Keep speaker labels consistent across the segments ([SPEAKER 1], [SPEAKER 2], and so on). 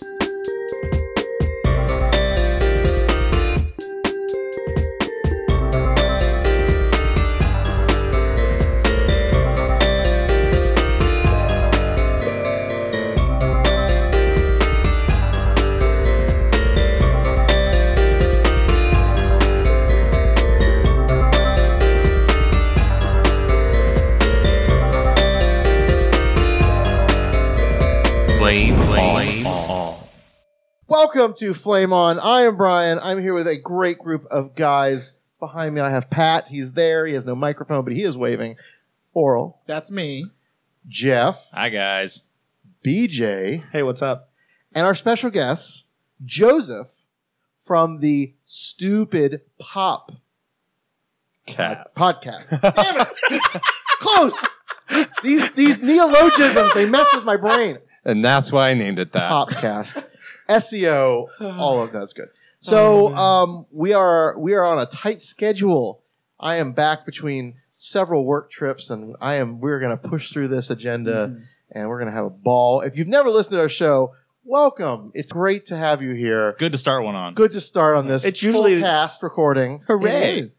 [SPEAKER 1] Blame, blame,
[SPEAKER 2] Welcome to Flame On. I am Brian. I'm here with a great group of guys. Behind me, I have Pat. He's there. He has no microphone, but he is waving. Oral,
[SPEAKER 3] that's me.
[SPEAKER 2] Jeff,
[SPEAKER 4] Hi, guys.
[SPEAKER 2] BJ,
[SPEAKER 5] Hey, what's up?
[SPEAKER 2] and our special guest, Joseph from the Stupid Pop
[SPEAKER 4] Cats.
[SPEAKER 2] podcast. Damn it! Close. These these neologisms they mess with my brain.
[SPEAKER 6] And that's why I named it that.
[SPEAKER 2] Oh. Popcast, SEO, E all of that's good.
[SPEAKER 5] Oh,
[SPEAKER 2] So um, we are we are on a tight schedule. I am back between several work trips, and I am we're going to push through this agenda,
[SPEAKER 5] Hmm.
[SPEAKER 2] and we're going to have a ball. If you've never listened to our show, welcome. It's great to have you here.
[SPEAKER 6] Good to start one on.
[SPEAKER 2] Good to start on this.
[SPEAKER 5] It's usually-
[SPEAKER 2] full cast recording.
[SPEAKER 3] Hooray.
[SPEAKER 2] It is.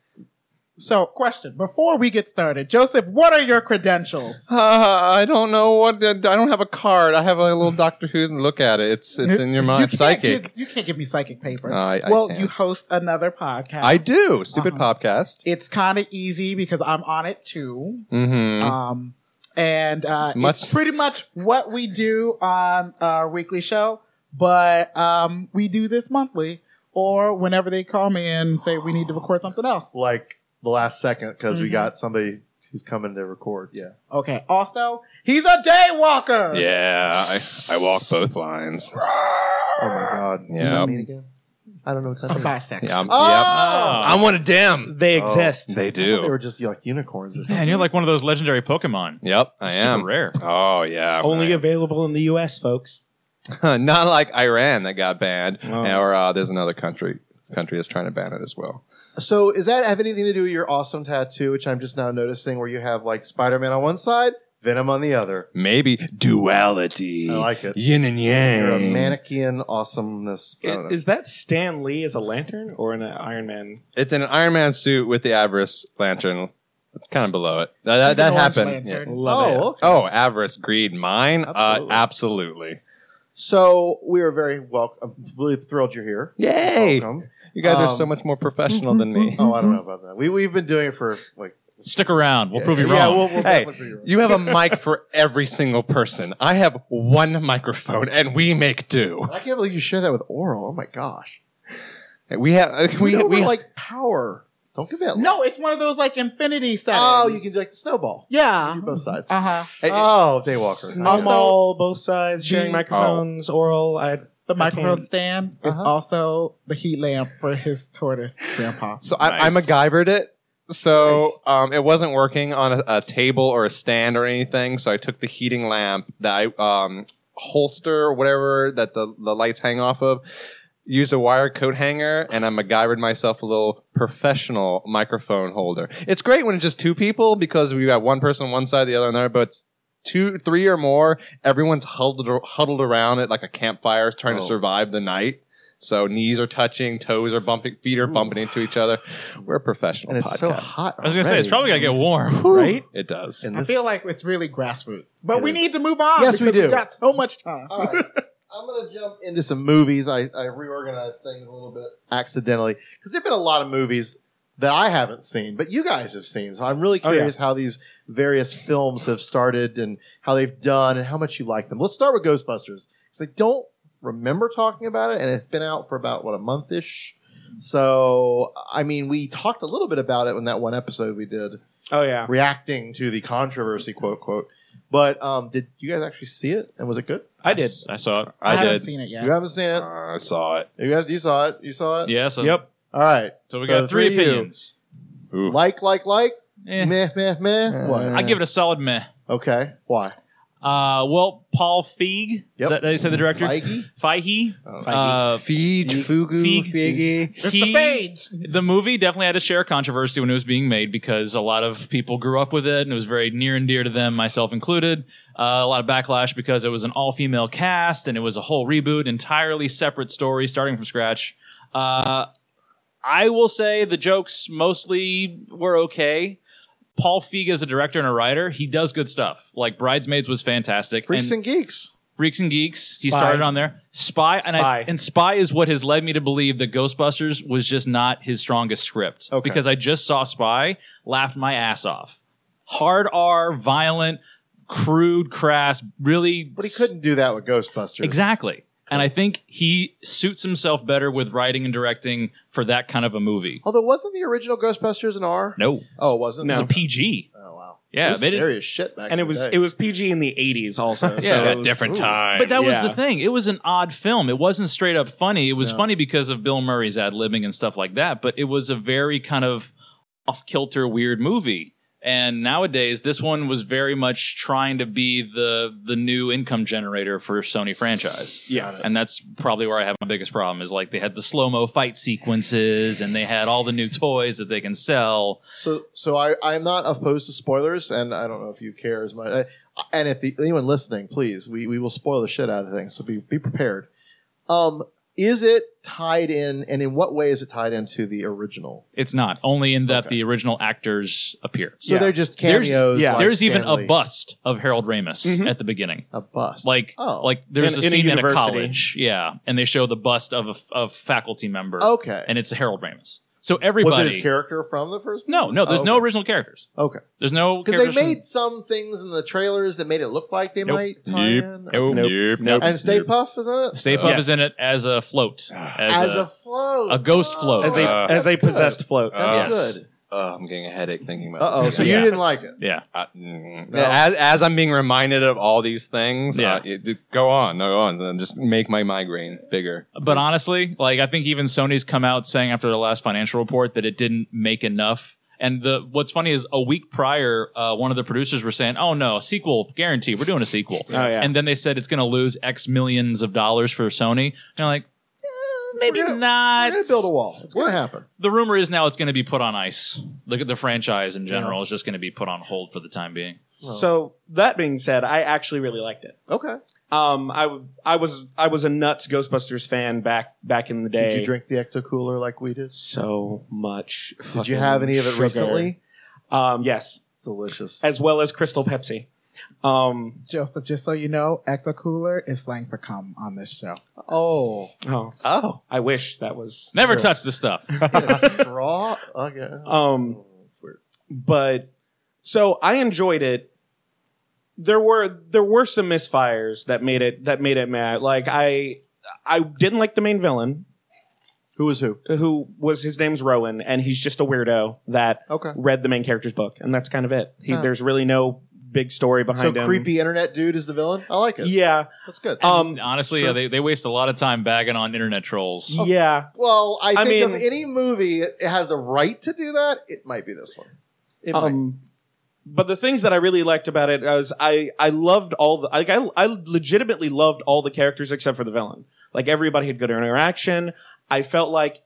[SPEAKER 3] So, question before we get started, Joseph, what are your credentials?
[SPEAKER 6] Uh, I don't know what. I don't have a card. I have a little Doctor Who and look at it. It's it's in your
[SPEAKER 3] You
[SPEAKER 6] mind.
[SPEAKER 3] can't
[SPEAKER 6] Psychic.
[SPEAKER 3] give- you can't give me psychic paper.
[SPEAKER 6] Uh, I- I
[SPEAKER 3] well,
[SPEAKER 6] can't.
[SPEAKER 3] you host another podcast.
[SPEAKER 6] I do. Stupid
[SPEAKER 3] Uh-huh.
[SPEAKER 6] podcast.
[SPEAKER 3] It's kind of easy because I'm on it too.
[SPEAKER 6] Mm-hmm.
[SPEAKER 3] Um, and uh,
[SPEAKER 6] Much-
[SPEAKER 3] it's pretty much what we do on our weekly show, but um, we do this monthly or whenever they call me and say we need to record something else.
[SPEAKER 2] like the last second because we
[SPEAKER 5] Mm-hmm.
[SPEAKER 3] Mhm.
[SPEAKER 2] got somebody who's coming to record. Yeah.
[SPEAKER 3] Okay. Also, he's a day walker.
[SPEAKER 6] yeah, I, I walk both lines.
[SPEAKER 2] Oh my god.
[SPEAKER 6] Yeah.
[SPEAKER 2] What does that mean again? I don't know what that
[SPEAKER 3] A
[SPEAKER 2] means.
[SPEAKER 3] bisexual.
[SPEAKER 6] Yeah, I'm,
[SPEAKER 2] Oh!
[SPEAKER 6] yep. I'm one of them.
[SPEAKER 5] Um, They
[SPEAKER 2] Oh.
[SPEAKER 5] exist.
[SPEAKER 6] They
[SPEAKER 2] I thought They
[SPEAKER 6] do.
[SPEAKER 2] were just like unicorns or something.
[SPEAKER 4] Man, you're like one of those legendary Pokemon.
[SPEAKER 6] Yep, I
[SPEAKER 4] Super
[SPEAKER 6] am.
[SPEAKER 4] rare.
[SPEAKER 6] Oh yeah.
[SPEAKER 5] Only
[SPEAKER 6] man.
[SPEAKER 5] available in the U.S., folks.
[SPEAKER 6] not like Iran that got banned,
[SPEAKER 5] Oh.
[SPEAKER 6] or uh, there's another country. This country is trying to ban it as well.
[SPEAKER 2] So, is that have anything to do with your awesome tattoo, which I'm just now noticing, where you have like Spider Man on one side, Venom on the other?
[SPEAKER 6] Maybe duality.
[SPEAKER 2] I like it.
[SPEAKER 6] Yin and yang.
[SPEAKER 2] You're a Manichean awesomeness. I don't know.
[SPEAKER 5] Is that Stan Lee as a lantern or an Iron Man?
[SPEAKER 6] It's in an Iron Man suit with the Avarice lantern, kind of below it. That,
[SPEAKER 3] He's
[SPEAKER 6] that, that
[SPEAKER 3] an orange
[SPEAKER 6] happened.
[SPEAKER 3] lantern.
[SPEAKER 6] Yeah.
[SPEAKER 5] Love
[SPEAKER 2] Oh,
[SPEAKER 5] it.
[SPEAKER 2] okay.
[SPEAKER 6] Oh, Avarice, greed, mine. Absolutely.
[SPEAKER 2] Absolutely.
[SPEAKER 6] Uh, absolutely.
[SPEAKER 2] so we are very welcome. I'm really thrilled you're here.
[SPEAKER 6] Yay!
[SPEAKER 2] Welcome.
[SPEAKER 6] You guys are
[SPEAKER 2] Um,
[SPEAKER 6] so much more professional than me.
[SPEAKER 2] Oh, I don't know about that. We we've been doing it for like.
[SPEAKER 4] Stick around. We'll prove you
[SPEAKER 2] Yeah,
[SPEAKER 4] wrong.
[SPEAKER 2] we'll,
[SPEAKER 6] Hey,
[SPEAKER 2] we'll definitely prove you wrong.
[SPEAKER 6] You have a mic for every single person. I have one microphone, and we make do.
[SPEAKER 2] I can't believe you share that with oral. Oh my gosh.
[SPEAKER 6] We have
[SPEAKER 2] We
[SPEAKER 6] we
[SPEAKER 2] know
[SPEAKER 6] we
[SPEAKER 2] we're like power. Don't give that.
[SPEAKER 3] No, it's one of those like infinity settings.
[SPEAKER 2] Oh, you can do like the snowball.
[SPEAKER 3] Yeah.
[SPEAKER 2] You do both sides.
[SPEAKER 3] Uh huh.
[SPEAKER 6] Hey,
[SPEAKER 2] oh, Daywalker.
[SPEAKER 3] Snow-
[SPEAKER 2] Nice.
[SPEAKER 3] Also-
[SPEAKER 5] Small, both sides, sharing
[SPEAKER 3] Gee.
[SPEAKER 5] microphones,
[SPEAKER 2] oh.
[SPEAKER 5] oral. I,
[SPEAKER 3] The microphone
[SPEAKER 5] can't-
[SPEAKER 3] stand is
[SPEAKER 2] Uh-huh.
[SPEAKER 3] also the heat lamp for his tortoise grandpa.
[SPEAKER 6] So I, I'm a
[SPEAKER 4] Nice.
[SPEAKER 6] MacGyvered it. So
[SPEAKER 2] Nice.
[SPEAKER 6] um, it wasn't working on a, a table or a stand or anything. So I took the heating lamp that I um, holster or whatever that the, the lights hang off of. use a wire coat hanger, and I MacGyvered myself a little professional microphone holder. It's great when it's just two people because we got one person on one side, the other on the other, but it's two, three or more, everyone's huddled, huddled around it like a campfire trying to
[SPEAKER 2] Oh.
[SPEAKER 6] survive the night. So knees are touching, toes are bumping, feet are bumping into each other. We're a professional
[SPEAKER 2] and it's
[SPEAKER 6] podcast.
[SPEAKER 2] so hot.
[SPEAKER 4] I was gonna say it's probably
[SPEAKER 2] already.
[SPEAKER 4] gonna get warm.
[SPEAKER 5] right?
[SPEAKER 6] it does.
[SPEAKER 2] And
[SPEAKER 3] I
[SPEAKER 2] this-
[SPEAKER 3] feel like it's really grassroots, but we
[SPEAKER 2] is.
[SPEAKER 3] need to move on.
[SPEAKER 2] Yes, we
[SPEAKER 3] because
[SPEAKER 2] do.
[SPEAKER 3] We've got so much time.
[SPEAKER 2] All right. I'm gonna jump into some movies. I, I reorganized things a little bit accidentally because there've been a lot of movies that I haven't seen, but you guys have seen. So I'm really
[SPEAKER 5] Oh, yeah.
[SPEAKER 2] curious how these various films have started and how they've done and how much you like them. Let's start with Ghostbusters because I don't remember talking about it, and it's been out for about what a month ish. So I mean, we talked a little bit about it in that one episode we did
[SPEAKER 5] Oh yeah.
[SPEAKER 2] reacting to the controversy, quote quote. But um, did you guys actually see it and was it good?
[SPEAKER 5] I did.
[SPEAKER 4] I saw it.
[SPEAKER 3] I, haven't
[SPEAKER 6] did.
[SPEAKER 3] seen it yet.
[SPEAKER 2] You haven't seen it.
[SPEAKER 6] Uh, I saw it.
[SPEAKER 2] You guys, you saw it. You saw it.
[SPEAKER 4] Yeah. So
[SPEAKER 5] Yep.
[SPEAKER 2] All right.
[SPEAKER 4] So we
[SPEAKER 2] So
[SPEAKER 4] got three
[SPEAKER 2] three of you.
[SPEAKER 4] opinions.
[SPEAKER 6] Ooh.
[SPEAKER 2] Like, like, like.
[SPEAKER 4] Eh,
[SPEAKER 2] Meh, meh, meh. What?
[SPEAKER 4] I give it a solid meh.
[SPEAKER 2] Okay. Why?
[SPEAKER 4] Uh, well, Paul Feig.
[SPEAKER 2] Yep.
[SPEAKER 4] Is that, did I say the director?
[SPEAKER 2] Feige?
[SPEAKER 4] Feige.
[SPEAKER 2] Oh.
[SPEAKER 4] Uh,
[SPEAKER 2] Feige, Fugu,
[SPEAKER 4] Feig.
[SPEAKER 2] Figgy.
[SPEAKER 3] It's
[SPEAKER 4] he-
[SPEAKER 3] the page.
[SPEAKER 4] the movie definitely had to share controversy when it was being made because a lot of people grew up with it and it was very near and dear to them, myself included. Uh, a lot of backlash because it was an all female cast and it was a whole reboot, entirely separate story starting from scratch. Uh, I will say the jokes mostly were okay. Paul Feig as a director and a writer, he does good stuff. Like Bridesmaids was fantastic.
[SPEAKER 2] Freaks
[SPEAKER 4] and-
[SPEAKER 2] and, geeks.
[SPEAKER 4] Freaks and Geeks. He
[SPEAKER 5] Spy.
[SPEAKER 4] started on there. Spy, and I,
[SPEAKER 5] Spy.
[SPEAKER 4] and Spy is what has led me to believe that Ghostbusters was just not his strongest script.
[SPEAKER 2] Okay.
[SPEAKER 4] Because I just saw Spy, laughed my ass off. Hard R, violent, crude, crass, really.
[SPEAKER 2] But he couldn't do that with Ghostbusters.
[SPEAKER 4] Exactly. And I think he suits himself better with writing and directing for that kind of a movie.
[SPEAKER 2] Although wasn't the original Ghostbusters an R?
[SPEAKER 4] No, it
[SPEAKER 2] Oh, it wasn't.
[SPEAKER 5] No.
[SPEAKER 4] was a PG.
[SPEAKER 2] Oh wow.
[SPEAKER 4] Yeah,
[SPEAKER 2] It was
[SPEAKER 4] they didn't-
[SPEAKER 2] scary as shit back.
[SPEAKER 5] And it
[SPEAKER 2] in the
[SPEAKER 5] was
[SPEAKER 2] day.
[SPEAKER 5] it was PG in the 80s also.
[SPEAKER 4] Yeah,
[SPEAKER 5] so
[SPEAKER 4] a
[SPEAKER 5] it was,
[SPEAKER 6] different time.
[SPEAKER 4] But that
[SPEAKER 5] Yeah.
[SPEAKER 4] was the thing. It was an odd film. It wasn't straight up funny. It was funny because of Bill Murray's ad libbing and stuff like that. But it was a very kind of off kilter, weird movie. And nowadays, this one was very much trying to be the the new income generator for Sony franchise.
[SPEAKER 2] Yeah.
[SPEAKER 4] And that's probably where I have my biggest problem is like they had the slow mo fight sequences and they had all the new toys that they can sell.
[SPEAKER 2] So, so I, I'm not opposed to spoilers, and I don't know if you care as much. I, and if the, anyone listening, please, we, we will spoil the shit out of things, so be, be prepared. Um, is it tied in, and in what way is it tied into the original?
[SPEAKER 4] It's not only in that
[SPEAKER 2] Okay.
[SPEAKER 4] the original actors appear.
[SPEAKER 2] So
[SPEAKER 5] Yeah.
[SPEAKER 2] they're just
[SPEAKER 4] There's-
[SPEAKER 2] cameos.
[SPEAKER 5] yeah.
[SPEAKER 2] like
[SPEAKER 4] There's even
[SPEAKER 2] Stan Lee. Mm-hmm.
[SPEAKER 4] a bust of Harold Ramis
[SPEAKER 5] Mhm.
[SPEAKER 4] at the beginning.
[SPEAKER 2] A bus.
[SPEAKER 4] Like,
[SPEAKER 2] Oh.
[SPEAKER 4] like there's
[SPEAKER 5] In-
[SPEAKER 4] a
[SPEAKER 5] in a
[SPEAKER 4] scene in a
[SPEAKER 5] university.
[SPEAKER 4] college, yeah, and they show the bust of a f- of faculty member,
[SPEAKER 2] okay.
[SPEAKER 4] and it's Harold Ramis. So
[SPEAKER 2] Oh. was
[SPEAKER 4] everybody,
[SPEAKER 2] it his character from the first?
[SPEAKER 4] no, no, there's
[SPEAKER 2] Oh,
[SPEAKER 4] no
[SPEAKER 2] okay.
[SPEAKER 4] original characters.
[SPEAKER 2] Okay,
[SPEAKER 4] There's no
[SPEAKER 2] because they
[SPEAKER 4] characters from-
[SPEAKER 2] made some things in the trailers that made it look like they
[SPEAKER 4] Nope.
[SPEAKER 2] might tie
[SPEAKER 6] Nope.
[SPEAKER 2] in.
[SPEAKER 5] Nope. Nope.
[SPEAKER 2] And Stay Puff is in it.
[SPEAKER 4] Stay Puft
[SPEAKER 5] Yes.
[SPEAKER 4] is in it as a float, as,
[SPEAKER 2] as
[SPEAKER 4] a,
[SPEAKER 2] a float,
[SPEAKER 4] a ghost float.
[SPEAKER 5] As a
[SPEAKER 6] Uh,
[SPEAKER 5] as a
[SPEAKER 2] that's good.
[SPEAKER 5] possessed float.
[SPEAKER 6] Uh,
[SPEAKER 2] That's
[SPEAKER 4] Yes.
[SPEAKER 2] good.
[SPEAKER 6] Oh, I'm getting a headache thinking about.
[SPEAKER 2] Uh oh.
[SPEAKER 6] this
[SPEAKER 2] So
[SPEAKER 6] again.
[SPEAKER 2] you didn't like it.
[SPEAKER 4] yeah.
[SPEAKER 6] I- As, as I'm being reminded of all these things,
[SPEAKER 4] Yeah.
[SPEAKER 6] yeah. it, it- go on, no, go on, then just make my migraine bigger.
[SPEAKER 4] But honestly, like I think even Sony's come out saying after their last financial report that it didn't make enough. And the what's funny is a week prior, uh, one of the producers were saying, "Oh no, sequel guarantee. We're doing a sequel."
[SPEAKER 5] Oh, yeah.
[SPEAKER 4] And then they said it's going to lose X millions of dollars for Sony. And I'm like, eh, maybe
[SPEAKER 2] We're gonna-
[SPEAKER 4] not.
[SPEAKER 2] We're gonna build a wall. It's gonna happen.
[SPEAKER 4] the rumor is now it's going to be put on ice. Look at the franchise in general is just going to be put on hold for the time being.
[SPEAKER 5] So that being said, I actually really liked it.
[SPEAKER 2] Okay.
[SPEAKER 5] Um, I, w- I was I was a nuts Ghostbusters fan back back in the day.
[SPEAKER 2] Did you drink the ecto cooler like we did?
[SPEAKER 5] so much?
[SPEAKER 2] Did you have any of it recently?
[SPEAKER 5] Um, yes,
[SPEAKER 2] It's delicious.
[SPEAKER 5] as well as Crystal Pepsi. Um,
[SPEAKER 3] Joseph, just so you know, Ecto Cooler is slang for cum on this show.
[SPEAKER 2] oh,
[SPEAKER 5] oh,
[SPEAKER 2] oh,
[SPEAKER 5] I wish that was
[SPEAKER 4] Never
[SPEAKER 5] true.
[SPEAKER 4] touch the stuff.
[SPEAKER 2] straw. Okay.
[SPEAKER 5] Um, but so I enjoyed it. There were there were some misfires that made it that made it mad. Like I I didn't like the main villain
[SPEAKER 2] who was who?
[SPEAKER 5] who was his name's Rowan and he's just a weirdo that
[SPEAKER 2] Okay.
[SPEAKER 5] read the main character's book and that's kind of it. He,
[SPEAKER 2] Huh.
[SPEAKER 5] There's really no big story
[SPEAKER 2] So
[SPEAKER 5] behind him.
[SPEAKER 2] creepy internet dude is the villain. I like it.
[SPEAKER 5] Yeah,
[SPEAKER 2] that's good. uh,
[SPEAKER 5] um,
[SPEAKER 4] Honestly,
[SPEAKER 2] Sure. Oh.
[SPEAKER 4] yeah, they, they waste a lot of time bagging on internet trolls.
[SPEAKER 5] yeah.
[SPEAKER 2] well, I
[SPEAKER 5] I
[SPEAKER 2] think of
[SPEAKER 5] mean-
[SPEAKER 2] any movie that has the right to do that. It might be this one. It might.
[SPEAKER 5] Um, but the things that I really liked about it was I I loved all the like I I legitimately loved all the characters except for the villain. Like everybody had good interaction. I felt like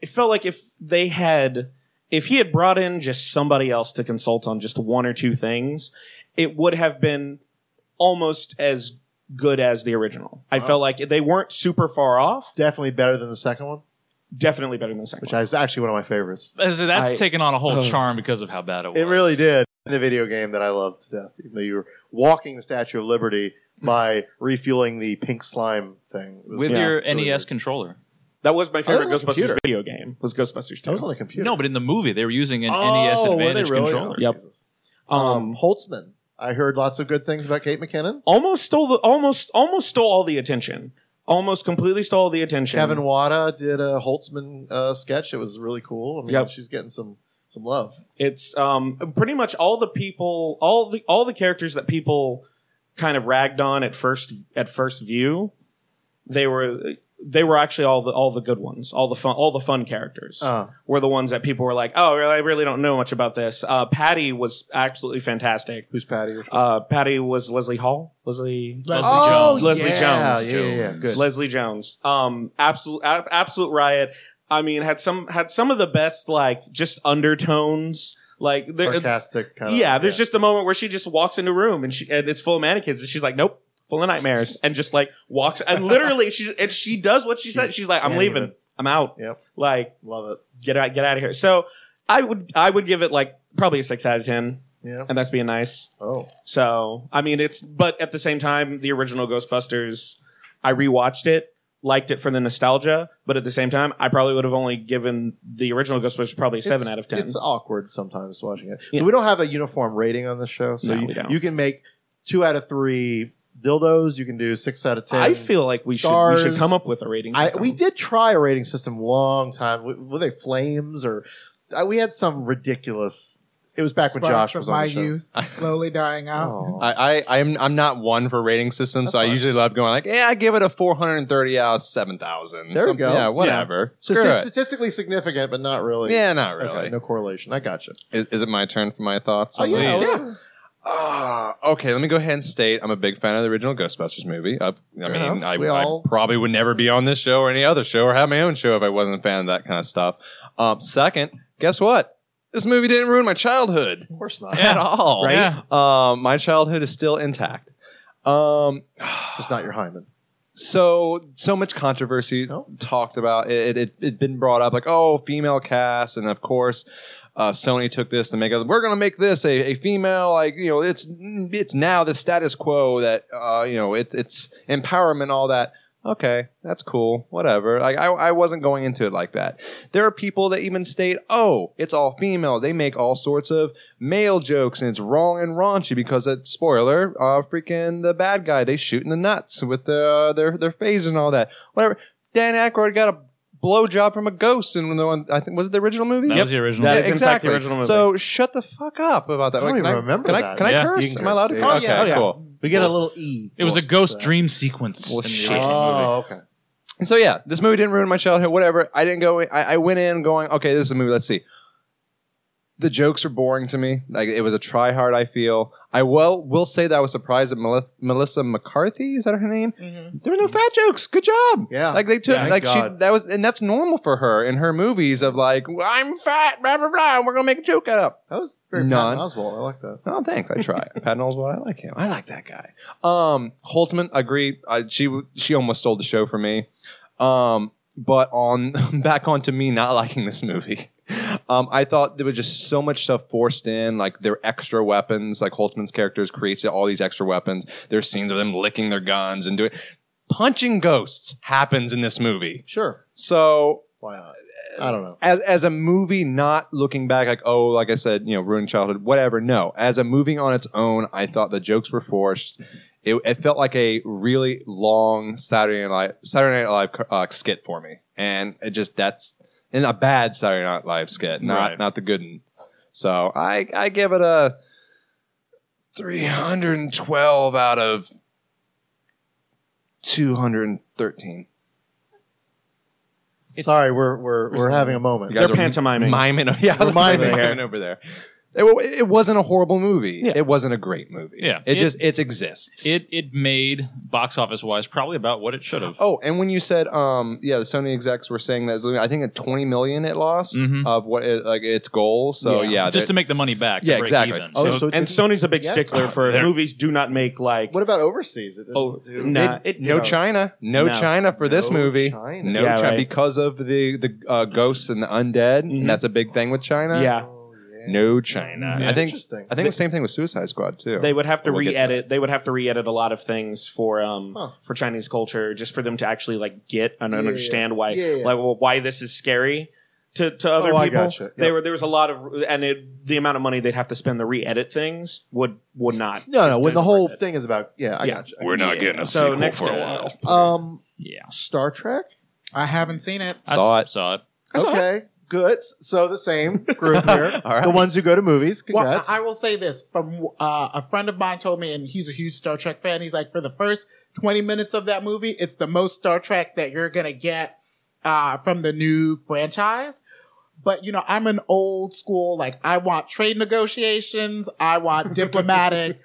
[SPEAKER 5] it felt like if they had if he had brought in just somebody else to consult on just one or two things, it would have been almost as good as the original. I felt like they weren't super far off.
[SPEAKER 2] Definitely better than the second one,
[SPEAKER 5] Definitely better than the second.
[SPEAKER 2] which is actually one of my favorites.
[SPEAKER 4] As that's
[SPEAKER 5] I-
[SPEAKER 4] taken on a whole
[SPEAKER 5] Ugh.
[SPEAKER 4] charm because of how bad it was.
[SPEAKER 2] oh. It really did. In the video game that I loved to death, even though you were walking the Statue of Liberty by refueling the pink slime thing It was
[SPEAKER 4] with
[SPEAKER 2] really
[SPEAKER 4] your
[SPEAKER 2] good.
[SPEAKER 4] NES controller.
[SPEAKER 5] That was my favorite
[SPEAKER 2] on the
[SPEAKER 5] Ghostbusters
[SPEAKER 2] Oh, computer.
[SPEAKER 5] video game. Was Ghostbusters
[SPEAKER 2] That was on
[SPEAKER 5] two?
[SPEAKER 2] the computer.
[SPEAKER 4] No, but in the movie they were using an
[SPEAKER 2] Oh,
[SPEAKER 4] NES
[SPEAKER 2] were they
[SPEAKER 4] Advantage
[SPEAKER 2] really?
[SPEAKER 4] controller.
[SPEAKER 2] Oh,
[SPEAKER 5] Yep.
[SPEAKER 2] Jesus.
[SPEAKER 5] Um,
[SPEAKER 2] Holtzman. I heard lots of good things about Kate McKinnon.
[SPEAKER 5] almost stole the almost almost stole all the attention. Almost completely stole the attention.
[SPEAKER 2] Kevin Wada did a Holtzman uh, sketch. It was really cool. I mean,
[SPEAKER 5] Yep.
[SPEAKER 2] she's getting some some love.
[SPEAKER 5] It's um, pretty much all the people, all the all the characters that people kind of ragged on at first at first view. They were they were actually all the all the good ones, all the fun all the fun characters
[SPEAKER 2] Uh,
[SPEAKER 5] were the ones that people were like, oh, I really don't know much about this. Uh, Patty was absolutely fantastic.
[SPEAKER 2] who's Patty? Or
[SPEAKER 5] Uh, Patty was Leslie Hall, Leslie
[SPEAKER 4] Leslie
[SPEAKER 2] oh,
[SPEAKER 4] Jones.
[SPEAKER 5] Leslie
[SPEAKER 2] yeah,
[SPEAKER 5] Jones.
[SPEAKER 2] Yeah, yeah, yeah. Good.
[SPEAKER 5] Leslie Jones. Um, absolute, ab- absolute riot. I mean, had some had some of the best like just undertones. Like there,
[SPEAKER 2] Sarcastic kind of.
[SPEAKER 5] yeah, there's just a moment where she just walks into a room and she and it's full of mannequins and she's like, nope, full of nightmares, and just like walks and literally she's and she does what she said. She's like, I'm
[SPEAKER 2] can't
[SPEAKER 5] leaving,
[SPEAKER 2] even.
[SPEAKER 5] I'm out.
[SPEAKER 2] Yep.
[SPEAKER 5] Like
[SPEAKER 2] love it.
[SPEAKER 5] get out, get out of here. So I would I would give it like probably a six out of ten,
[SPEAKER 2] Yeah.
[SPEAKER 5] and that's being nice.
[SPEAKER 2] Oh,
[SPEAKER 5] So I mean, it's but at the same time, the original Ghostbusters, I rewatched it, liked it for the nostalgia, but at the same time, I probably would have only given the original Ghostbusters probably a seven
[SPEAKER 2] It's-
[SPEAKER 5] out of ten.
[SPEAKER 2] It's awkward sometimes watching it.
[SPEAKER 5] Yeah.
[SPEAKER 2] We don't have a uniform rating on this show, so
[SPEAKER 5] No,
[SPEAKER 2] you,
[SPEAKER 5] we don't.
[SPEAKER 2] you can make two out of three dildos. You can do six out of ten.
[SPEAKER 5] I feel like we should we should
[SPEAKER 2] stars.
[SPEAKER 5] come up with a rating.
[SPEAKER 2] I,
[SPEAKER 5] System.
[SPEAKER 2] we did try a rating system long time. W- Were they flames or uh, we had some ridiculous? It was back when
[SPEAKER 3] Sparks
[SPEAKER 2] Josh was
[SPEAKER 3] of
[SPEAKER 2] on
[SPEAKER 3] my
[SPEAKER 2] the show.
[SPEAKER 3] youth slowly dying out.
[SPEAKER 2] Oh.
[SPEAKER 6] I, I I'm I'm not one for rating systems,
[SPEAKER 2] That's
[SPEAKER 6] so I
[SPEAKER 2] fine.
[SPEAKER 6] usually love going like, yeah, I give it a 430 out of 7,000.
[SPEAKER 2] There we
[SPEAKER 6] Some-
[SPEAKER 2] go.
[SPEAKER 6] Yeah, whatever. Screw
[SPEAKER 2] Stati-
[SPEAKER 6] it.
[SPEAKER 2] statistically significant, but not really.
[SPEAKER 6] Yeah, not
[SPEAKER 2] Okay,
[SPEAKER 6] really.
[SPEAKER 2] no correlation. I got you.
[SPEAKER 6] Is, is it my turn for my thoughts?
[SPEAKER 2] Oh,
[SPEAKER 6] on
[SPEAKER 2] yeah,
[SPEAKER 6] these?
[SPEAKER 2] yeah.
[SPEAKER 6] Ah, okay, let me go ahead and state I'm a big fan of the original Ghostbusters movie. I, I mean,
[SPEAKER 2] enough.
[SPEAKER 6] I,
[SPEAKER 2] We
[SPEAKER 6] I
[SPEAKER 2] all-
[SPEAKER 6] probably would never be on this show or any other show or have my own show if I wasn't a fan of that kind of stuff. Um, second, guess what? This movie didn't ruin my childhood
[SPEAKER 2] Of course not.
[SPEAKER 6] at all.
[SPEAKER 4] Right?
[SPEAKER 6] Um, my childhood is still intact. Um,
[SPEAKER 2] Just not your hymen.
[SPEAKER 6] so so much controversy
[SPEAKER 2] No.
[SPEAKER 6] talked about it it it it'd been brought up like oh female cast and of course uh, Sony took this to make us we're gonna make this a, a female like you know it's it's now the status quo that uh, you know it's it's empowerment all that okay that's cool whatever like I, I wasn't going into it like that there are people that even state oh it's all female they make all sorts of male jokes and it's wrong and raunchy because it spoiler uh freaking the bad guy they shoot in the nuts with the, uh, their their phase and all that whatever Dan Aykroyd got a blow job from a ghost in the one I think was it the original movie
[SPEAKER 4] That was the original.
[SPEAKER 5] That
[SPEAKER 6] yeah,
[SPEAKER 5] is, in fact,
[SPEAKER 6] exactly.
[SPEAKER 5] the original movie.
[SPEAKER 6] So shut the fuck up about that.
[SPEAKER 2] I don't
[SPEAKER 6] Can
[SPEAKER 2] even remember
[SPEAKER 6] can I,
[SPEAKER 2] that.
[SPEAKER 6] can I
[SPEAKER 4] Yeah.
[SPEAKER 2] You
[SPEAKER 6] curse?
[SPEAKER 2] can
[SPEAKER 6] Am I allowed to
[SPEAKER 2] curse,
[SPEAKER 6] curse?
[SPEAKER 2] yeah.
[SPEAKER 6] okay,
[SPEAKER 5] Oh, yeah.
[SPEAKER 6] cool.
[SPEAKER 2] We get a little e.
[SPEAKER 4] It was a
[SPEAKER 2] Well,
[SPEAKER 4] ghost
[SPEAKER 2] that-
[SPEAKER 4] dream sequence.
[SPEAKER 6] Well,
[SPEAKER 4] in the
[SPEAKER 6] shit.
[SPEAKER 4] original movie.
[SPEAKER 2] Oh, okay.
[SPEAKER 6] So yeah, this movie didn't ruin my childhood. Whatever. I didn't go. In, I, I went in going, okay, this is a movie. Let's see. The jokes are boring to me. Like it was a try hard. I feel. I will will say that I was surprised that Mel- Melissa McCarthy is that her name? There were no fat jokes. Good job.
[SPEAKER 2] Yeah.
[SPEAKER 6] Like they took
[SPEAKER 2] Yeah,
[SPEAKER 6] like
[SPEAKER 2] thank
[SPEAKER 6] she
[SPEAKER 2] God.
[SPEAKER 6] that was and that's normal for her in her movies of like I'm fat blah blah blah. and We're gonna make a joke out of. it."
[SPEAKER 2] That was very
[SPEAKER 6] None.
[SPEAKER 2] Patton Oswald. I like that.
[SPEAKER 6] Oh, thanks. I try. Pat knows what I like him. I like that guy. Um, Holtman, agree. Uh, she she almost stole the show for me. Um, but on back onto me not liking this movie. Um, I thought there was just so much stuff forced in, like their extra weapons. Like Holtzman's characters creates all these extra weapons. There's scenes of them licking their guns and doing punching ghosts happens in this movie.
[SPEAKER 2] Sure.
[SPEAKER 6] So
[SPEAKER 2] Why not? I don't know.
[SPEAKER 6] as as a movie, not looking back like oh, like I said, you know, ruined childhood, whatever. No, as a movie on its own, I thought the jokes were forced. It, it felt like a really long Saturday Night Live, Saturday Night Live uh, skit for me, and it just that's and a bad Saturday Night Live skit, not
[SPEAKER 4] Right.
[SPEAKER 6] not the good one. So I I give it a three hundred and twelve out of two hundred and thirteen.
[SPEAKER 4] It's-
[SPEAKER 2] Sorry, we're we're we're having a moment.
[SPEAKER 5] They're pantomiming.
[SPEAKER 6] Miming, yeah,
[SPEAKER 2] We're
[SPEAKER 6] miming
[SPEAKER 2] miming.
[SPEAKER 6] over there. It, wa- it wasn't a horrible movie.
[SPEAKER 5] Yeah.
[SPEAKER 6] It wasn't a great movie.
[SPEAKER 4] Yeah.
[SPEAKER 6] It,
[SPEAKER 4] It-
[SPEAKER 6] just it exists.
[SPEAKER 4] It it made box office wise probably about what it should have.
[SPEAKER 6] oh, and when you said um yeah, the Sony execs were saying that it was, I think at 20 million it lost
[SPEAKER 4] Mhm.
[SPEAKER 2] uh,
[SPEAKER 6] of what it, like its goal. So
[SPEAKER 5] Yeah.
[SPEAKER 6] Mm-hmm. yeah,
[SPEAKER 4] just
[SPEAKER 6] they're-
[SPEAKER 4] to make the money back. To
[SPEAKER 6] Yeah,
[SPEAKER 4] break
[SPEAKER 6] exactly.
[SPEAKER 4] Even.
[SPEAKER 2] Oh,
[SPEAKER 4] So-
[SPEAKER 2] so it
[SPEAKER 5] and
[SPEAKER 2] didn't-
[SPEAKER 5] Soni's a big
[SPEAKER 2] yeah.
[SPEAKER 5] stickler for
[SPEAKER 4] They're-
[SPEAKER 5] movies do not make like
[SPEAKER 2] What about overseas? It didn't
[SPEAKER 5] Oh,
[SPEAKER 2] do-
[SPEAKER 5] nah, it
[SPEAKER 6] no
[SPEAKER 5] didn't.
[SPEAKER 6] China, no,
[SPEAKER 5] No.
[SPEAKER 6] China for this
[SPEAKER 2] No
[SPEAKER 6] movie.
[SPEAKER 2] China.
[SPEAKER 6] No
[SPEAKER 5] Yeah,
[SPEAKER 6] China
[SPEAKER 5] right.
[SPEAKER 6] because of the the uh, ghosts and the undead,
[SPEAKER 5] Mhm.
[SPEAKER 6] and that's a big thing with China.
[SPEAKER 5] Yeah,
[SPEAKER 2] Oh, yeah.
[SPEAKER 6] no China.
[SPEAKER 5] Yeah.
[SPEAKER 6] I think
[SPEAKER 2] Interesting.
[SPEAKER 6] I think the same thing with Suicide Squad too.
[SPEAKER 5] they would have to
[SPEAKER 6] We'll get to
[SPEAKER 5] re-edit. they would have to re-edit a lot of things for um
[SPEAKER 2] Huh.
[SPEAKER 5] for Chinese culture, just for them to actually like get and
[SPEAKER 2] Yeah, yeah.
[SPEAKER 5] understand why
[SPEAKER 2] Yeah, yeah.
[SPEAKER 5] like well, why this is scary to to other
[SPEAKER 2] I
[SPEAKER 5] people.
[SPEAKER 2] gotcha.
[SPEAKER 5] They
[SPEAKER 2] Yep.
[SPEAKER 5] were there was a lot of and it, the amount of money they'd have to spend to re-edit things would would not.
[SPEAKER 2] No, no. When the
[SPEAKER 5] isn't
[SPEAKER 2] whole
[SPEAKER 5] worth it.
[SPEAKER 2] thing is about, yeah, I
[SPEAKER 5] Yeah.
[SPEAKER 2] gotcha.
[SPEAKER 1] We're not getting a
[SPEAKER 5] So
[SPEAKER 1] sequel
[SPEAKER 5] next
[SPEAKER 1] for a
[SPEAKER 5] uh,
[SPEAKER 1] while.
[SPEAKER 2] Um,
[SPEAKER 4] yeah,
[SPEAKER 2] Star Trek.
[SPEAKER 3] I haven't seen it.
[SPEAKER 4] I
[SPEAKER 6] Saw
[SPEAKER 4] s-
[SPEAKER 6] it.
[SPEAKER 4] Saw it.
[SPEAKER 5] I saw
[SPEAKER 2] Okay, good. So the same group here.
[SPEAKER 6] All right.
[SPEAKER 2] The ones who go to movies.
[SPEAKER 3] Well,
[SPEAKER 2] Congrats.
[SPEAKER 3] I I will say this: from uh, a friend of mine told me, and he's a huge Star Trek fan. He's like, for the first twenty minutes of that movie, it's the most Star Trek that you're gonna get uh, from the new franchise. But you know, I'm an old school. Like, I want trade negotiations. I want diplomatic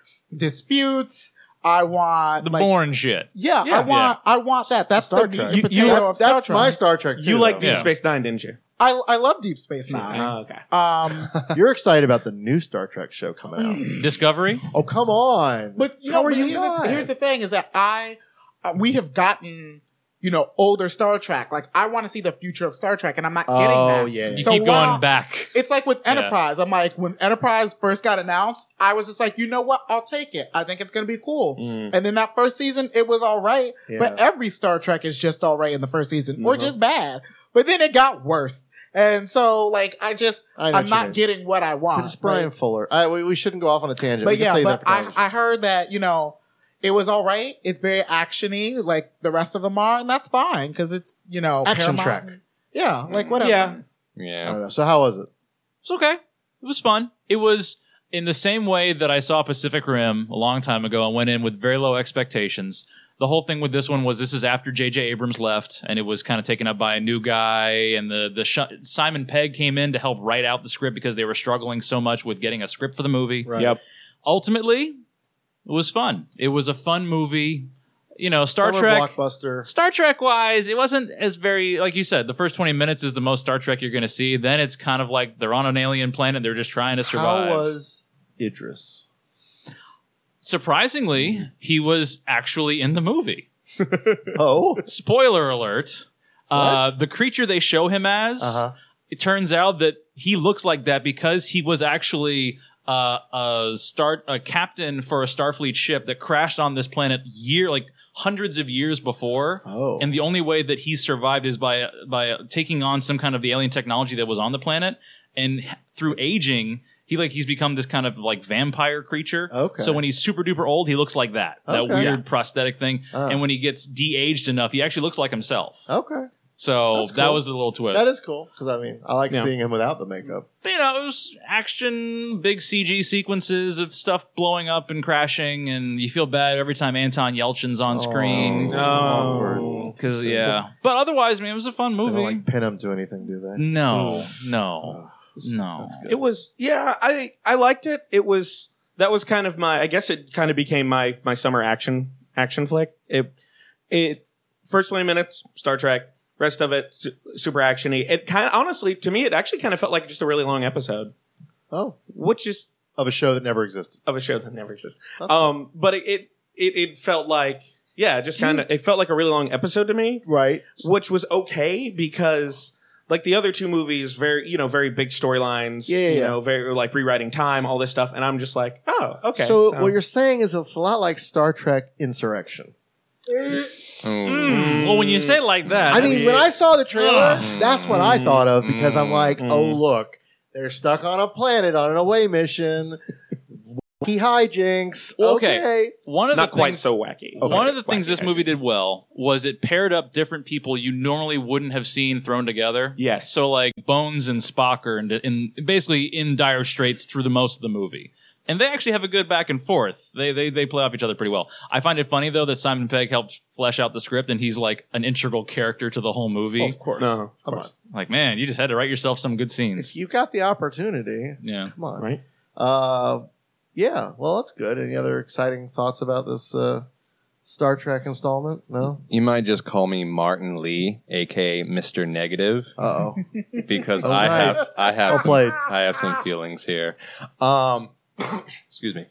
[SPEAKER 3] disputes. I want
[SPEAKER 4] The
[SPEAKER 3] like,
[SPEAKER 4] Bourne shit.
[SPEAKER 3] Yeah,
[SPEAKER 5] Yeah.
[SPEAKER 3] I want. I want that. That's
[SPEAKER 2] Star Trek.
[SPEAKER 3] the meat and
[SPEAKER 5] You- you-
[SPEAKER 3] potato of Star
[SPEAKER 2] That's
[SPEAKER 3] Trek.
[SPEAKER 2] my Star Trek.
[SPEAKER 5] You
[SPEAKER 2] too,
[SPEAKER 5] like
[SPEAKER 2] though.
[SPEAKER 5] Deep
[SPEAKER 4] Yeah.
[SPEAKER 5] Space Nine, didn't you?
[SPEAKER 3] I I love Deep Space Nine.
[SPEAKER 5] Oh, okay.
[SPEAKER 3] Um,
[SPEAKER 2] You're excited about the new Star Trek show coming out.
[SPEAKER 4] Discovery.
[SPEAKER 2] Oh come on!
[SPEAKER 3] But you
[SPEAKER 2] How
[SPEAKER 3] know,
[SPEAKER 2] are
[SPEAKER 3] but
[SPEAKER 2] you
[SPEAKER 3] here's,
[SPEAKER 2] not?
[SPEAKER 3] The, here's the thing: is that I, uh, we have gotten, you know, older Star Trek. Like I want to see the future of Star Trek, and I'm not getting
[SPEAKER 2] oh
[SPEAKER 3] that.
[SPEAKER 2] yeah, yeah.
[SPEAKER 4] You
[SPEAKER 3] So
[SPEAKER 4] keep
[SPEAKER 3] while-
[SPEAKER 4] going back.
[SPEAKER 3] It's like with
[SPEAKER 4] Yeah.
[SPEAKER 3] Enterprise. I'm like, when Enterprise first got announced, I was just like, you know what? I'll take it. I think it's gonna be cool.
[SPEAKER 5] Mm.
[SPEAKER 3] And then that first season, it was all right.
[SPEAKER 2] Yeah. Mm-hmm.
[SPEAKER 3] But every Star Trek is just all right in the first season, or
[SPEAKER 5] Mhm.
[SPEAKER 3] just bad. But then it got worse, and so like I just,
[SPEAKER 2] I know
[SPEAKER 3] I'm
[SPEAKER 2] what you
[SPEAKER 3] not
[SPEAKER 2] mean.
[SPEAKER 3] getting what I want.
[SPEAKER 2] It's Brian
[SPEAKER 3] right?
[SPEAKER 2] Fuller. I, we, we shouldn't go off on a tangent.
[SPEAKER 3] but
[SPEAKER 2] we can
[SPEAKER 3] yeah,
[SPEAKER 2] save
[SPEAKER 3] but
[SPEAKER 2] that for
[SPEAKER 3] I,
[SPEAKER 2] television.
[SPEAKER 3] I heard that you know it was all right. It's very actiony, like the rest of them are, and that's fine because it's you know
[SPEAKER 2] Action
[SPEAKER 3] Paramount.
[SPEAKER 2] track.
[SPEAKER 3] Yeah, like whatever.
[SPEAKER 5] Yeah.
[SPEAKER 2] I
[SPEAKER 6] yeah.
[SPEAKER 2] don't know. So how was it?
[SPEAKER 4] It's okay. It was fun. It was in the same way that I saw Pacific Rim a long time ago and went in with very low expectations. The whole thing with this one was this is after J.J. Abrams left, and it was kind of taken up by a new guy, and the the sh- Simon Pegg came in to help write out the script because they were struggling so much with getting a script for the movie.
[SPEAKER 2] Right.
[SPEAKER 5] Yep.
[SPEAKER 4] Ultimately, it was fun. It was a fun movie. You know, Star
[SPEAKER 2] Summer
[SPEAKER 4] Trek.
[SPEAKER 2] blockbuster.
[SPEAKER 4] Star Trek wise, it wasn't as very like you said. The first twenty minutes is the most Star Trek you're going to see. Then it's kind of like they're on an alien planet. They're just trying to survive.
[SPEAKER 2] How was Idris?
[SPEAKER 4] Surprisingly, he was actually in the movie.
[SPEAKER 2] Oh,
[SPEAKER 4] Spoiler alert: uh,
[SPEAKER 2] What?
[SPEAKER 4] the creature they show him as.
[SPEAKER 2] uh-huh.
[SPEAKER 4] It turns out that he looks like that because he was actually. Uh, a start a captain for a Starfleet ship that crashed on this planet year like hundreds of years before.
[SPEAKER 2] oh,
[SPEAKER 4] And the only way that he survived is by by taking on some kind of the alien technology that was on the planet, and h- through aging, he like he's become this kind of like vampire creature.
[SPEAKER 2] Okay.
[SPEAKER 4] So when he's super duper old, he looks like that that
[SPEAKER 2] Okay.
[SPEAKER 4] weird prosthetic thing.
[SPEAKER 2] Ah.
[SPEAKER 4] And when he gets de-aged enough, he actually looks like himself.
[SPEAKER 2] okay,
[SPEAKER 4] So
[SPEAKER 2] Oh, That's
[SPEAKER 4] that
[SPEAKER 2] cool.
[SPEAKER 4] was the little twist.
[SPEAKER 2] that is cool because I mean I like
[SPEAKER 5] Yeah.
[SPEAKER 2] seeing him without the makeup.
[SPEAKER 4] you know, it was action, big CG sequences of stuff blowing up and crashing, and you feel bad every time Anton Yelchin's on screen.
[SPEAKER 2] Oh,
[SPEAKER 5] No.
[SPEAKER 2] awkward.
[SPEAKER 4] Because yeah, but otherwise, I mean, it was a
[SPEAKER 2] They
[SPEAKER 4] fun movie.
[SPEAKER 2] don't like pin him to anything, do they?
[SPEAKER 4] No,
[SPEAKER 2] Oh,
[SPEAKER 4] no,
[SPEAKER 2] that's-
[SPEAKER 4] no.
[SPEAKER 2] that's good.
[SPEAKER 5] It was yeah, I I liked it. It was that was kind of my I guess it kind of became my my summer action action flick. It it first 20 minutes Star Trek, rest of it su- super actiony. It kind of honestly to me it actually kind of felt like just a really long episode,
[SPEAKER 2] Oh,
[SPEAKER 5] which is
[SPEAKER 2] of a show that never existed.
[SPEAKER 5] of a show that never exists.
[SPEAKER 2] That's
[SPEAKER 5] Um but it it it, it felt like yeah, just kind of it felt like a really long episode to me
[SPEAKER 2] Right.
[SPEAKER 5] which was okay because like the other two movies very you know very big storylines
[SPEAKER 2] Yeah, yeah,
[SPEAKER 5] you
[SPEAKER 2] yeah.
[SPEAKER 5] know very like rewriting time all this stuff and i'm just like oh okay
[SPEAKER 2] So, what you're saying is it's a lot like Star Trek Insurrection.
[SPEAKER 4] Mm, Well, when you say it like that,
[SPEAKER 2] I mean,
[SPEAKER 4] that's-
[SPEAKER 2] when I saw the trailer,
[SPEAKER 4] Ugh.
[SPEAKER 2] that's what I thought of because I'm like,
[SPEAKER 5] Mm.
[SPEAKER 2] oh look, they're stuck on a planet on an away mission. He hijinks.
[SPEAKER 4] Okay.
[SPEAKER 2] Okay.
[SPEAKER 4] one of
[SPEAKER 5] not
[SPEAKER 4] the
[SPEAKER 5] quite
[SPEAKER 4] things-
[SPEAKER 5] so wacky
[SPEAKER 2] Okay.
[SPEAKER 4] One of the things
[SPEAKER 5] Wacky,
[SPEAKER 4] this
[SPEAKER 5] I
[SPEAKER 4] movie
[SPEAKER 5] guess.
[SPEAKER 4] did well was it paired up different people you normally wouldn't have seen thrown together.
[SPEAKER 5] yes
[SPEAKER 4] So like Bones and Spock are in, in basically in dire straits through the most of the movie. And they actually have a good back and forth. They, they they play off each other pretty well. I find it funny though that Simon Pegg helped flesh out the script and he's like an integral character to the whole movie.
[SPEAKER 2] of course.
[SPEAKER 5] no
[SPEAKER 2] Come on.
[SPEAKER 4] Like man, you just had to write yourself some good scenes.
[SPEAKER 2] If you got the opportunity,
[SPEAKER 4] Yeah.
[SPEAKER 2] come on.
[SPEAKER 5] right
[SPEAKER 2] Uh, yeah, well, that's good. Any other exciting thoughts about this uh, Star Trek installment? No.
[SPEAKER 6] You might just call me Martin Lee, aka Mr. Negative,
[SPEAKER 2] Uh oh.
[SPEAKER 6] because
[SPEAKER 2] Oh,
[SPEAKER 6] I
[SPEAKER 2] nice.
[SPEAKER 6] have I have
[SPEAKER 2] Well
[SPEAKER 6] some,
[SPEAKER 2] played.
[SPEAKER 6] I have some feelings here. Um, excuse me.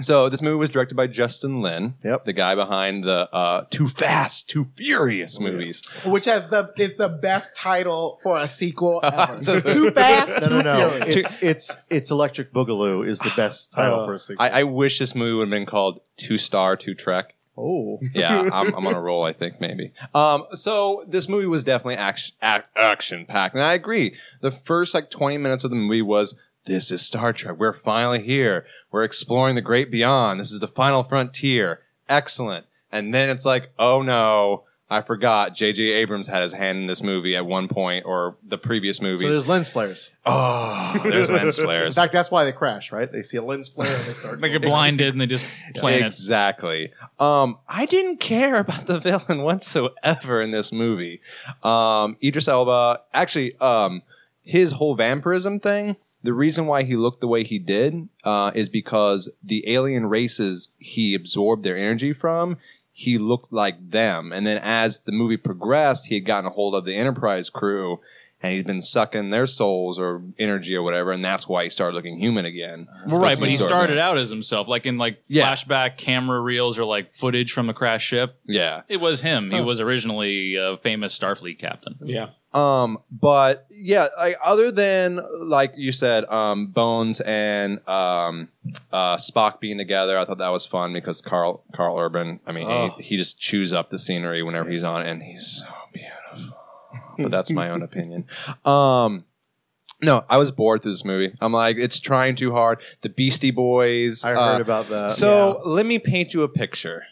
[SPEAKER 6] So this movie was directed by Justin Lin,
[SPEAKER 2] Yep.
[SPEAKER 6] the guy behind the uh, Too Fast, Too Furious movies.
[SPEAKER 3] which has the it's the best title for a sequel ever.
[SPEAKER 6] So-
[SPEAKER 3] too fast,
[SPEAKER 2] No, no,
[SPEAKER 3] too
[SPEAKER 2] no.
[SPEAKER 3] furious.
[SPEAKER 2] It's it's it's Electric Boogaloo is the best title
[SPEAKER 5] Uh,
[SPEAKER 2] for a sequel.
[SPEAKER 6] I, I wish this movie would have been called Two Star, Two Trek.
[SPEAKER 2] oh,
[SPEAKER 6] Yeah, I'm, I'm on a roll. I think maybe. Um, so this movie was definitely action action packed, and I agree. The first like 20 minutes of the movie was this is Star Trek. We're finally here. We're exploring the great beyond. This is the final frontier. Excellent. And then it's like, oh no, I forgot. J.J. Abrams had his hand in this movie at one point, or the previous
[SPEAKER 2] so
[SPEAKER 6] movie.
[SPEAKER 2] there's lens flares.
[SPEAKER 6] oh, there's lens
[SPEAKER 2] In
[SPEAKER 6] flares.
[SPEAKER 2] fact, that's why they crash, right? They see a lens flare and they start.
[SPEAKER 4] They get blinded and they just plan it.
[SPEAKER 6] Exactly. Um, I didn't care about the villain whatsoever in this movie. Um, Idris Elba, actually, um, his whole vampirism thing. The reason why he looked the way he did uh, is because the alien races he absorbed their energy from, he looked like them. And then as the movie progressed, he had gotten a hold of the Enterprise crew and he'd been sucking their souls or energy or whatever. And that's why he started looking human again.
[SPEAKER 4] Well, right,
[SPEAKER 6] That's
[SPEAKER 4] but he
[SPEAKER 6] absurd,
[SPEAKER 4] started
[SPEAKER 6] man.
[SPEAKER 4] out as himself, like in like
[SPEAKER 6] Yeah.
[SPEAKER 4] flashback camera reels or like footage from a crashed ship.
[SPEAKER 6] Yeah.
[SPEAKER 4] It was him. He was originally a famous Starfleet captain.
[SPEAKER 5] Yeah.
[SPEAKER 6] Um, but yeah, I, other than like you said, um, Bones and um, uh, Spock being together, I thought that was fun because Carl Carl Urban, I mean,
[SPEAKER 2] Oh.
[SPEAKER 6] he, he just chews up the scenery whenever he's on, and he's so beautiful. But that's my own opinion. Um, no, I was bored through this movie. I'm like, it's trying too hard. The Beastie Boys.
[SPEAKER 2] I
[SPEAKER 6] uh,
[SPEAKER 2] heard about that.
[SPEAKER 6] so let me paint you a picture.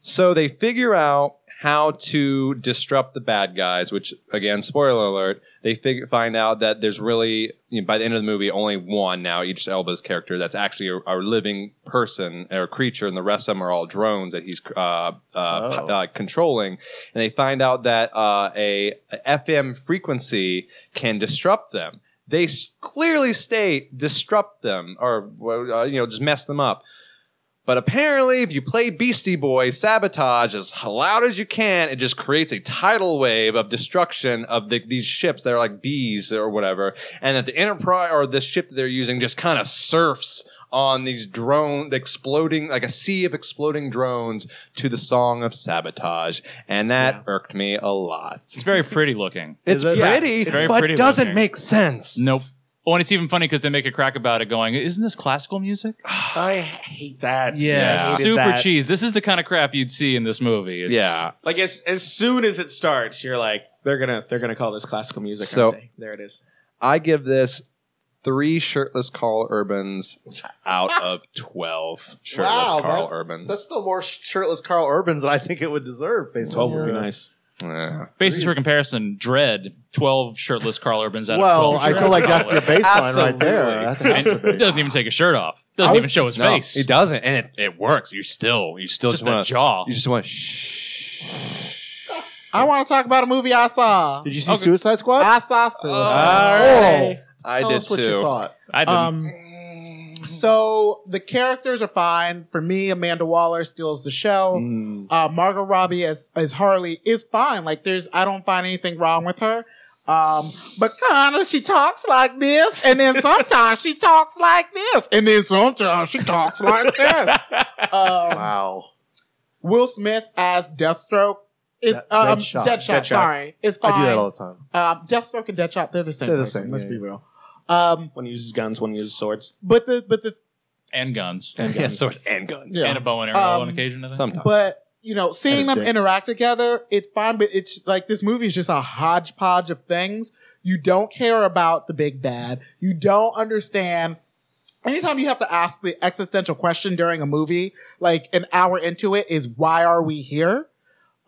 [SPEAKER 6] So they figure out how to disrupt the bad guys, which again, spoiler alert, they figure, find out that there's really you know, by the end of the movie only one now, each Elba's character that's actually a, a living person or creature, and the rest of them are all drones that he's uh, uh,
[SPEAKER 2] Oh.
[SPEAKER 6] p- uh, controlling. And they find out that uh, a, a FM frequency can disrupt them. They s- clearly state disrupt them or well, uh, you know just mess them up. But apparently, if you play Beastie Boy Sabotage as loud as you can, it just creates a tidal wave of destruction of the, these ships that are like bees or whatever. And that the Enterprise or the ship that they're using just kind of surfs on these drone the exploding like a sea of exploding drones to the song of sabotage and that irked me a lot
[SPEAKER 4] It's very pretty looking.
[SPEAKER 2] Is
[SPEAKER 6] it's
[SPEAKER 2] it- yeah,
[SPEAKER 6] pretty
[SPEAKER 4] it's very
[SPEAKER 6] but
[SPEAKER 4] pretty
[SPEAKER 6] doesn't
[SPEAKER 4] looking.
[SPEAKER 6] make sense
[SPEAKER 4] Nope. Oh, and it's even funny because they make a crack about it, going, "Isn't this classical music?"
[SPEAKER 5] I hate that.
[SPEAKER 6] Yeah.
[SPEAKER 5] I hated
[SPEAKER 4] super
[SPEAKER 5] that.
[SPEAKER 4] cheese. This is the kind of crap you'd see in this movie. It's-
[SPEAKER 6] yeah
[SPEAKER 5] Like as as soon as it starts, you're like, they're gonna they're gonna call this classical music.
[SPEAKER 6] So-
[SPEAKER 5] aren't they? there it is.
[SPEAKER 6] I give this three shirtless Carl Urbans out of twelve shirtless Carl
[SPEAKER 2] that's,
[SPEAKER 6] Urbans.
[SPEAKER 2] That's still more shirtless Carl Urbans than I think it would deserve. Based
[SPEAKER 5] Twelve
[SPEAKER 2] on
[SPEAKER 5] would be
[SPEAKER 2] your-
[SPEAKER 5] nice.
[SPEAKER 6] Yeah.
[SPEAKER 4] Basis for comparison: Dread, twelve shirtless Carl Urbans out
[SPEAKER 2] Well,
[SPEAKER 4] of twelve.
[SPEAKER 2] I feel like that's your baseline right there.
[SPEAKER 6] Absolutely.
[SPEAKER 2] That has to
[SPEAKER 4] And he
[SPEAKER 2] be.
[SPEAKER 4] doesn't even take his shirt off. Doesn't
[SPEAKER 2] I
[SPEAKER 4] even show his
[SPEAKER 6] No,
[SPEAKER 4] face.
[SPEAKER 6] it doesn't, and it, it works. You still, you still
[SPEAKER 4] Just
[SPEAKER 6] just
[SPEAKER 4] that
[SPEAKER 6] want to,
[SPEAKER 4] jaw.
[SPEAKER 6] you just want to shh.
[SPEAKER 3] I want to talk about a movie I saw.
[SPEAKER 2] Did you see Suicide Squad?
[SPEAKER 3] I saw Suicide.
[SPEAKER 2] Oh,
[SPEAKER 3] Squad.
[SPEAKER 6] I
[SPEAKER 2] tell
[SPEAKER 6] did
[SPEAKER 2] us what
[SPEAKER 6] too.
[SPEAKER 2] you thought.
[SPEAKER 4] I didn't.
[SPEAKER 3] Um, so the characters are fine for me. Amanda Waller steals the
[SPEAKER 2] Mm.
[SPEAKER 3] show. Uh, Margot Robbie as as Harley is fine. Like there's, I don't find anything wrong with her. Um, but kind of she talks like this, and then sometimes she talks like this, and then sometimes she talks like this. Um,
[SPEAKER 2] Wow.
[SPEAKER 3] Will Smith as Deathstroke. It's
[SPEAKER 2] De-
[SPEAKER 3] um,
[SPEAKER 2] Deadshot.
[SPEAKER 3] Deadshot.
[SPEAKER 2] Deadshot.
[SPEAKER 3] Sorry, it's fine.
[SPEAKER 2] I do that all the time.
[SPEAKER 3] um, Deathstroke and Deadshot, they're the same.
[SPEAKER 2] They're the
[SPEAKER 3] person,
[SPEAKER 2] same,
[SPEAKER 3] Let's
[SPEAKER 2] yeah,
[SPEAKER 3] be
[SPEAKER 2] yeah.
[SPEAKER 3] real. Um,
[SPEAKER 5] One uses guns, one uses swords.
[SPEAKER 3] but the but the
[SPEAKER 4] and guns.
[SPEAKER 6] yeah, swords and guns.
[SPEAKER 3] Yeah.
[SPEAKER 4] And a bow and arrow on
[SPEAKER 3] Um,
[SPEAKER 4] occasion. I think.
[SPEAKER 6] Sometimes,
[SPEAKER 3] but you know, seeing
[SPEAKER 2] his
[SPEAKER 3] them
[SPEAKER 2] dick.
[SPEAKER 3] interact together, it's fine. But it's like this movie is just a hodgepodge of things. You don't care about the big bad. You don't understand. Anytime you have to ask the existential question during a movie, like an hour into it, is why are we here?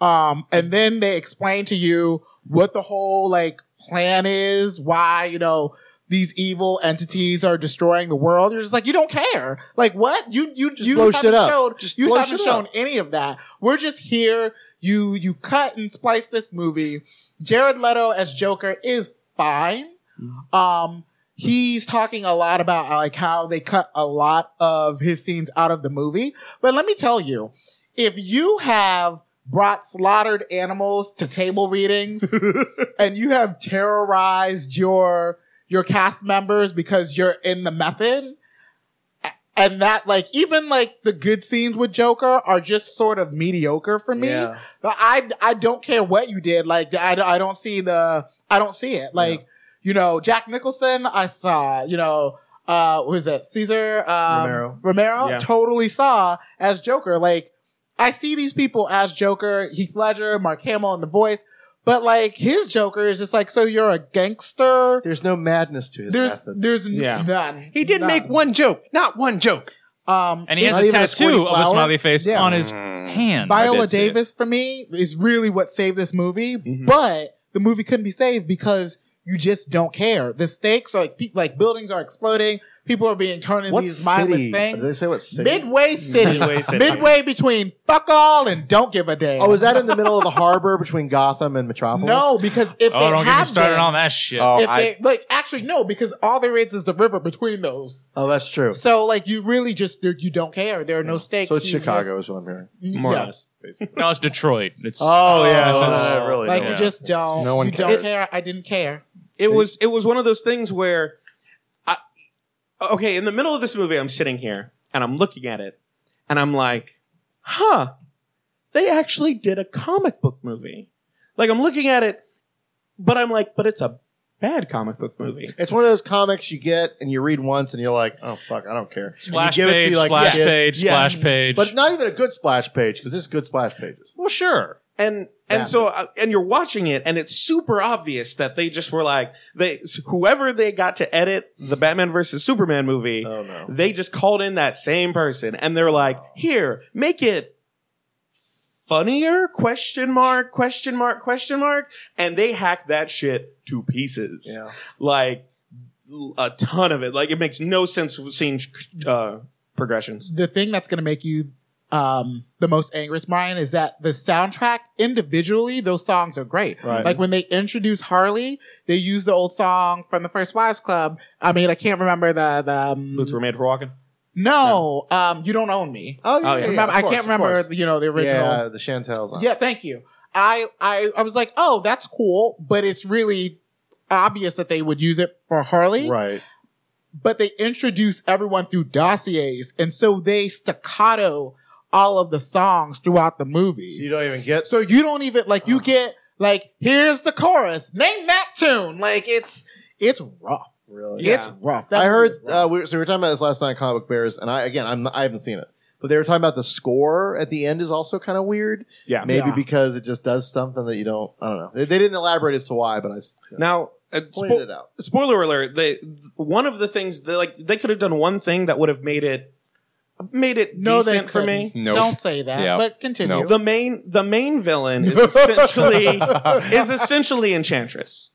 [SPEAKER 3] Um, and then they explain to you what the whole like plan is, why, you know, these evil entities are destroying the world. You're just like, you don't care. Like what? You you
[SPEAKER 2] Just
[SPEAKER 3] you
[SPEAKER 2] blow
[SPEAKER 3] haven't
[SPEAKER 2] shit up.
[SPEAKER 3] showed
[SPEAKER 2] Just
[SPEAKER 3] you
[SPEAKER 2] blow
[SPEAKER 3] haven't
[SPEAKER 2] shit
[SPEAKER 3] shown
[SPEAKER 2] up.
[SPEAKER 3] any of that. We're just here. You you cut and
[SPEAKER 2] Mm-hmm.
[SPEAKER 3] splice this movie. Jared Leto as Joker is fine. Um he's talking a lot about uh, like how they cut a lot of his scenes out of the movie. But let me tell you, if you have brought slaughtered animals to table readings and you have terrorized your your cast members because you're in the method a- and that like even like the good scenes with Joker are just sort of mediocre for me.
[SPEAKER 2] Yeah.
[SPEAKER 3] But I I don't care what you did. Like I, I don't see the I don't see it. Like you know Jack Nicholson I saw. You know uh what was it Caesar um,
[SPEAKER 2] Romero.
[SPEAKER 3] Romero
[SPEAKER 5] Yeah.
[SPEAKER 3] totally saw as Joker. Like I see these people as Joker, Heath Ledger, Mark Hamill, and The Voice. But like his Joker is just like so you're a gangster.
[SPEAKER 2] There's no madness to his
[SPEAKER 3] There's
[SPEAKER 2] method.
[SPEAKER 3] there's
[SPEAKER 5] Yeah.
[SPEAKER 3] none.
[SPEAKER 6] He did
[SPEAKER 3] None.
[SPEAKER 6] make one joke, not one joke.
[SPEAKER 3] Um,
[SPEAKER 4] And he
[SPEAKER 3] it's-
[SPEAKER 4] has a tattoo of a smiley face
[SPEAKER 3] Yeah.
[SPEAKER 4] on his hand. Mm. I
[SPEAKER 3] Viola
[SPEAKER 4] did see it.
[SPEAKER 3] Davis for me is really what saved this movie,
[SPEAKER 5] Mhm.
[SPEAKER 3] but the movie couldn't be saved because you just don't care. The stakes are like, pe- like buildings are exploding, people are being turned into
[SPEAKER 2] What
[SPEAKER 3] these mindless
[SPEAKER 2] city? Did they
[SPEAKER 3] things.
[SPEAKER 2] say what city?
[SPEAKER 3] Midway City.
[SPEAKER 5] Midway
[SPEAKER 3] Midway
[SPEAKER 5] City.
[SPEAKER 3] between fuck all and don't give a damn.
[SPEAKER 2] Oh, is that in the middle of the harbor between Gotham and Metropolis?
[SPEAKER 3] no, because if
[SPEAKER 4] Oh,
[SPEAKER 3] they
[SPEAKER 4] don't get me
[SPEAKER 3] have
[SPEAKER 4] started
[SPEAKER 3] them,
[SPEAKER 4] on that shit.
[SPEAKER 6] Oh,
[SPEAKER 3] if
[SPEAKER 6] I-
[SPEAKER 3] they, like actually no, because all there is is the river between those.
[SPEAKER 2] Oh, that's true. So,
[SPEAKER 3] So like you really just there- you don't care. There are no stakes.
[SPEAKER 2] it's
[SPEAKER 3] You just-
[SPEAKER 2] Chicago is what I'm hearing.
[SPEAKER 5] More or
[SPEAKER 3] Yes.
[SPEAKER 5] less.
[SPEAKER 4] No, it's Detroit. It's
[SPEAKER 5] Oh, yeah,
[SPEAKER 4] it's-
[SPEAKER 5] so
[SPEAKER 4] it's-
[SPEAKER 2] that really
[SPEAKER 3] Like
[SPEAKER 4] Yeah.
[SPEAKER 3] you just don't.
[SPEAKER 6] No one
[SPEAKER 3] you
[SPEAKER 6] cares.
[SPEAKER 3] don't care. I didn't care.
[SPEAKER 5] It was it was one of those things where I okay, in the middle of this movie I'm sitting here and I'm looking at it and I'm like, "Huh. They actually did a comic book movie." Like I'm looking at it but I'm like, "But it's a bad comic book movie."
[SPEAKER 2] It's one of those comics you get and you read once and you're like, oh fuck, I don't care. And you
[SPEAKER 4] splash
[SPEAKER 2] give it to
[SPEAKER 4] page,
[SPEAKER 2] you like
[SPEAKER 4] splash
[SPEAKER 2] this.
[SPEAKER 4] page,
[SPEAKER 5] Yes.
[SPEAKER 4] splash page.
[SPEAKER 2] but not even a good splash page because there's good splash pages.
[SPEAKER 4] well, sure.
[SPEAKER 5] And
[SPEAKER 2] Yeah.
[SPEAKER 5] and so uh, and you're watching it and it's super obvious that they just were like they whoever they got to edit the Batman versus Superman movie
[SPEAKER 2] Oh no.
[SPEAKER 5] they just called in that same person and they're like here make it funnier question mark question mark question mark and they hacked that shit to pieces
[SPEAKER 3] Oh,
[SPEAKER 2] Yeah.
[SPEAKER 5] like a ton of it like it makes no sense seeing uh, progressions
[SPEAKER 3] The thing that's going to make you um, the most angry, Brian, is that the soundtrack individually, those songs are great.
[SPEAKER 5] Right.
[SPEAKER 3] Like when they introduce Harley, they use the old song from the First Wives Club. I mean, I can't remember the the um,
[SPEAKER 5] boots were made for walking
[SPEAKER 3] no, um, you don't own me.
[SPEAKER 2] Oh yeah.
[SPEAKER 5] Oh, yeah.
[SPEAKER 2] yeah,
[SPEAKER 3] remember,
[SPEAKER 2] of
[SPEAKER 3] I
[SPEAKER 2] course,
[SPEAKER 3] can't
[SPEAKER 2] of
[SPEAKER 3] remember
[SPEAKER 2] course.
[SPEAKER 3] you know the original.
[SPEAKER 2] Yeah, the Chantel's. on.
[SPEAKER 3] Yeah, thank you. I, I I was like, oh, that's cool, but it's really obvious that they would use it for Harley.
[SPEAKER 2] Right.
[SPEAKER 3] but they introduce everyone through dossiers. And so they staccato all of the songs throughout the
[SPEAKER 2] So
[SPEAKER 3] movie.
[SPEAKER 2] you don't Uh-huh. even get.
[SPEAKER 3] So you don't even like you
[SPEAKER 2] Ugh.
[SPEAKER 3] get like here's the chorus. Name that tune. Like it's it's rough.
[SPEAKER 2] Really.
[SPEAKER 3] It's rough. That
[SPEAKER 2] I
[SPEAKER 3] movie
[SPEAKER 2] heard
[SPEAKER 3] is rough.
[SPEAKER 2] uh, we, so we were talking about this last night, at comic book bears, and I again I'm I haven't seen it, but they were talking about the score at the end is also kind of weird.
[SPEAKER 5] Yeah.
[SPEAKER 2] maybe
[SPEAKER 3] Yeah.
[SPEAKER 2] because it just does something that you don't. I don't know. They, they didn't elaborate as to why, but I s-
[SPEAKER 5] now uh,
[SPEAKER 2] pointed
[SPEAKER 5] spo-
[SPEAKER 2] it out.
[SPEAKER 5] spoiler alert they one of the things that like they could have done one thing that would have made it made it
[SPEAKER 3] no, they
[SPEAKER 5] decent for me
[SPEAKER 3] couldn't.
[SPEAKER 6] Nope.
[SPEAKER 3] Don't say that.
[SPEAKER 6] Yeah.
[SPEAKER 3] But continue.
[SPEAKER 6] Nope.
[SPEAKER 5] the main the main villain is essentially is essentially Enchantress.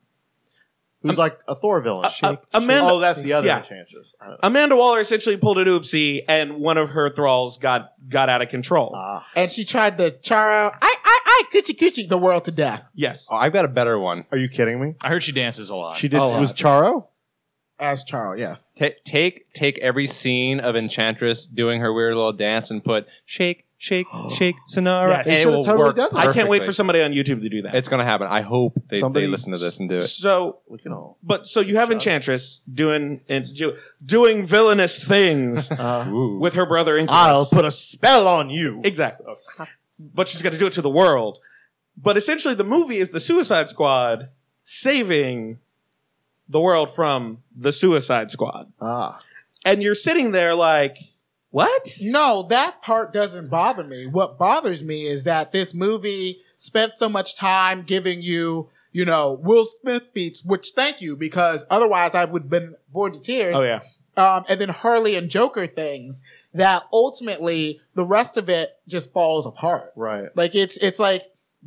[SPEAKER 2] Who's like a Thor villain?
[SPEAKER 5] A-
[SPEAKER 2] She-
[SPEAKER 5] a- Amanda-
[SPEAKER 2] oh, that's the other
[SPEAKER 5] yeah.
[SPEAKER 2] Enchantress. I don't know.
[SPEAKER 5] Amanda Waller essentially pulled an oopsie, and one of her thralls got got out of control.
[SPEAKER 2] Ah,
[SPEAKER 3] And she tried to char out I I I coochie coochie the world to death.
[SPEAKER 5] yes,
[SPEAKER 6] Oh, I've got a better one.
[SPEAKER 2] are you kidding me?
[SPEAKER 4] I heard she dances a lot.
[SPEAKER 2] She did.
[SPEAKER 5] Oh,
[SPEAKER 2] it was Charo.
[SPEAKER 3] As Charles, yes.
[SPEAKER 6] Ta take take every scene of Enchantress doing her weird little dance and put shake, shake, shake, Sonara.
[SPEAKER 5] Yes. They
[SPEAKER 6] and it
[SPEAKER 2] should've
[SPEAKER 6] will
[SPEAKER 2] totally
[SPEAKER 6] work
[SPEAKER 2] done that.
[SPEAKER 5] I can't wait for
[SPEAKER 6] perfectly.
[SPEAKER 5] somebody on YouTube to do that.
[SPEAKER 6] It's gonna happen. I hope they, they
[SPEAKER 2] Somebody-
[SPEAKER 6] listen to this and do it.
[SPEAKER 5] so,
[SPEAKER 2] We can all.
[SPEAKER 5] but so you have Enchantress doing and do, doing villainous things
[SPEAKER 2] Uh,
[SPEAKER 5] with her brother. Incubus.
[SPEAKER 2] I'll put a spell on you.
[SPEAKER 5] Exactly. But she's got to do it to the world. But essentially, the movie is the Suicide Squad saving the world from the Suicide Squad.
[SPEAKER 2] Ah,
[SPEAKER 5] And you're sitting there like, what?
[SPEAKER 3] No, that part doesn't bother me. What bothers me is that this movie spent so much time giving you, you know, Will Smith beats, which thank you, because otherwise I would have been bored to tears.
[SPEAKER 5] Oh, yeah.
[SPEAKER 3] Um, and then Harley and Joker things that ultimately the rest of it just falls apart.
[SPEAKER 2] right.
[SPEAKER 3] Like it's it's like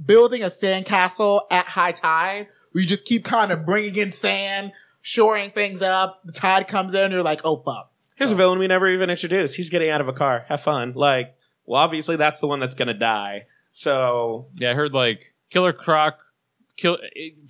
[SPEAKER 3] building a sandcastle at high tide where you just keep kind of bringing in sand, shoring things up. The tide comes in, you're like, oh fuck.
[SPEAKER 5] Here's a villain we never even introduced. He's getting out of a car. Have fun. Like, well, obviously, that's the one that's going to die. So,
[SPEAKER 4] yeah, I heard like Killer Croc. Kill.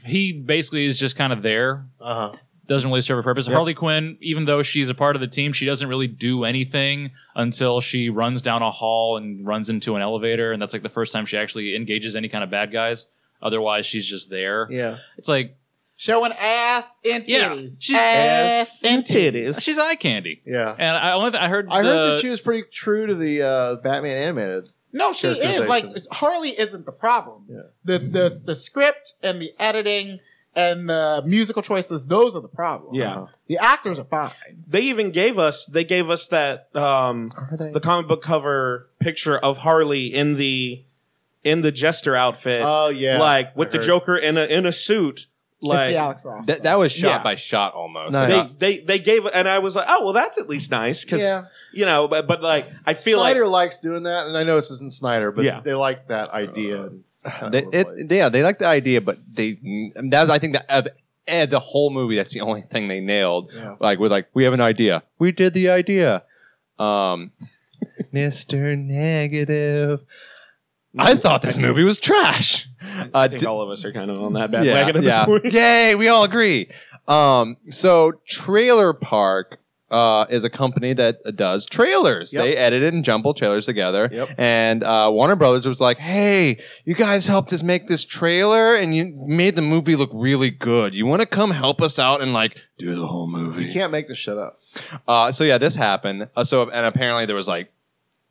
[SPEAKER 4] He basically is just kind of there
[SPEAKER 2] Uh huh.
[SPEAKER 4] doesn't really serve a purpose. Harley Quinn, even though she's a part of the team, she doesn't really do anything until she runs down a hall and runs into an elevator, and that's like the first time she actually engages any kind of bad guys. Otherwise, she's just there.
[SPEAKER 2] Yeah.
[SPEAKER 4] It's like
[SPEAKER 3] Showing ass and
[SPEAKER 4] Yeah,
[SPEAKER 3] titties.
[SPEAKER 4] she's-
[SPEAKER 3] ass and titties.
[SPEAKER 5] titties.
[SPEAKER 4] she's eye candy.
[SPEAKER 2] Yeah.
[SPEAKER 4] And I only I heard
[SPEAKER 2] I heard
[SPEAKER 4] the-
[SPEAKER 2] that she was pretty true to the uh, Batman animated.
[SPEAKER 3] No, she is. Like
[SPEAKER 2] Characterization.
[SPEAKER 3] Harley isn't the problem.
[SPEAKER 2] Yeah.
[SPEAKER 3] The the the script and the editing and the musical choices, those are the problems.
[SPEAKER 5] Yeah.
[SPEAKER 3] The actors are fine.
[SPEAKER 5] They even gave us they gave us that um
[SPEAKER 2] Are they?
[SPEAKER 5] the comic book cover picture of Harley in the in the jester outfit.
[SPEAKER 2] oh yeah.
[SPEAKER 5] like with
[SPEAKER 2] I
[SPEAKER 5] the
[SPEAKER 2] heard.
[SPEAKER 5] Joker in a in a
[SPEAKER 3] it's
[SPEAKER 5] suit.
[SPEAKER 3] the
[SPEAKER 5] Like
[SPEAKER 3] Alex Ross.
[SPEAKER 6] That, that was shot
[SPEAKER 5] Yeah.
[SPEAKER 6] by shot almost.
[SPEAKER 2] Nice.
[SPEAKER 5] they, they they gave and I was like, oh well, that's at least nice because
[SPEAKER 2] Yeah.
[SPEAKER 5] you know, but but like I feel
[SPEAKER 2] Snyder
[SPEAKER 5] like
[SPEAKER 2] likes doing that, and I know this isn't Snyder, but
[SPEAKER 5] Yeah.
[SPEAKER 2] they like that idea. and it's kind of
[SPEAKER 6] Uh, They,
[SPEAKER 2] overplayed.
[SPEAKER 6] it, yeah, they like the idea, but they that was I think that of eh, the whole movie. That's the only thing they nailed.
[SPEAKER 2] Yeah.
[SPEAKER 6] Like we're like we have an idea. We did the idea. Um, Mr. Negative. I thought this movie was trash.
[SPEAKER 5] I
[SPEAKER 6] Uh,
[SPEAKER 5] think
[SPEAKER 6] d-
[SPEAKER 5] all of us are kind of on that
[SPEAKER 6] yeah,
[SPEAKER 5] bandwagon
[SPEAKER 6] yeah.
[SPEAKER 5] at this point.
[SPEAKER 6] Yay, we all agree. Um, so Trailer Park uh, is a company that does trailers.
[SPEAKER 2] Yep.
[SPEAKER 6] They edit and jumble trailers together.
[SPEAKER 2] Yep.
[SPEAKER 6] And uh, Warner Brothers was like, "Hey, you guys helped us make this trailer, and you made the movie look really good. You want to come help us out and like do the whole
[SPEAKER 2] you
[SPEAKER 6] movie?"
[SPEAKER 2] can't make this shit up.
[SPEAKER 6] Uh, so yeah, this happened. Uh, so and apparently there was like.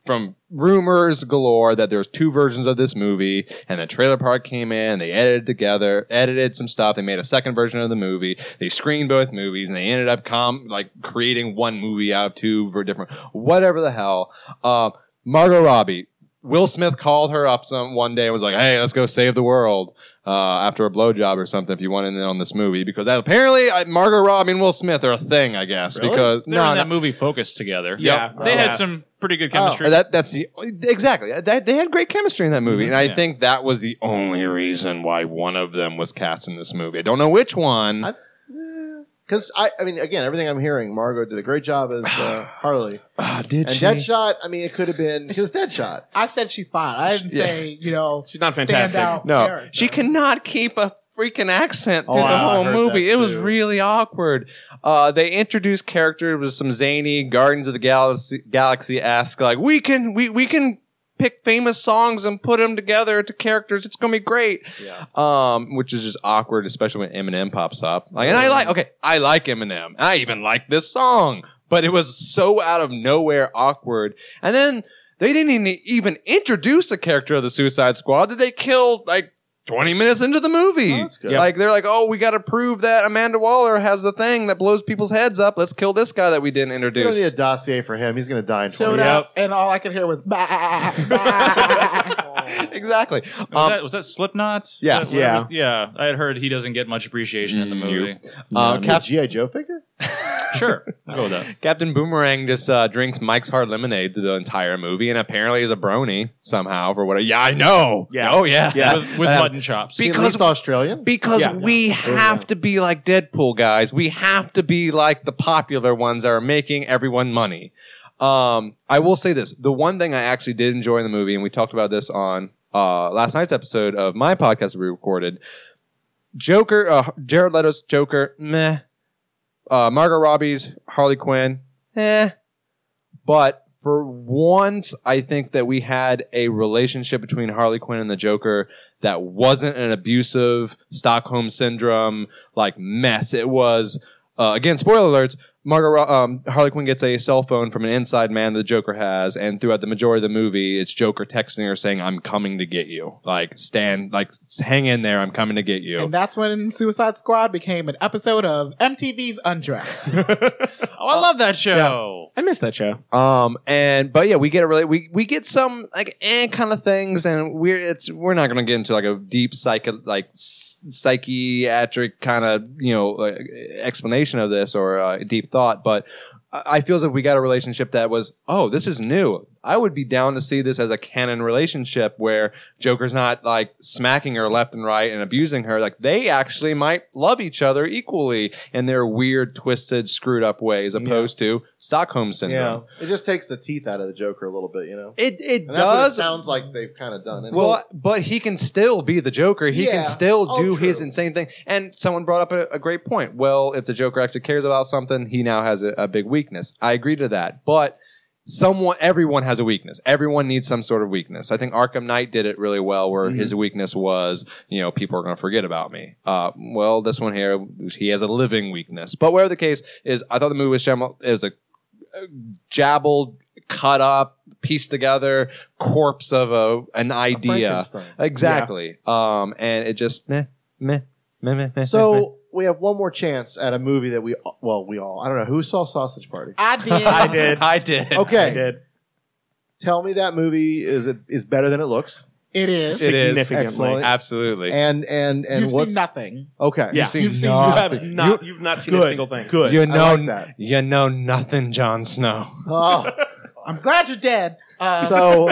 [SPEAKER 6] From rumors galore that there's two versions of this movie, and the trailer park came in. They edited together, edited some stuff. They made a second version of the movie. They screened both movies, and they ended up com like creating one movie out of two for different whatever the hell. Um, Margot Robbie. Will Smith called her up some one day and was like, "Hey, let's go save the world uh, after a blowjob or something. If you want in on this movie, because that, apparently I, Margot Robbie and Will Smith are a thing, I guess.
[SPEAKER 2] Really?
[SPEAKER 6] Because
[SPEAKER 4] they're in that movie focused together.
[SPEAKER 5] Yeah.
[SPEAKER 4] They had
[SPEAKER 6] Yeah.
[SPEAKER 4] some pretty good chemistry.
[SPEAKER 6] Oh, that, that's the exactly. That, they had great chemistry in that movie, and I
[SPEAKER 4] Yeah.
[SPEAKER 6] think that was the only reason why one of them was cast in this movie. I don't know which one.
[SPEAKER 2] I- Because Eh. I, I mean, again, everything I'm hearing, Margot did a great job as uh, Harley,
[SPEAKER 6] Ah, did
[SPEAKER 2] and Deadshot. I mean, it could have been because Deadshot.
[SPEAKER 3] I said she's fine. I didn't
[SPEAKER 6] Yeah.
[SPEAKER 3] say, you know,
[SPEAKER 5] She's not
[SPEAKER 3] Stand
[SPEAKER 5] fantastic.
[SPEAKER 3] out.
[SPEAKER 6] No,
[SPEAKER 3] character.
[SPEAKER 6] she cannot keep a freaking accent through
[SPEAKER 2] Oh,
[SPEAKER 6] the
[SPEAKER 2] I
[SPEAKER 6] whole
[SPEAKER 2] heard
[SPEAKER 6] movie.
[SPEAKER 2] that
[SPEAKER 6] It was
[SPEAKER 2] too.
[SPEAKER 6] really awkward. Uh, they introduced characters with some zany Guardians of the Galaxy Galaxy esque like we can we we can pick famous songs and put them together to characters. It's gonna be great.
[SPEAKER 2] Yeah.
[SPEAKER 6] Um, which is just awkward, especially when Eminem pops up. Like, and I like okay, I like Eminem. I even like this song, but it was so out of nowhere awkward. And then they didn't even, even introduce the character of the Suicide Squad that they killed like 20 minutes into the movie.
[SPEAKER 2] Oh, that's good.
[SPEAKER 5] Yep.
[SPEAKER 6] Like they're like, oh, we got to prove that Amanda Waller has the thing that blows people's heads up. Let's kill this guy that we didn't
[SPEAKER 2] We don't
[SPEAKER 6] introduce.
[SPEAKER 2] need a dossier for him. He's gonna die in
[SPEAKER 3] showed
[SPEAKER 2] twenty.
[SPEAKER 3] up and all I could hear was bah, bah.
[SPEAKER 6] exactly.
[SPEAKER 4] was,
[SPEAKER 6] Um,
[SPEAKER 4] that, was that Slipknot?
[SPEAKER 6] Yes.
[SPEAKER 4] That-
[SPEAKER 5] Yeah.
[SPEAKER 4] was- yeah. I had heard he doesn't get much appreciation in the movie.
[SPEAKER 6] uh,
[SPEAKER 2] Is it a
[SPEAKER 6] Cap-
[SPEAKER 2] GI Joe figure?
[SPEAKER 4] Sure, I'll go with that.
[SPEAKER 6] Captain Boomerang just uh, drinks Mike's Hard Lemonade through the entire movie and apparently is a brony somehow for whatever. Yeah, I know.
[SPEAKER 5] Yeah.
[SPEAKER 6] Oh, yeah.
[SPEAKER 5] Yeah.
[SPEAKER 4] With, with
[SPEAKER 6] Uh,
[SPEAKER 4] mutton chops.
[SPEAKER 6] be-
[SPEAKER 2] Because
[SPEAKER 6] Because-
[SPEAKER 2] least Australian.
[SPEAKER 6] Because
[SPEAKER 5] Yeah.
[SPEAKER 6] we have to be like Deadpool guys. We have to be like the popular ones that are making everyone money. Um, I will say this: the one thing I actually did enjoy in the movie, and we talked about this on uh, last night's episode of my podcast that we recorded. Joker, uh, Jared Leto's Joker, meh. Uh, Margot Robbie's Harley Quinn, eh. But for once, I think that we had a relationship between Harley Quinn and the Joker that wasn't an abusive Stockholm syndrome like mess. It was uh, again spoiler alerts. Margot Ro- um, Harley Quinn gets a cell phone from an inside man that the Joker has, and throughout the majority of the movie, it's Joker texting her saying, "I'm coming to get you. Like stand, like hang in there. I'm coming to get you."
[SPEAKER 3] and that's when Suicide Squad became an episode of MTV's Undressed.
[SPEAKER 4] oh, I love that show.
[SPEAKER 5] I miss that show.
[SPEAKER 6] Um, and but yeah, we get a really we we get some like eh kind of things, and we're it's we're not gonna get into like a deep psycho like s- psychiatric kind of you know like, explanation of this or uh, deep thought, but I I feel as if we got a relationship that was oh this is new. I would be down to see this as a canon relationship where Joker's not like smacking her left and right and abusing her. Like they actually might love each other equally in their weird, twisted, screwed up ways, opposed to Stockholm syndrome.
[SPEAKER 2] Yeah, it just takes the teeth out of the Joker a little bit, you know.
[SPEAKER 6] It it
[SPEAKER 2] And that's what it
[SPEAKER 6] does.
[SPEAKER 2] sounds like they've kind of done. Anyway.
[SPEAKER 6] Well, but he can still be the Joker. He
[SPEAKER 2] Yeah.
[SPEAKER 6] can still
[SPEAKER 2] Oh,
[SPEAKER 6] do
[SPEAKER 2] true.
[SPEAKER 6] his insane thing. And someone brought up a, a great point. Well, if the Joker actually cares about something, he now has a, a big weakness. I agree to that. But someone, everyone has a weakness. Everyone needs some sort of weakness. I think Arkham Knight did it really well, where
[SPEAKER 2] Mm-hmm.
[SPEAKER 6] his weakness was, you know, people are going to forget about me. Uh, well, this one here, he has a living weakness. But whatever the case is, I thought the movie was Shyam- it was a jabbled, cut up, pieced together corpse of a an
[SPEAKER 2] A
[SPEAKER 6] idea.
[SPEAKER 2] Frankenstein.
[SPEAKER 6] Exactly. Um, and it just meh, meh, meh, meh, meh. meh.
[SPEAKER 2] So we have one more chance at a movie that we well we all I don't know who saw Sausage Party.
[SPEAKER 3] I did.
[SPEAKER 5] I did.
[SPEAKER 6] I did.
[SPEAKER 2] Okay,
[SPEAKER 5] I did.
[SPEAKER 2] tell me that movie is it is better than it looks.
[SPEAKER 3] It is.
[SPEAKER 6] It is.
[SPEAKER 5] Significantly.
[SPEAKER 2] Excellent.
[SPEAKER 6] Absolutely.
[SPEAKER 2] And and and
[SPEAKER 3] You've
[SPEAKER 2] what's
[SPEAKER 3] seen nothing.
[SPEAKER 2] okay?
[SPEAKER 5] Yeah.
[SPEAKER 6] seen
[SPEAKER 3] You've seen
[SPEAKER 5] You
[SPEAKER 3] nothing.
[SPEAKER 5] have not. You, have not seen a single thing.
[SPEAKER 2] Good.
[SPEAKER 6] You know,
[SPEAKER 2] I like that.
[SPEAKER 6] you know nothing, Jon Snow.
[SPEAKER 2] Oh,
[SPEAKER 3] I'm glad you're dead. Uh,
[SPEAKER 2] so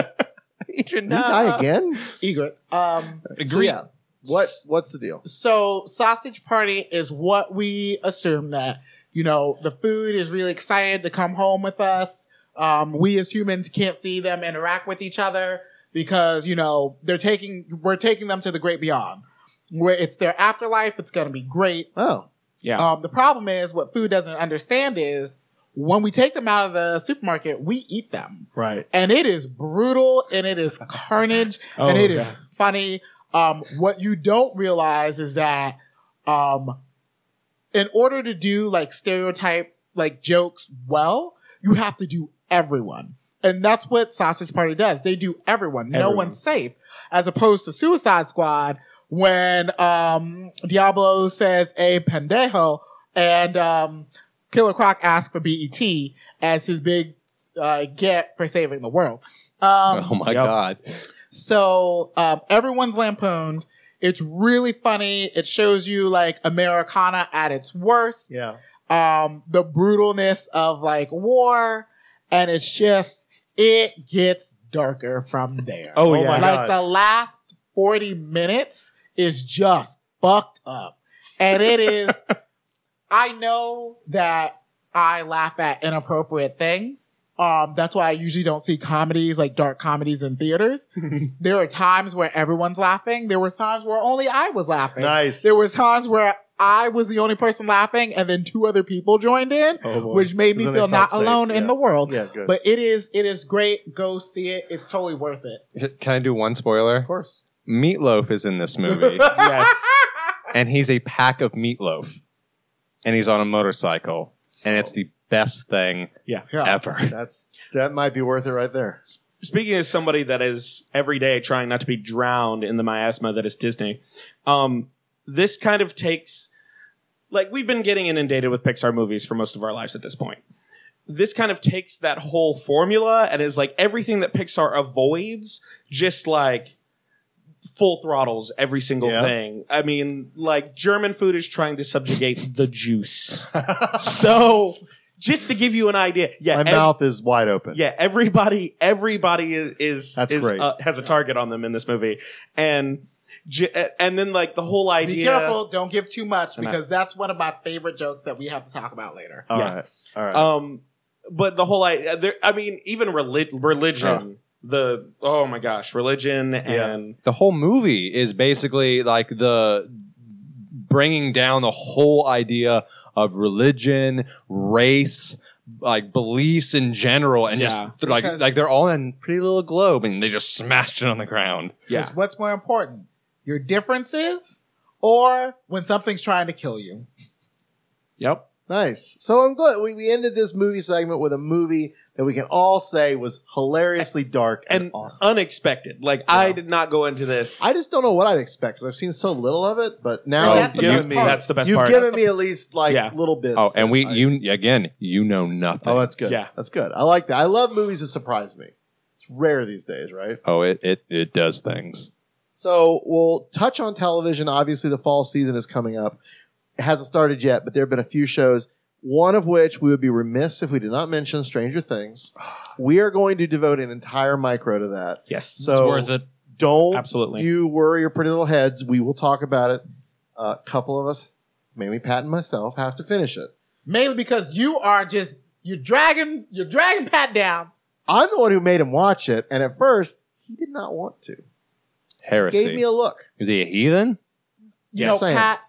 [SPEAKER 6] you
[SPEAKER 2] did he die again?
[SPEAKER 3] Egret. Um,
[SPEAKER 2] Agree. yeah. What what's the deal?
[SPEAKER 3] so sausage party is what we assume that you know the food is really excited to come home with us um, we as humans can't see them interact with each other because you know they're taking we're taking them to the great beyond where it's their afterlife it's going to be great
[SPEAKER 2] Oh,
[SPEAKER 5] Yeah.
[SPEAKER 3] um, the problem is what food doesn't understand is when we take them out of the supermarket we eat them
[SPEAKER 2] right.
[SPEAKER 3] and it is brutal and it is carnage
[SPEAKER 5] Oh,
[SPEAKER 3] and it is
[SPEAKER 5] God.
[SPEAKER 3] funny. Um, what you don't realize is that um, in order to do like stereotype like jokes well, you have to do everyone. And that's what Sausage Party does. They do everyone. No
[SPEAKER 5] Everyone.
[SPEAKER 3] one's safe. As opposed to Suicide Squad, when um, Diablo says a pendejo and um, Killer Croc asks for BET as his big uh, get for saving the world. Um,
[SPEAKER 6] Oh my
[SPEAKER 5] Yep.
[SPEAKER 6] God.
[SPEAKER 3] so um, everyone's lampooned. It's really funny. It shows you like Americana at its worst,
[SPEAKER 2] Yeah.
[SPEAKER 3] um, the brutalness of like war, and it's just it gets darker from there.
[SPEAKER 5] Oh,
[SPEAKER 2] Oh
[SPEAKER 5] yeah.
[SPEAKER 2] my God.
[SPEAKER 3] like the last forty minutes is just fucked up, and it is. I know that I laugh at inappropriate things. Um, that's why I usually don't see comedies like dark comedies in theaters. there are times where everyone's laughing. There was times where only I was laughing.
[SPEAKER 2] Nice.
[SPEAKER 3] There was times where I was the only person laughing, and then two other people joined in,
[SPEAKER 2] Oh, boy.
[SPEAKER 3] which made me
[SPEAKER 2] Then they
[SPEAKER 3] feel
[SPEAKER 2] felt
[SPEAKER 3] not
[SPEAKER 2] safe.
[SPEAKER 3] alone in
[SPEAKER 2] Yeah.
[SPEAKER 3] the world.
[SPEAKER 2] Yeah, good.
[SPEAKER 3] But it is it is great. Go see it. It's totally worth it.
[SPEAKER 6] Can I do one spoiler?
[SPEAKER 2] of course.
[SPEAKER 6] Meatloaf is in this movie,
[SPEAKER 5] yes.
[SPEAKER 6] and he's a pack of meatloaf, and he's on a motorcycle, and it's the best thing
[SPEAKER 3] Yeah.
[SPEAKER 6] ever.
[SPEAKER 2] That's that might be worth it right there.
[SPEAKER 5] speaking as somebody that is every day trying not to be drowned in the miasma that is Disney, um, this kind of takes like we've been getting inundated with Pixar movies for most of our lives at this point. This kind of takes that whole formula and is like everything that Pixar avoids, just like full throttles every single
[SPEAKER 2] Yeah.
[SPEAKER 5] thing. I mean, like German food is trying to subjugate the juice. so, just to give you an idea, yeah,
[SPEAKER 2] My
[SPEAKER 5] ev-
[SPEAKER 2] mouth is wide open.
[SPEAKER 5] yeah, everybody, everybody is is,
[SPEAKER 2] That's
[SPEAKER 5] is
[SPEAKER 2] great.
[SPEAKER 5] uh, has a target on them in this movie, and j- and then like the whole idea.
[SPEAKER 3] Be careful. Don't give too much
[SPEAKER 5] And I-
[SPEAKER 3] because that's one of my favorite jokes that we have to talk about later.
[SPEAKER 2] All
[SPEAKER 5] Yeah.
[SPEAKER 2] right. All right.
[SPEAKER 5] Um, but the whole idea. There, I mean, even reli- religion. The oh my gosh, religion and
[SPEAKER 6] the whole movie is basically like the bringing down the whole idea of religion, race, like beliefs in general, and
[SPEAKER 5] Yeah.
[SPEAKER 6] just like
[SPEAKER 3] Because-
[SPEAKER 6] like they're all in pretty little globe, and they just smashed it on the ground.
[SPEAKER 5] yeah.
[SPEAKER 3] What's more important, your differences or when something's trying to kill you?
[SPEAKER 5] Yep.
[SPEAKER 2] Nice. So I'm glad we, we ended this movie segment with a movie that we can all say was hilariously dark and,
[SPEAKER 5] And
[SPEAKER 2] awesome.
[SPEAKER 5] unexpected. Like I did not go into this.
[SPEAKER 2] I just don't know what I'd expect because I've seen so little of it, but
[SPEAKER 6] Oh,
[SPEAKER 2] now
[SPEAKER 3] And
[SPEAKER 2] you've
[SPEAKER 3] that's the
[SPEAKER 6] you-
[SPEAKER 3] best
[SPEAKER 2] given me
[SPEAKER 3] part.
[SPEAKER 5] that's the best
[SPEAKER 2] you've
[SPEAKER 5] part.
[SPEAKER 2] given me at least like
[SPEAKER 5] Yeah.
[SPEAKER 2] little bits.
[SPEAKER 6] Oh, and
[SPEAKER 2] that
[SPEAKER 6] we
[SPEAKER 2] I-
[SPEAKER 6] you again, you know nothing.
[SPEAKER 2] oh
[SPEAKER 6] Oh,
[SPEAKER 2] that's good.
[SPEAKER 5] Yeah.
[SPEAKER 2] that's good. I like that. I love movies that surprise me. It's rare these days, right?
[SPEAKER 6] Oh, it, it it does things.
[SPEAKER 2] So we'll touch on television. Obviously, the fall season is coming up. It hasn't started yet, but there have been a few shows. One of which we would be remiss if we did not mention Stranger Things. We are going to devote an entire micro to that.
[SPEAKER 5] Yes.
[SPEAKER 2] So
[SPEAKER 4] it's worth it.
[SPEAKER 2] don't
[SPEAKER 5] Absolutely.
[SPEAKER 2] you worry your pretty little heads. We will talk about it. A couple of us, mainly Pat and myself, have to finish it.
[SPEAKER 3] Mainly because you are just you're dragging you're dragging Pat down.
[SPEAKER 2] I'm the one who made him watch it, and at first he did not want to.
[SPEAKER 6] Heresy.
[SPEAKER 2] Gave me a look.
[SPEAKER 6] Is he a heathen?
[SPEAKER 3] you
[SPEAKER 2] Yes,
[SPEAKER 3] know,
[SPEAKER 2] I am.
[SPEAKER 3] Pat,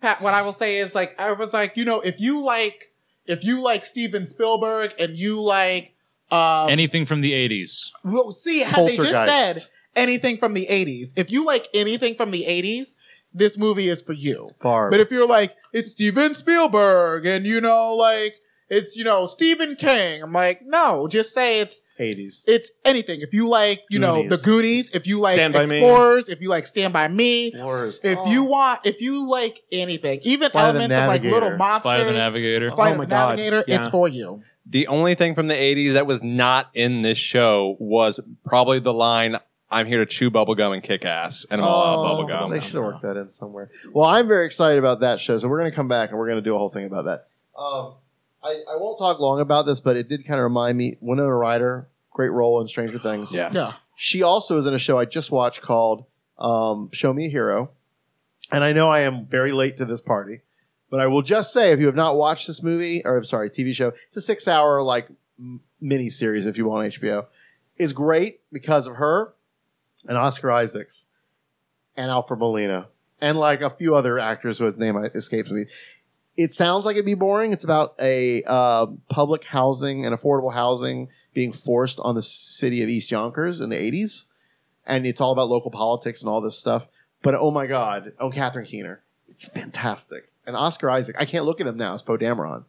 [SPEAKER 3] Pat, what I will say is like I was like, you know, if you like if you like Steven Spielberg and you like um
[SPEAKER 4] Anything from the 80s.
[SPEAKER 3] well, see how they just
[SPEAKER 2] Poltergeist.
[SPEAKER 3] said anything from the 80s. If you like anything from the 80s, this movie is for you.
[SPEAKER 2] Barb.
[SPEAKER 3] But if you're like, it's Steven Spielberg and you know, like it's you know Stephen King. I'm like, no, just say it's
[SPEAKER 2] 80s.
[SPEAKER 3] it's anything. If you like, you know,
[SPEAKER 2] Goonies.
[SPEAKER 3] the Goonies, if you like
[SPEAKER 5] Stand by Me.
[SPEAKER 3] Explorers, if you like Stand by Me,
[SPEAKER 2] Wars.
[SPEAKER 3] if
[SPEAKER 2] Oh.
[SPEAKER 3] you want, if you like anything, even
[SPEAKER 2] Flight of the
[SPEAKER 3] elements of like
[SPEAKER 2] Navigator.
[SPEAKER 3] Little Monsters,
[SPEAKER 4] Flight of the Navigator.
[SPEAKER 3] Flight
[SPEAKER 5] Oh
[SPEAKER 3] of
[SPEAKER 5] my
[SPEAKER 3] the
[SPEAKER 5] God.
[SPEAKER 3] Navigator,
[SPEAKER 5] Yeah.
[SPEAKER 3] it's for you.
[SPEAKER 6] The only thing from the 80s that was not in this show was probably the line, I'm here to chew bubblegum and kick ass. And I'm all out
[SPEAKER 2] Oh,
[SPEAKER 6] of bubblegum.
[SPEAKER 2] They should have worked that in somewhere. Well, I'm very excited about that show, so we're going to come back and we're going to do a whole thing about that. Um, I, I won't talk long about this, but it did kind of remind me Winona Ryder, great role in Stranger Things.
[SPEAKER 6] Yes.
[SPEAKER 3] Yeah.
[SPEAKER 2] She also is in a show I just watched called um, Show Me a Hero. And I know I am very late to this party, but I will just say if you have not watched this movie, or I'm sorry, TV show, it's a six hour like m- mini series if you want HBO, is great because of her and Oscar Isaacs and Alfred Molina and like a few other actors whose name I- escapes me. It sounds like it'd be boring. It's about a uh, public housing and affordable housing being forced on the city of East Yonkers in the 80s. And it's all about local politics and all this stuff. But oh my God, oh, Catherine Keener. It's fantastic. And Oscar Isaac, I can't look at him now as Poe Dameron.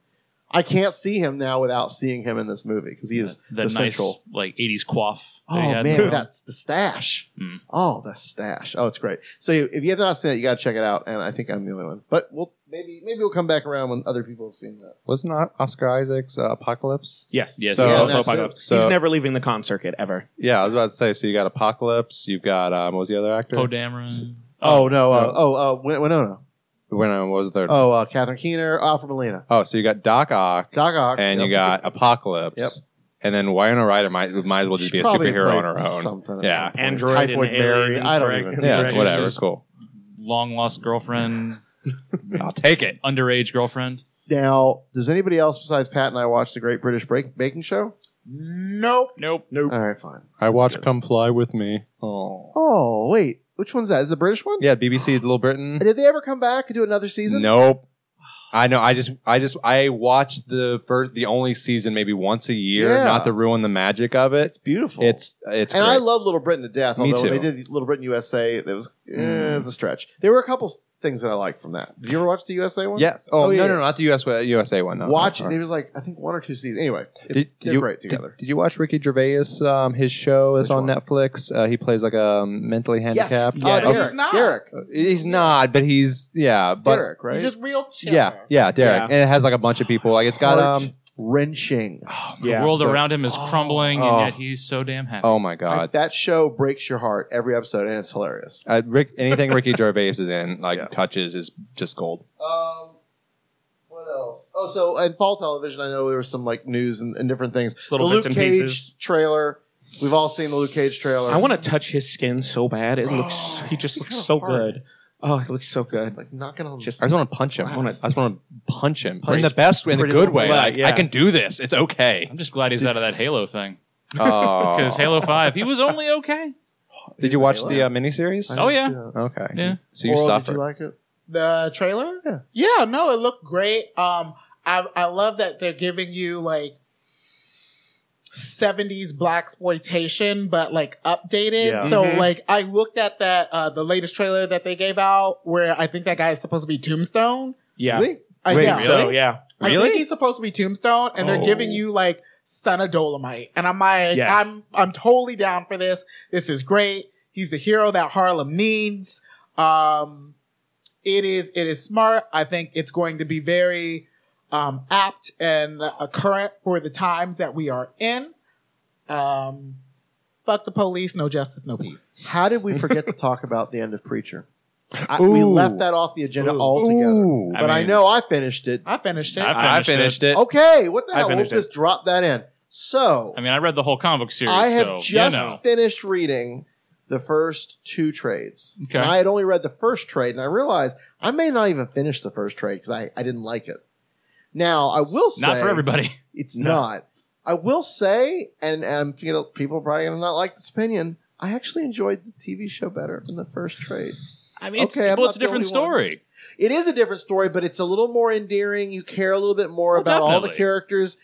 [SPEAKER 2] I can't see him now without seeing him in this movie because he is
[SPEAKER 4] That
[SPEAKER 2] the
[SPEAKER 4] nice
[SPEAKER 2] central.
[SPEAKER 4] like 80s quaff. that he
[SPEAKER 2] Oh
[SPEAKER 4] had.
[SPEAKER 2] man, that's the stash.
[SPEAKER 4] Mm.
[SPEAKER 2] Oh, the stash. Oh, it's great. So you- if you have not seen it, you got to check it out. And I think I'm the only one, but we'll maybe maybe we'll come back around when other people have seen that.
[SPEAKER 6] Wasn't that Oscar Isaac's uh, Apocalypse?
[SPEAKER 5] Yes.
[SPEAKER 4] Yes,
[SPEAKER 6] So-
[SPEAKER 4] yes.
[SPEAKER 2] that's
[SPEAKER 5] so-
[SPEAKER 2] it.
[SPEAKER 6] so-
[SPEAKER 5] He's never leaving the con circuit ever.
[SPEAKER 6] Yeah, I was about to say. So you got Apocalypse. You've got um, what was the other actor?
[SPEAKER 4] Poe Dameron.
[SPEAKER 2] Oh no. Uh, oh, uh, Win- Winona.
[SPEAKER 6] When, uh, what was the third?
[SPEAKER 2] Oh, uh, Catherine Keener, Alfred Molina,
[SPEAKER 6] Oh, so you got Doc Ock,
[SPEAKER 2] Doc Ock,
[SPEAKER 6] and you
[SPEAKER 2] Yep.
[SPEAKER 6] got Apocalypse.
[SPEAKER 2] Yep.
[SPEAKER 6] And then Winona Ryder might might as well just
[SPEAKER 2] She
[SPEAKER 6] be a
[SPEAKER 2] probably
[SPEAKER 6] superhero on her
[SPEAKER 2] played
[SPEAKER 6] own.
[SPEAKER 2] Something. at
[SPEAKER 6] Yeah.
[SPEAKER 2] some point.
[SPEAKER 5] Android
[SPEAKER 2] Typhoid
[SPEAKER 5] and alien
[SPEAKER 2] Mary. I don't
[SPEAKER 5] insurrect-
[SPEAKER 2] even.
[SPEAKER 6] Yeah,
[SPEAKER 5] insurrection.
[SPEAKER 6] whatever.
[SPEAKER 4] Just-
[SPEAKER 6] Cool.
[SPEAKER 4] Long lost girlfriend.
[SPEAKER 6] I'll take it.
[SPEAKER 4] underage girlfriend.
[SPEAKER 2] Now, does anybody else besides Pat and I watch the Great British Break- Baking Show?
[SPEAKER 3] Nope.
[SPEAKER 4] Nope.
[SPEAKER 5] Nope.
[SPEAKER 2] All right, fine.
[SPEAKER 6] I watched
[SPEAKER 2] good.
[SPEAKER 6] Come Fly with Me. Oh.
[SPEAKER 2] Oh wait, which one's that? Is it the British one?
[SPEAKER 6] Yeah, BBC Little Britain.
[SPEAKER 2] Did they ever come back and do another season?
[SPEAKER 6] Nope. I know. I just, I just, I watched the first, the only season maybe once a year,
[SPEAKER 2] Yeah.
[SPEAKER 6] not to ruin the magic of it.
[SPEAKER 2] It's beautiful.
[SPEAKER 6] It's, it's,
[SPEAKER 2] and
[SPEAKER 6] great.
[SPEAKER 2] I love Little Britain to death.
[SPEAKER 6] Me
[SPEAKER 2] Although when
[SPEAKER 6] too.
[SPEAKER 2] they did Little Britain USA, it was eh,
[SPEAKER 6] Mm.
[SPEAKER 2] it was a stretch. There were a couple things that I liked from that. Did you ever watch the USA one?
[SPEAKER 6] Yes. Oh,
[SPEAKER 2] Oh, yeah,
[SPEAKER 6] no,
[SPEAKER 2] yeah.
[SPEAKER 6] no, not the US, wa- USA one. No,
[SPEAKER 2] watch.
[SPEAKER 6] no,
[SPEAKER 2] There was like I think one or two seasons. Anyway, it,
[SPEAKER 6] Did,
[SPEAKER 2] they're
[SPEAKER 6] did you,
[SPEAKER 2] great
[SPEAKER 6] did-
[SPEAKER 2] together.
[SPEAKER 6] Did, you watch Ricky Gervais? Um, his show is
[SPEAKER 2] Which
[SPEAKER 6] on
[SPEAKER 2] one?
[SPEAKER 6] Netflix. Uh, he plays like a mentally
[SPEAKER 2] yes.
[SPEAKER 6] handicapped.
[SPEAKER 2] Oh,
[SPEAKER 5] Yeah.
[SPEAKER 3] No,
[SPEAKER 2] Derek.
[SPEAKER 3] he's not.
[SPEAKER 2] Derek.
[SPEAKER 6] Uh, He's not, but he's yeah, but
[SPEAKER 2] Derek. Right.
[SPEAKER 3] He's just real chill.
[SPEAKER 6] yeah, yeah, Derek.
[SPEAKER 5] Yeah.
[SPEAKER 6] And it has like a bunch of people. Like it's got um.
[SPEAKER 2] wrenching.
[SPEAKER 5] Yeah.
[SPEAKER 4] the world
[SPEAKER 6] so-
[SPEAKER 4] around him is
[SPEAKER 2] Oh,
[SPEAKER 4] crumbling,
[SPEAKER 6] oh.
[SPEAKER 4] and yet he's so damn happy.
[SPEAKER 6] Oh my god.
[SPEAKER 2] Like, that show breaks your heart every episode, and it's hilarious.
[SPEAKER 6] Uh, Rick, anything Ricky Gervais is in, like
[SPEAKER 2] Yeah.
[SPEAKER 6] touches, is just gold.
[SPEAKER 2] Um, what else? Oh, so and Paul Television. I know there was some like news and, and different things.
[SPEAKER 5] Just little
[SPEAKER 2] the Luke
[SPEAKER 5] bits and
[SPEAKER 2] Cage
[SPEAKER 5] pieces.
[SPEAKER 2] trailer. We've all seen the Luke Cage trailer.
[SPEAKER 5] I want to touch his skin so bad. It looks. He just
[SPEAKER 2] Look
[SPEAKER 5] looks
[SPEAKER 2] how
[SPEAKER 5] so
[SPEAKER 2] hard.
[SPEAKER 5] good. Oh, he looks so good.
[SPEAKER 2] like knocking on
[SPEAKER 5] Just-
[SPEAKER 6] I just want to punch him. I, wanna, I just want to punch him in the
[SPEAKER 2] Punch-
[SPEAKER 6] best, in the
[SPEAKER 2] pretty
[SPEAKER 6] good
[SPEAKER 2] little
[SPEAKER 6] way.
[SPEAKER 5] black,
[SPEAKER 6] Like,
[SPEAKER 5] yeah.
[SPEAKER 6] I can do this. It's okay.
[SPEAKER 4] I'm just glad he's out of that Halo thing
[SPEAKER 6] Oh.
[SPEAKER 4] because Halo Five, he was only okay.
[SPEAKER 6] Did you watch the uh, miniseries?
[SPEAKER 4] Oh, yeah.
[SPEAKER 6] Okay.
[SPEAKER 4] Yeah.
[SPEAKER 6] So you
[SPEAKER 2] Oral,
[SPEAKER 6] suffered.
[SPEAKER 2] did you like it?
[SPEAKER 3] The trailer?
[SPEAKER 2] Yeah.
[SPEAKER 3] Yeah, no, it looked great. Um, I, I love that they're giving you like 70s black exploitation, but like updated.
[SPEAKER 2] Yeah.
[SPEAKER 3] So
[SPEAKER 5] Mhm.
[SPEAKER 3] like I looked at that uh the latest trailer that they gave out where I think that guy is supposed to be Tombstone.
[SPEAKER 5] Yeah.
[SPEAKER 2] Really?
[SPEAKER 3] Uh,
[SPEAKER 6] Wait,
[SPEAKER 3] yeah.
[SPEAKER 6] really?
[SPEAKER 5] So yeah.
[SPEAKER 3] I
[SPEAKER 6] Really?
[SPEAKER 3] think he's supposed to be Tombstone, and they're
[SPEAKER 6] Oh.
[SPEAKER 3] giving you like son of Dolomite, and I'm like,
[SPEAKER 5] Yes.
[SPEAKER 3] I'm I'm totally down for this. This is great. He's the hero that Harlem needs. Um, it is it is smart. I think it's going to be very um, apt and uh, current for the times that we are in. Um, fuck the police, no justice, no peace.
[SPEAKER 2] How did we forget to talk about the end of Preacher? I, we
[SPEAKER 6] Ooh.
[SPEAKER 2] left that off the agenda altogether.
[SPEAKER 6] Ooh.
[SPEAKER 2] but I
[SPEAKER 4] mean-
[SPEAKER 2] know I finished it.
[SPEAKER 3] I finished it.
[SPEAKER 4] I
[SPEAKER 3] I,
[SPEAKER 6] I
[SPEAKER 4] finished,
[SPEAKER 6] finished
[SPEAKER 4] it.
[SPEAKER 6] it.
[SPEAKER 2] Okay, what the
[SPEAKER 6] I
[SPEAKER 2] hell? We'll
[SPEAKER 6] finished it.
[SPEAKER 2] just drop that in. So
[SPEAKER 4] I mean, I read the whole comic book series.
[SPEAKER 2] I have
[SPEAKER 4] so,
[SPEAKER 2] just
[SPEAKER 4] You know.
[SPEAKER 2] finished reading the first two trades.
[SPEAKER 4] Okay.
[SPEAKER 2] And I had only read the first trade, and I realized I may not even finish the first trade because I, I didn't like it. Now I will say
[SPEAKER 4] Not for everybody.
[SPEAKER 2] It's
[SPEAKER 4] No.
[SPEAKER 2] not. I will say, and, and I'm you know, people are probably gonna not like this opinion. I actually enjoyed the TV show better than the first trade.
[SPEAKER 4] I mean, it's,
[SPEAKER 2] Okay, I'm
[SPEAKER 4] well,
[SPEAKER 2] not
[SPEAKER 4] it's a
[SPEAKER 2] the
[SPEAKER 4] different
[SPEAKER 2] only one.
[SPEAKER 4] story.
[SPEAKER 2] It is a different story, but it's a little more endearing. You care a little bit more
[SPEAKER 4] Well,
[SPEAKER 2] about all the
[SPEAKER 4] definitely.
[SPEAKER 2] characters,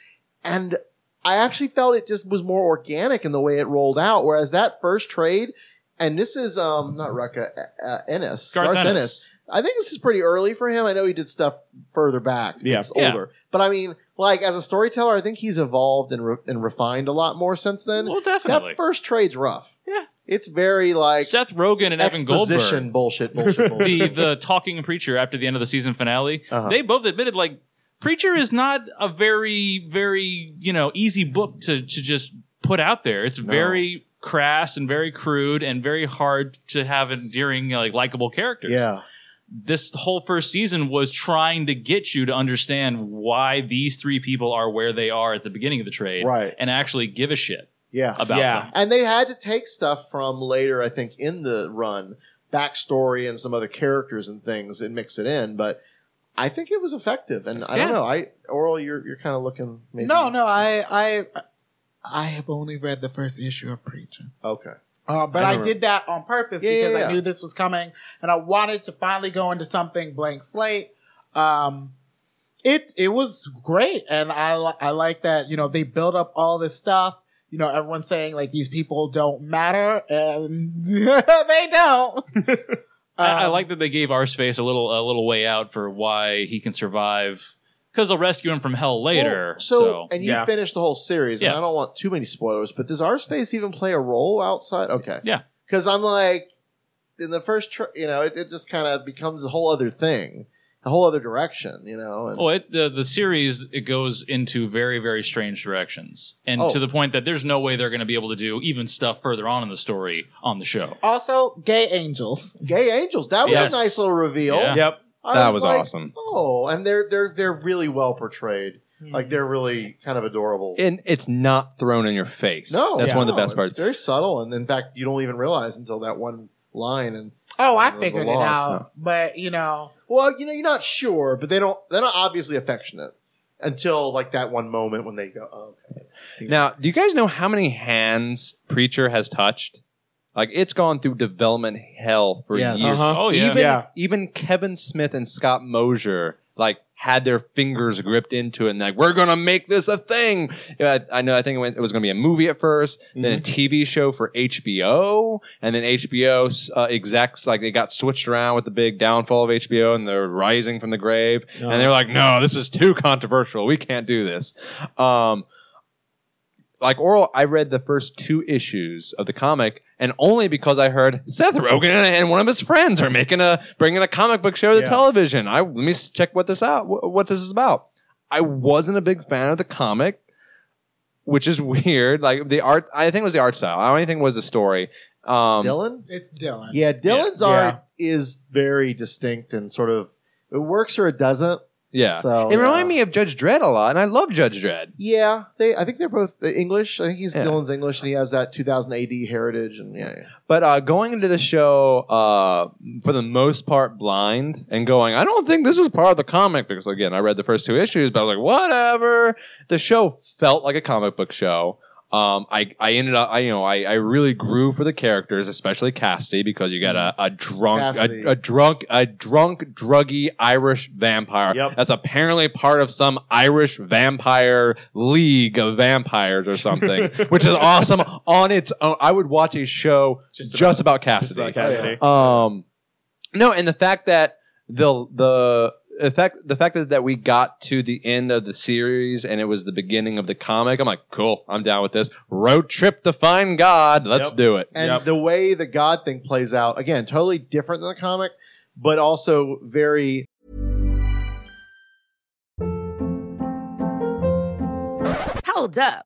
[SPEAKER 2] and I actually felt it just was more organic in the way it rolled out. Whereas that first trade, and this is um not Rucka uh, uh, Ennis,
[SPEAKER 4] Garth Ennis.
[SPEAKER 2] I think this is pretty early for him. I know he did stuff further back.
[SPEAKER 5] Yeah.
[SPEAKER 2] It's
[SPEAKER 4] Yeah.
[SPEAKER 2] older. But I mean, like as a storyteller, I think he's evolved and, re- and refined a lot more since then.
[SPEAKER 4] Well,
[SPEAKER 2] that
[SPEAKER 4] definitely.
[SPEAKER 2] first trade's rough.
[SPEAKER 4] Yeah.
[SPEAKER 2] It's very like
[SPEAKER 4] Seth Rogen and Evan
[SPEAKER 2] exposition
[SPEAKER 4] Goldberg,
[SPEAKER 2] bullshit, bullshit, bullshit.
[SPEAKER 4] the the talking preacher after the end of the season finale,
[SPEAKER 2] Uh-huh.
[SPEAKER 4] they both admitted like preacher is not a very very you know easy book to to just put out there. It's very crass and very crude and very hard to have endearing like likable characters.
[SPEAKER 2] yeah.
[SPEAKER 4] this whole first season was trying to get you to understand why these three people are where they are at the beginning of the trade
[SPEAKER 2] Right.
[SPEAKER 4] and actually give a shit
[SPEAKER 2] Yeah.
[SPEAKER 4] about
[SPEAKER 5] Yeah.
[SPEAKER 4] them.
[SPEAKER 2] And they had to take stuff from later, I think, in the run, backstory and some other characters and things and mix it in. But I think it was effective. And I
[SPEAKER 4] Yeah.
[SPEAKER 2] don't know. I Oral, you're you're kind of looking maybe
[SPEAKER 3] no, no, I, I, I have only read the first issue of Preacher.
[SPEAKER 2] Okay.
[SPEAKER 3] Uh, but
[SPEAKER 2] I
[SPEAKER 3] I,
[SPEAKER 2] remember.
[SPEAKER 3] did that on purpose
[SPEAKER 2] Yeah,
[SPEAKER 3] because
[SPEAKER 2] yeah, yeah.
[SPEAKER 3] I knew this was coming, and I wanted to finally go into something blank slate. Um, it it was great, and I li- I like that you know they build up all this stuff. You know, everyone's saying like these people don't matter, and they don't.
[SPEAKER 4] I, I
[SPEAKER 3] Um,
[SPEAKER 4] like that they gave our space a little a little way out for why he can survive because they'll rescue him from hell later.
[SPEAKER 2] Well,
[SPEAKER 4] so,
[SPEAKER 2] so, and you
[SPEAKER 5] yeah.
[SPEAKER 2] finished the whole series, and
[SPEAKER 4] Yeah.
[SPEAKER 2] I don't want too many spoilers, but does our space even play a role outside? Okay,
[SPEAKER 4] Yeah.
[SPEAKER 2] because I'm like in the first, tr- you know, it, it just kind of becomes a whole other thing, a whole other direction, you know. And,
[SPEAKER 4] well, Oh, it, the the series it goes into very very strange directions and
[SPEAKER 2] Oh.
[SPEAKER 4] to the point that there's no way they're going to be able to do even stuff further on in the story on the show.
[SPEAKER 3] also gay angels.
[SPEAKER 2] Gay angels, that was
[SPEAKER 4] Yes.
[SPEAKER 2] a nice little reveal.
[SPEAKER 4] Yeah.
[SPEAKER 5] Yep.
[SPEAKER 2] I
[SPEAKER 6] That was
[SPEAKER 2] like,
[SPEAKER 6] awesome.
[SPEAKER 2] Oh, and they're they're they're really well portrayed. Hmm. Like they're really kind of adorable.
[SPEAKER 6] And it's not thrown in your face.
[SPEAKER 2] no,
[SPEAKER 6] that's one of
[SPEAKER 2] no,
[SPEAKER 6] the best
[SPEAKER 2] it's
[SPEAKER 6] parts.
[SPEAKER 2] Very subtle, and in fact, you don't even realize until that one line. And
[SPEAKER 3] Oh, I
[SPEAKER 2] The- the
[SPEAKER 3] figured it
[SPEAKER 2] loss,
[SPEAKER 3] out,
[SPEAKER 2] no.
[SPEAKER 3] but you know,
[SPEAKER 2] well, you know, you're not sure, but they don't. They're not obviously affectionate until like that one moment when they go, oh, "Okay."
[SPEAKER 6] Now, do you guys know how many hands Preacher has touched? Like it's gone through development hell for
[SPEAKER 2] Yes.
[SPEAKER 6] years.
[SPEAKER 5] Uh-huh.
[SPEAKER 4] Oh yeah,
[SPEAKER 6] Even
[SPEAKER 5] Yeah.
[SPEAKER 6] even Kevin Smith and Scott Mosier like had their fingers gripped into it and like we're gonna make this a thing. Yeah, I, I know. I think it, went, it was gonna be a movie at 1st then
[SPEAKER 4] Mm-hmm.
[SPEAKER 6] a TV show for HBO, and then HBO uh, execs like they got switched around with the big downfall of HBO and they're rising from the grave, and they're like, no, this is too controversial. We can't do this. Um, like Oral, I read the first two issues of the comic, and only because I heard Seth Rogen and one of his friends are making a bringing a comic book show to
[SPEAKER 2] Yeah.
[SPEAKER 6] television. I let me s- check what this out. wh- What this is about. I wasn't a big fan of the comic, which is weird. Like the art, I think it was the art style. I don't think it was the story. Um,
[SPEAKER 2] Dylan.
[SPEAKER 3] it's Dylan.
[SPEAKER 2] Yeah, Dylan's
[SPEAKER 5] Yeah.
[SPEAKER 2] art is very distinct and sort of it works or it doesn't.
[SPEAKER 6] yeah,
[SPEAKER 2] So uh,
[SPEAKER 6] it
[SPEAKER 2] yeah.
[SPEAKER 6] reminded me of Judge Dredd a lot, and I love Judge Dredd.
[SPEAKER 2] Yeah, they. I think they're both uh, English. I think he's
[SPEAKER 6] Yeah.
[SPEAKER 2] Dylan's English, and he has that 2000 AD heritage. And yeah, yeah.
[SPEAKER 6] But uh, going into the show, uh, for the most part, blind and going, I don't think this was part of the comic because, again, I read the first two issues, but I was like, whatever. The show felt like a comic book show. Um, I, I ended up, I, you know, I, I really grew for the characters, especially Cassidy, because you got a, a drunk,
[SPEAKER 2] Cassidy.
[SPEAKER 6] a, a drunk, a drunk, druggy Irish vampire.
[SPEAKER 2] Yep.
[SPEAKER 6] That's apparently part of some Irish vampire league of vampires or something, which is awesome on its own. I would watch a show just, about, Cassidy.
[SPEAKER 5] Like Cassidy.
[SPEAKER 6] Um, no, and the fact that the the effect the fact that, that we got to the end of the series and it was the beginning of the comic, I'm like, cool, I'm down with this. Road trip to find God, let's
[SPEAKER 5] Yep.
[SPEAKER 6] do it.
[SPEAKER 2] and
[SPEAKER 5] Yep.
[SPEAKER 2] the way the God thing plays out again, totally different than the comic, but also very.
[SPEAKER 7] Hold up.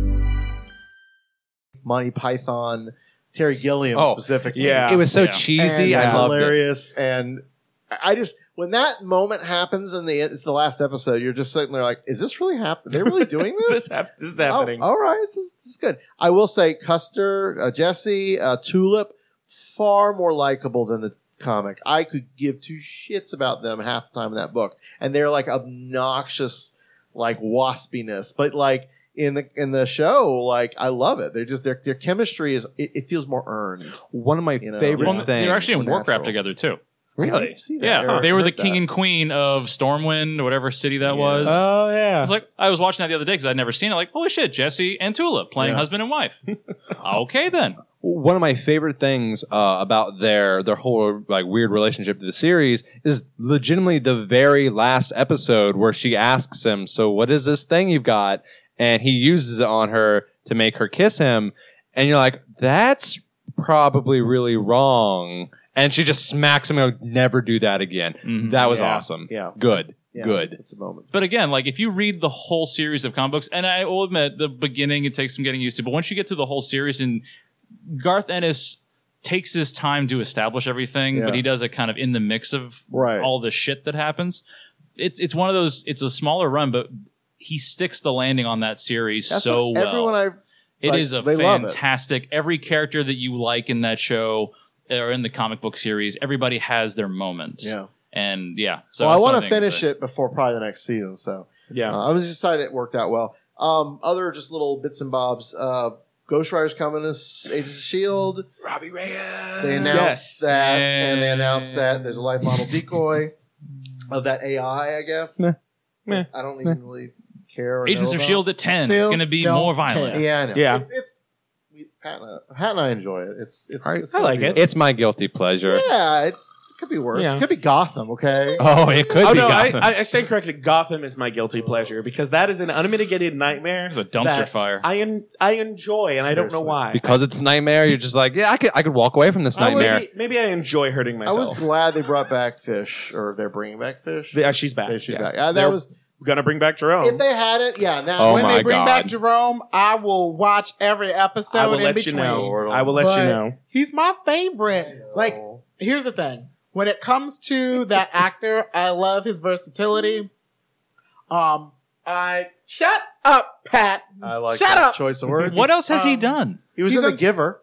[SPEAKER 2] Monty Python, Terry Gilliam
[SPEAKER 6] Oh,
[SPEAKER 2] specifically.
[SPEAKER 5] yeah.
[SPEAKER 6] It was so
[SPEAKER 4] Yeah.
[SPEAKER 6] cheesy.
[SPEAKER 2] And
[SPEAKER 6] I loved it.
[SPEAKER 2] hilarious, and I I just when that moment happens in the it's the last episode, you're just sitting there like, is this really happening? They're really doing this?
[SPEAKER 5] this, hap- this is
[SPEAKER 2] Oh,
[SPEAKER 5] happening.
[SPEAKER 2] all right, this, is- this is good. I will say Custer, uh, Jesse, uh, Tulip, far more likable than the comic. I could give two shits about them half the time in that book, and they're like obnoxious, like waspiness, but like. In the in the show, like I love it. They're just their their chemistry is it, it feels more earned.
[SPEAKER 6] One of my
[SPEAKER 2] You know,
[SPEAKER 6] favorite
[SPEAKER 4] Well,
[SPEAKER 6] things.
[SPEAKER 4] they're actually in
[SPEAKER 2] was
[SPEAKER 4] Warcraft
[SPEAKER 2] natural.
[SPEAKER 4] together too.
[SPEAKER 2] I
[SPEAKER 5] Really?
[SPEAKER 2] didn't see that.
[SPEAKER 4] Yeah,
[SPEAKER 2] Eric,
[SPEAKER 4] they were the
[SPEAKER 2] heard
[SPEAKER 4] king
[SPEAKER 2] that.
[SPEAKER 4] and queen of Stormwind or whatever city that
[SPEAKER 2] Yeah.
[SPEAKER 4] was.
[SPEAKER 5] Oh
[SPEAKER 4] I
[SPEAKER 5] yeah.
[SPEAKER 4] was like, I was watching that the other day because I'd never seen it. Like, holy shit, Jesse and Tulip playing
[SPEAKER 2] Yeah.
[SPEAKER 4] husband and wife. okay then.
[SPEAKER 6] one of my favorite things uh, about their their whole like weird relationship to the series is legitimately the very last episode where she asks him, "So what is this thing you've got?" and he uses it on her to make her kiss him, and you're like, "That's probably really wrong." And she just smacks him and goes, never do that again.
[SPEAKER 5] Mm-hmm.
[SPEAKER 4] Mhm.
[SPEAKER 6] That was
[SPEAKER 2] Yeah.
[SPEAKER 6] awesome.
[SPEAKER 2] Yeah.
[SPEAKER 6] Good.
[SPEAKER 2] Yeah.
[SPEAKER 6] Good.
[SPEAKER 2] It's a moment.
[SPEAKER 4] But again, like if you read the whole series of comic books, and I will admit the beginning it takes some getting used to, but once you get through the whole series and Garth Ennis takes his time to establish everything,
[SPEAKER 2] Yeah.
[SPEAKER 4] but he does it kind of in the mix of
[SPEAKER 2] Right.
[SPEAKER 4] all the shit that happens. It's it's one of those it's a smaller run, but he sticks the landing on that series
[SPEAKER 2] That's
[SPEAKER 4] so
[SPEAKER 2] what
[SPEAKER 4] well.
[SPEAKER 2] Everyone I
[SPEAKER 4] It
[SPEAKER 2] Like,
[SPEAKER 4] is a
[SPEAKER 2] they love it.
[SPEAKER 4] fantastic. Every character that you like in that show or in the comic book series, everybody has their moment.
[SPEAKER 2] yeah.
[SPEAKER 4] And yeah. So
[SPEAKER 2] well, I
[SPEAKER 4] that's
[SPEAKER 2] want
[SPEAKER 4] something
[SPEAKER 2] to finish
[SPEAKER 4] that-
[SPEAKER 2] it before probably the next season. So
[SPEAKER 5] yeah.
[SPEAKER 2] uh, I was excited it worked out well. Um, other just little bits and bobs. Uh, Ghost Rider's coming as Agents of Shield.
[SPEAKER 5] Robbie Reyes.
[SPEAKER 2] E They announced that, and they announced that there's a life model decoy of that AI. I guess.
[SPEAKER 6] Meh.
[SPEAKER 5] Meh.
[SPEAKER 2] I don't even really care. or
[SPEAKER 4] Agents
[SPEAKER 2] know
[SPEAKER 4] of
[SPEAKER 2] about.
[SPEAKER 4] Shield E at ten. it's
[SPEAKER 3] Still
[SPEAKER 4] going to be
[SPEAKER 3] don't
[SPEAKER 4] more violent.
[SPEAKER 3] care.
[SPEAKER 2] Yeah, I know.
[SPEAKER 5] Yeah.
[SPEAKER 2] It's, it's we, Pat, and I, Pat and I enjoy it. It's it's.
[SPEAKER 6] I-
[SPEAKER 2] it's
[SPEAKER 5] I like
[SPEAKER 2] gonna be-
[SPEAKER 6] It's my guilty pleasure.
[SPEAKER 2] Yeah, it's, it could be worse.
[SPEAKER 5] Yeah.
[SPEAKER 2] It could be Gotham. Okay.
[SPEAKER 6] Oh, it could
[SPEAKER 5] Oh
[SPEAKER 6] be.
[SPEAKER 5] no, I,
[SPEAKER 6] Gotham.
[SPEAKER 5] I, I stand corrected. Gotham is my guilty pleasure because that is an unmitigated nightmare.
[SPEAKER 4] There's a dumpster
[SPEAKER 5] that
[SPEAKER 4] fire.
[SPEAKER 5] I en- I enjoy, and I don't know
[SPEAKER 2] Seriously.
[SPEAKER 5] why.
[SPEAKER 6] because it's a nightmare. You're just like, yeah, I could, I could walk away from this
[SPEAKER 5] I would-
[SPEAKER 6] nightmare.
[SPEAKER 5] Maybe, maybe I enjoy hurting
[SPEAKER 2] I
[SPEAKER 5] myself.
[SPEAKER 2] was glad they brought back fish, or they're bringing back fish.
[SPEAKER 5] They- uh, she's back.
[SPEAKER 2] they should
[SPEAKER 5] yes.
[SPEAKER 2] back. Uh, that
[SPEAKER 5] They're
[SPEAKER 2] was
[SPEAKER 5] gonna bring back Jerome.
[SPEAKER 2] if they had it. Yeah, now
[SPEAKER 6] Oh
[SPEAKER 3] when
[SPEAKER 6] my
[SPEAKER 3] they bring
[SPEAKER 6] God.
[SPEAKER 3] back Jerome, I will watch every episode
[SPEAKER 5] I will
[SPEAKER 3] in
[SPEAKER 5] let
[SPEAKER 3] between.
[SPEAKER 5] you know. I will let you
[SPEAKER 3] But
[SPEAKER 5] know.
[SPEAKER 3] He's my favorite. Like, here's the thing. When it comes to that actor, I love his versatility. Um, I shut up, Pat.
[SPEAKER 2] I like
[SPEAKER 3] Shut
[SPEAKER 2] that
[SPEAKER 3] up.
[SPEAKER 2] choice of words.
[SPEAKER 4] What else has he
[SPEAKER 3] Um,
[SPEAKER 4] done?
[SPEAKER 2] he was
[SPEAKER 3] He's
[SPEAKER 2] in the
[SPEAKER 3] a-
[SPEAKER 2] Giver.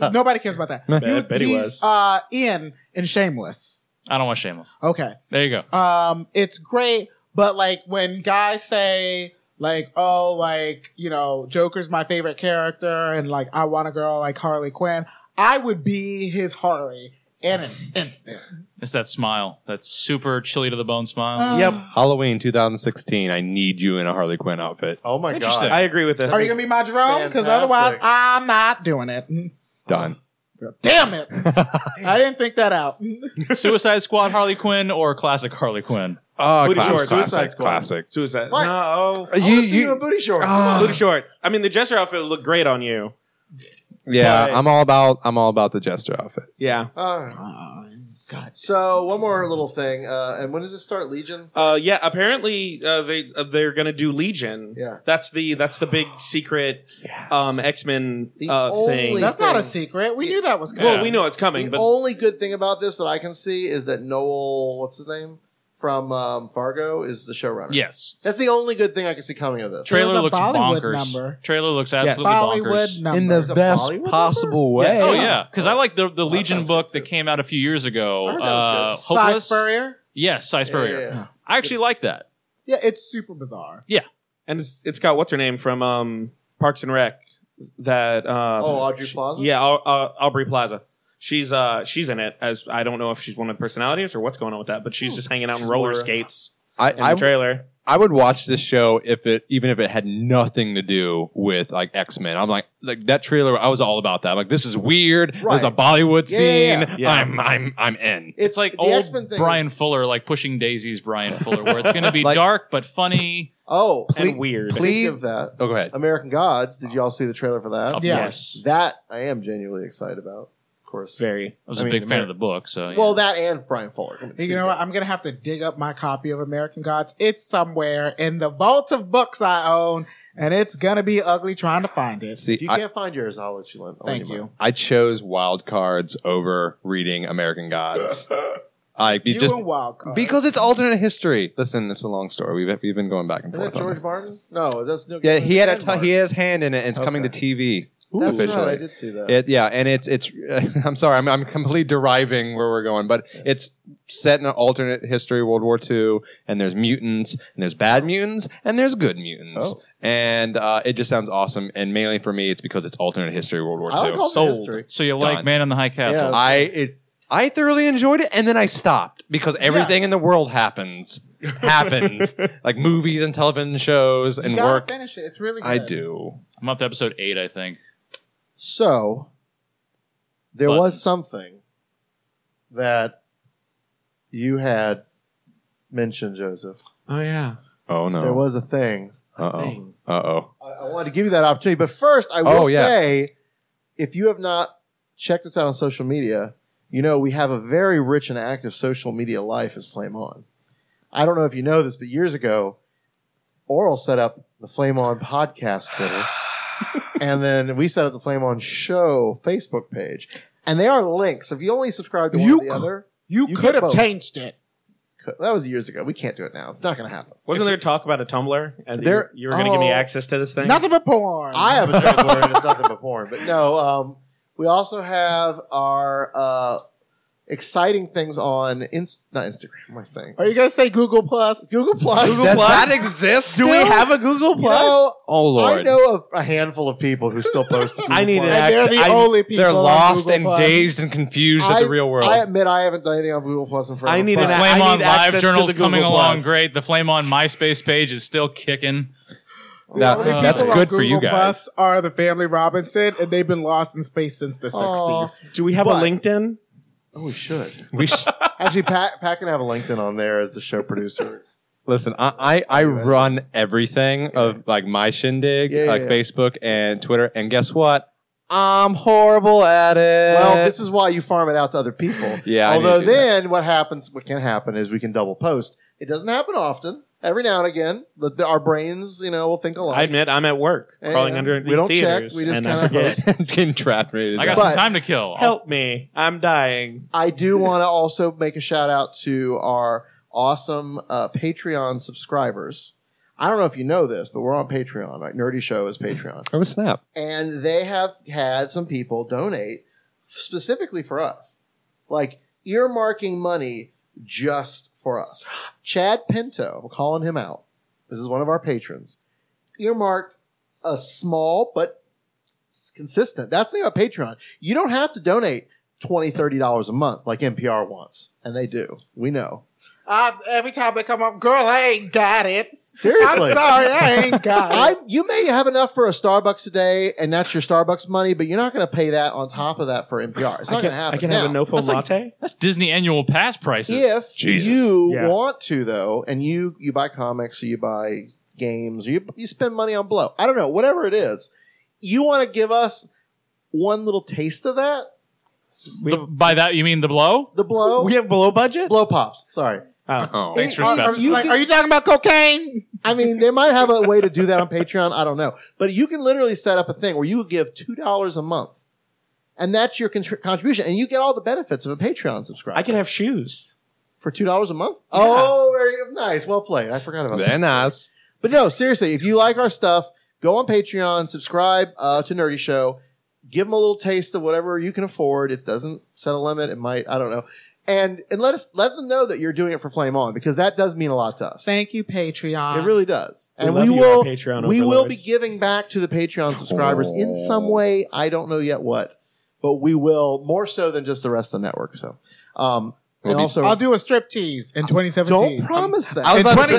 [SPEAKER 3] Nobody cares about that.
[SPEAKER 5] I bet he
[SPEAKER 3] he's,
[SPEAKER 5] was.
[SPEAKER 3] Uh, Ian in Shameless.
[SPEAKER 4] I don't want Shameless.
[SPEAKER 3] Okay.
[SPEAKER 4] There you go.
[SPEAKER 3] Um, it's great, but like when guys say like, oh, like you know, Joker's my favorite character, and like I want a girl like Harley Quinn, I would be his Harley in an instant.
[SPEAKER 4] It's that smile, that super chilly to the bone smile.
[SPEAKER 5] Yep.
[SPEAKER 3] Um,
[SPEAKER 6] Halloween 2016. I need you in a Harley Quinn outfit.
[SPEAKER 2] Oh my
[SPEAKER 4] Interesting.
[SPEAKER 2] god!
[SPEAKER 5] I agree with this.
[SPEAKER 3] Are you gonna be my Jerome? Because otherwise,
[SPEAKER 2] Fantastic.
[SPEAKER 3] I'm not doing it. Mm,
[SPEAKER 6] Done.
[SPEAKER 3] Damn it! I didn't think that out. Mm.
[SPEAKER 4] Suicide Squad Harley Quinn or classic Harley Quinn?
[SPEAKER 6] Oh,
[SPEAKER 5] Booty
[SPEAKER 6] classic,
[SPEAKER 5] shorts.
[SPEAKER 6] classic,
[SPEAKER 2] Suicide Squad.
[SPEAKER 6] classic.
[SPEAKER 5] Suicide.
[SPEAKER 2] What?
[SPEAKER 5] No.
[SPEAKER 2] I
[SPEAKER 6] You-
[SPEAKER 2] you, see
[SPEAKER 6] you-
[SPEAKER 2] you in booty shorts. Come
[SPEAKER 6] Ah.
[SPEAKER 2] on.
[SPEAKER 5] Blue shorts. I mean, the Jester outfit looked great on you.
[SPEAKER 6] Yeah,
[SPEAKER 5] But-
[SPEAKER 6] I'm all about I'm all about the jester outfit.
[SPEAKER 5] Yeah.
[SPEAKER 2] All right.
[SPEAKER 3] God.
[SPEAKER 2] So one more little thing, uh, and when does it start? Legions.
[SPEAKER 5] Uh, yeah. Apparently, uh, they uh, they're gonna do Legion.
[SPEAKER 2] Yeah.
[SPEAKER 5] That's the that's the big secret um, X Men
[SPEAKER 2] The
[SPEAKER 5] uh, thing.
[SPEAKER 2] only-
[SPEAKER 3] That's not a
[SPEAKER 2] thing.
[SPEAKER 3] secret. We knew that was
[SPEAKER 5] Well,
[SPEAKER 3] coming.
[SPEAKER 4] Yeah.
[SPEAKER 5] we know it's coming,
[SPEAKER 2] the
[SPEAKER 5] but
[SPEAKER 2] only good thing about this that I can see is that Noel, what's his name, from um, Fargo is the showrunner.
[SPEAKER 4] Yes.
[SPEAKER 2] That's the only good thing I can see coming of this.
[SPEAKER 3] There's
[SPEAKER 4] Trailer
[SPEAKER 3] a
[SPEAKER 4] looks
[SPEAKER 3] Bollywood
[SPEAKER 4] bonkers.
[SPEAKER 3] number.
[SPEAKER 4] Trailer looks absolutely bonkers.
[SPEAKER 3] Bollywood number.
[SPEAKER 2] the best possible
[SPEAKER 5] way.
[SPEAKER 4] Oh yeah, because I like the the
[SPEAKER 2] that
[SPEAKER 4] Legion
[SPEAKER 2] sounds
[SPEAKER 4] book
[SPEAKER 2] good,
[SPEAKER 4] that
[SPEAKER 2] too.
[SPEAKER 4] came out a few years ago.
[SPEAKER 2] I heard that
[SPEAKER 4] Uh,
[SPEAKER 2] was
[SPEAKER 3] Cy
[SPEAKER 4] Hopeless.
[SPEAKER 3] Spurrier.
[SPEAKER 4] Yes, Cy
[SPEAKER 2] Yeah,
[SPEAKER 4] Spurrier.
[SPEAKER 2] yeah, yeah.
[SPEAKER 4] I actually like that.
[SPEAKER 3] Yeah, it's super bizarre.
[SPEAKER 5] and it's, it's got what's her name from um, Parks and Rec that um,
[SPEAKER 2] Oh, Audrey Plaza?
[SPEAKER 5] yeah Au- uh, Aubrey Plaza she's uh she's in it as I don't know if she's one of the personalities or what's going on with that but she's just hanging out in
[SPEAKER 2] Hmm. She's
[SPEAKER 5] roller
[SPEAKER 2] more-
[SPEAKER 5] skates
[SPEAKER 6] I,
[SPEAKER 5] in the
[SPEAKER 6] I,
[SPEAKER 5] trailer
[SPEAKER 6] I would watch this show if it even if it had nothing to do with like X Men. I'm like like that trailer. I was all about that. I'm like this is weird. There's a
[SPEAKER 2] Right.
[SPEAKER 6] Bollywood
[SPEAKER 2] Yeah,
[SPEAKER 6] scene.
[SPEAKER 2] yeah,
[SPEAKER 5] yeah.
[SPEAKER 6] I'm I'm I'm in.
[SPEAKER 4] It's like
[SPEAKER 2] the X-Men
[SPEAKER 4] old
[SPEAKER 2] thing
[SPEAKER 4] Brian
[SPEAKER 2] is-
[SPEAKER 4] Fuller, like pushing daisies. Brian Fuller, where it's going to be
[SPEAKER 6] Like-
[SPEAKER 4] dark but funny.
[SPEAKER 2] Oh,
[SPEAKER 5] and
[SPEAKER 2] please,
[SPEAKER 5] weird
[SPEAKER 2] please
[SPEAKER 6] please-
[SPEAKER 2] of that.
[SPEAKER 6] Oh, go ahead.
[SPEAKER 2] American Gods. Did you all see the trailer for that?
[SPEAKER 4] Of
[SPEAKER 3] Yes.
[SPEAKER 4] course.
[SPEAKER 2] That I am genuinely excited about. Of course.
[SPEAKER 5] very
[SPEAKER 4] I was
[SPEAKER 2] I
[SPEAKER 4] a
[SPEAKER 2] mean,
[SPEAKER 4] big fan
[SPEAKER 2] Ameri-
[SPEAKER 4] of the book. So yeah.
[SPEAKER 2] Well, that and Brian Fuller.
[SPEAKER 3] You know what? I'm gonna have to dig up my copy of American Gods. It's somewhere in the vault of books I own, and it's gonna be ugly trying to find it.
[SPEAKER 6] See,
[SPEAKER 2] If you
[SPEAKER 6] I,
[SPEAKER 2] can't find yours, I'll let you lend. I'll lend
[SPEAKER 3] Thank you.
[SPEAKER 2] mine.
[SPEAKER 6] I chose Wild Cards over reading American Gods. I
[SPEAKER 3] You,
[SPEAKER 6] just
[SPEAKER 3] and Wildcard.
[SPEAKER 6] because it's alternate history. Listen, it's a long story. We've we've been going back and
[SPEAKER 2] Is that
[SPEAKER 6] forth. on
[SPEAKER 2] George
[SPEAKER 6] this.
[SPEAKER 2] Martin? No, that's no.
[SPEAKER 6] Yeah, he had a t-
[SPEAKER 2] ton.
[SPEAKER 6] he has hand in it. and It's coming to
[SPEAKER 2] Okay.
[SPEAKER 6] TV
[SPEAKER 2] That's
[SPEAKER 6] officially.
[SPEAKER 2] right. I did see that.
[SPEAKER 6] It, yeah, and it's it's. I'm sorry, I'm I'm completely deriving where we're going, but it's set in an alternate history, World War II, and there's mutants, and there's bad mutants, and there's good mutants,
[SPEAKER 2] Oh.
[SPEAKER 6] and uh, it just sounds awesome. And mainly for me, it's because it's alternate history, World War
[SPEAKER 2] I like
[SPEAKER 6] II.
[SPEAKER 2] all the
[SPEAKER 4] sold.
[SPEAKER 2] history.
[SPEAKER 4] So you like
[SPEAKER 6] Done.
[SPEAKER 4] Man in the High Castle?
[SPEAKER 2] Yeah.
[SPEAKER 6] I it I thoroughly enjoyed it, and then I stopped because everything in the world happens happened, like movies and television shows
[SPEAKER 3] You
[SPEAKER 6] and
[SPEAKER 3] gotta
[SPEAKER 6] work.
[SPEAKER 3] Finish it. It's really. Good.
[SPEAKER 6] I do.
[SPEAKER 4] I'm up to episode eight, I think.
[SPEAKER 2] So there was
[SPEAKER 4] Buttons.
[SPEAKER 2] something that you had mentioned, Joseph.
[SPEAKER 5] oh yeah
[SPEAKER 6] Oh
[SPEAKER 2] There
[SPEAKER 6] no.
[SPEAKER 2] was a thing.
[SPEAKER 6] Uh oh. Uh oh.
[SPEAKER 2] I, I wanted to give you that opportunity, but first I will
[SPEAKER 6] Oh, yeah.
[SPEAKER 2] say, if you have not checked us out on social media, you know we have a very rich and active social media life as Flame On. I don't know if you know this, but years ago, Oral set up the Flame On podcast Twitter, and then we set up the Flame On Show Facebook page, and they are links. If you only subscribe to one
[SPEAKER 3] You
[SPEAKER 2] or the
[SPEAKER 3] cou-
[SPEAKER 2] other,
[SPEAKER 3] You,
[SPEAKER 2] You
[SPEAKER 3] could
[SPEAKER 2] get
[SPEAKER 3] have
[SPEAKER 2] both.
[SPEAKER 3] changed it.
[SPEAKER 2] that was years ago. We can't do it now. It's not going to happen.
[SPEAKER 5] wasn't there talk about a Tumblr and you,
[SPEAKER 2] There-
[SPEAKER 5] you were going to give me
[SPEAKER 2] oh.
[SPEAKER 5] access to this thing
[SPEAKER 3] Nothing but porn.
[SPEAKER 2] I have a search word. It's nothing but porn. But no, um, we also have our uh, exciting things on Inst- not Instagram. My thing.
[SPEAKER 3] Are you gonna say Google Plus?
[SPEAKER 2] Google Plus.
[SPEAKER 6] Does that exist?
[SPEAKER 5] do we have a Google
[SPEAKER 2] You
[SPEAKER 5] Plus
[SPEAKER 2] know,
[SPEAKER 6] Oh lord.
[SPEAKER 2] I know of a handful of people who still post. to Google
[SPEAKER 5] I need
[SPEAKER 2] Plus.
[SPEAKER 5] an
[SPEAKER 3] and they're the
[SPEAKER 5] I-
[SPEAKER 3] only people.
[SPEAKER 6] They're
[SPEAKER 3] on
[SPEAKER 6] lost
[SPEAKER 3] Google
[SPEAKER 6] and
[SPEAKER 3] Plus.
[SPEAKER 6] dazed and confused at
[SPEAKER 2] I-
[SPEAKER 6] the real world.
[SPEAKER 2] I admit I haven't done anything on Google Plus in forever.
[SPEAKER 5] I need
[SPEAKER 2] but-
[SPEAKER 5] an app.
[SPEAKER 4] Flame
[SPEAKER 5] I
[SPEAKER 4] on
[SPEAKER 5] need
[SPEAKER 4] Live
[SPEAKER 5] access to
[SPEAKER 4] Journal's
[SPEAKER 5] the Google
[SPEAKER 4] coming along
[SPEAKER 5] Plus.
[SPEAKER 4] great. The Flame on MySpace page is still kicking.
[SPEAKER 3] The
[SPEAKER 6] That-
[SPEAKER 3] only
[SPEAKER 6] that's
[SPEAKER 3] people on
[SPEAKER 6] good for you
[SPEAKER 3] Google
[SPEAKER 6] guys.
[SPEAKER 3] Plus are the family Robinson, and they've been lost in space since the
[SPEAKER 2] Aw.
[SPEAKER 3] '60s.
[SPEAKER 5] do we have
[SPEAKER 2] But-
[SPEAKER 5] a LinkedIn
[SPEAKER 2] Oh, we should
[SPEAKER 6] we sh-
[SPEAKER 2] actually. Pat, Pat can have a LinkedIn on there as the show producer.
[SPEAKER 6] listen. I, I I run everything of like my shindig,
[SPEAKER 2] Yeah, yeah,
[SPEAKER 6] like
[SPEAKER 2] yeah.
[SPEAKER 6] Facebook and Twitter, and guess what? I'm horrible at
[SPEAKER 5] Uh,
[SPEAKER 6] it.
[SPEAKER 2] Well, this is why you farm it out to other people.
[SPEAKER 6] Yeah, I need to
[SPEAKER 2] Although
[SPEAKER 6] do that.
[SPEAKER 2] then what happens, what can happen is we can double post. It doesn't happen often. Every now and again, the, the- our brains, you know, will think alike.
[SPEAKER 5] I admit I'm at work
[SPEAKER 2] And
[SPEAKER 5] crawling under
[SPEAKER 2] uh, we don't check,
[SPEAKER 5] theaters
[SPEAKER 2] we just
[SPEAKER 5] and
[SPEAKER 2] kinda
[SPEAKER 5] I forget.
[SPEAKER 2] post.
[SPEAKER 6] getting trapped. Right
[SPEAKER 4] I got
[SPEAKER 2] But-
[SPEAKER 4] some time to kill. I'll-
[SPEAKER 5] help me I'm dying
[SPEAKER 2] I do want to also make a shout out to our awesome uh, Patreon subscribers. I don't know if you know this, but we're on Patreon, right? Nerdy Show is Patreon.
[SPEAKER 6] Oh snap!
[SPEAKER 2] and they have had some people donate specifically for us, like earmarking money just for us. Chad Pinto, I'm calling him out. This is one of our patrons. Earmarked a small but s- consistent. That's the thing about Patreon. You don't have to donate $20, $30 a month like NPR wants, and they do. We know.
[SPEAKER 3] I, every time they come up, girl, I ain't got it.
[SPEAKER 2] Seriously.
[SPEAKER 3] I'm sorry, I ain't got
[SPEAKER 2] I,
[SPEAKER 3] it.
[SPEAKER 2] you may have enough for a Starbucks a day, and that's your Starbucks money, but you're not going to pay that on top of that for NPR. It's
[SPEAKER 5] I
[SPEAKER 2] not going
[SPEAKER 5] can,
[SPEAKER 2] to happen.
[SPEAKER 5] I can
[SPEAKER 2] now,
[SPEAKER 5] have a no foam
[SPEAKER 4] That's like-
[SPEAKER 5] latte
[SPEAKER 4] That's Disney annual pass prices.
[SPEAKER 2] if
[SPEAKER 6] Jesus.
[SPEAKER 2] you
[SPEAKER 5] Yeah.
[SPEAKER 2] want to though, and you you buy comics or you buy games or you you spend money on blow. I don't know, whatever it is, you want to give us one little taste of that.
[SPEAKER 5] we,
[SPEAKER 4] The- by that you mean the blow?
[SPEAKER 2] The blow,
[SPEAKER 5] we have below budget
[SPEAKER 2] blow pops. Sorry,
[SPEAKER 5] Oh.
[SPEAKER 6] Oh,
[SPEAKER 4] Thanks for
[SPEAKER 2] Are- are
[SPEAKER 4] specifying.
[SPEAKER 2] you
[SPEAKER 3] like,
[SPEAKER 2] can-
[SPEAKER 3] are you talking about cocaine?
[SPEAKER 2] I mean, they might have a way to do that on Patreon. I don't know. But you can literally set up a thing where you give $2 a month. And that's your contr- contribution. And you get all the benefits of a Patreon subscriber.
[SPEAKER 5] I can have shoes
[SPEAKER 2] for two dollars a month. Oh, very nice. Well played. I forgot about that.
[SPEAKER 6] Very nice.
[SPEAKER 2] But no, seriously, if you like our stuff, go on Patreon, subscribe uh, to Nerdy Show, give them a little taste of whatever you can afford. It doesn't set a limit. It might, I don't know, and and let us let them know that you're doing it for Flame On because that does mean a lot to us.
[SPEAKER 3] Thank you, Patreon.
[SPEAKER 2] it really does,
[SPEAKER 5] We
[SPEAKER 2] and
[SPEAKER 5] love
[SPEAKER 2] we
[SPEAKER 5] you, our
[SPEAKER 2] will.
[SPEAKER 5] Patreon
[SPEAKER 2] we will be
[SPEAKER 5] overlords.
[SPEAKER 2] giving back to the Patreon subscribers in some
[SPEAKER 6] Oh.
[SPEAKER 2] way. I don't know yet what, but we will more so than just the rest of the network. So, um,
[SPEAKER 6] We'll
[SPEAKER 2] and
[SPEAKER 6] be-
[SPEAKER 2] also
[SPEAKER 3] I'll do a strip tease in
[SPEAKER 2] don't
[SPEAKER 3] 2017.
[SPEAKER 2] promise that.
[SPEAKER 6] I was
[SPEAKER 3] in
[SPEAKER 6] about to say-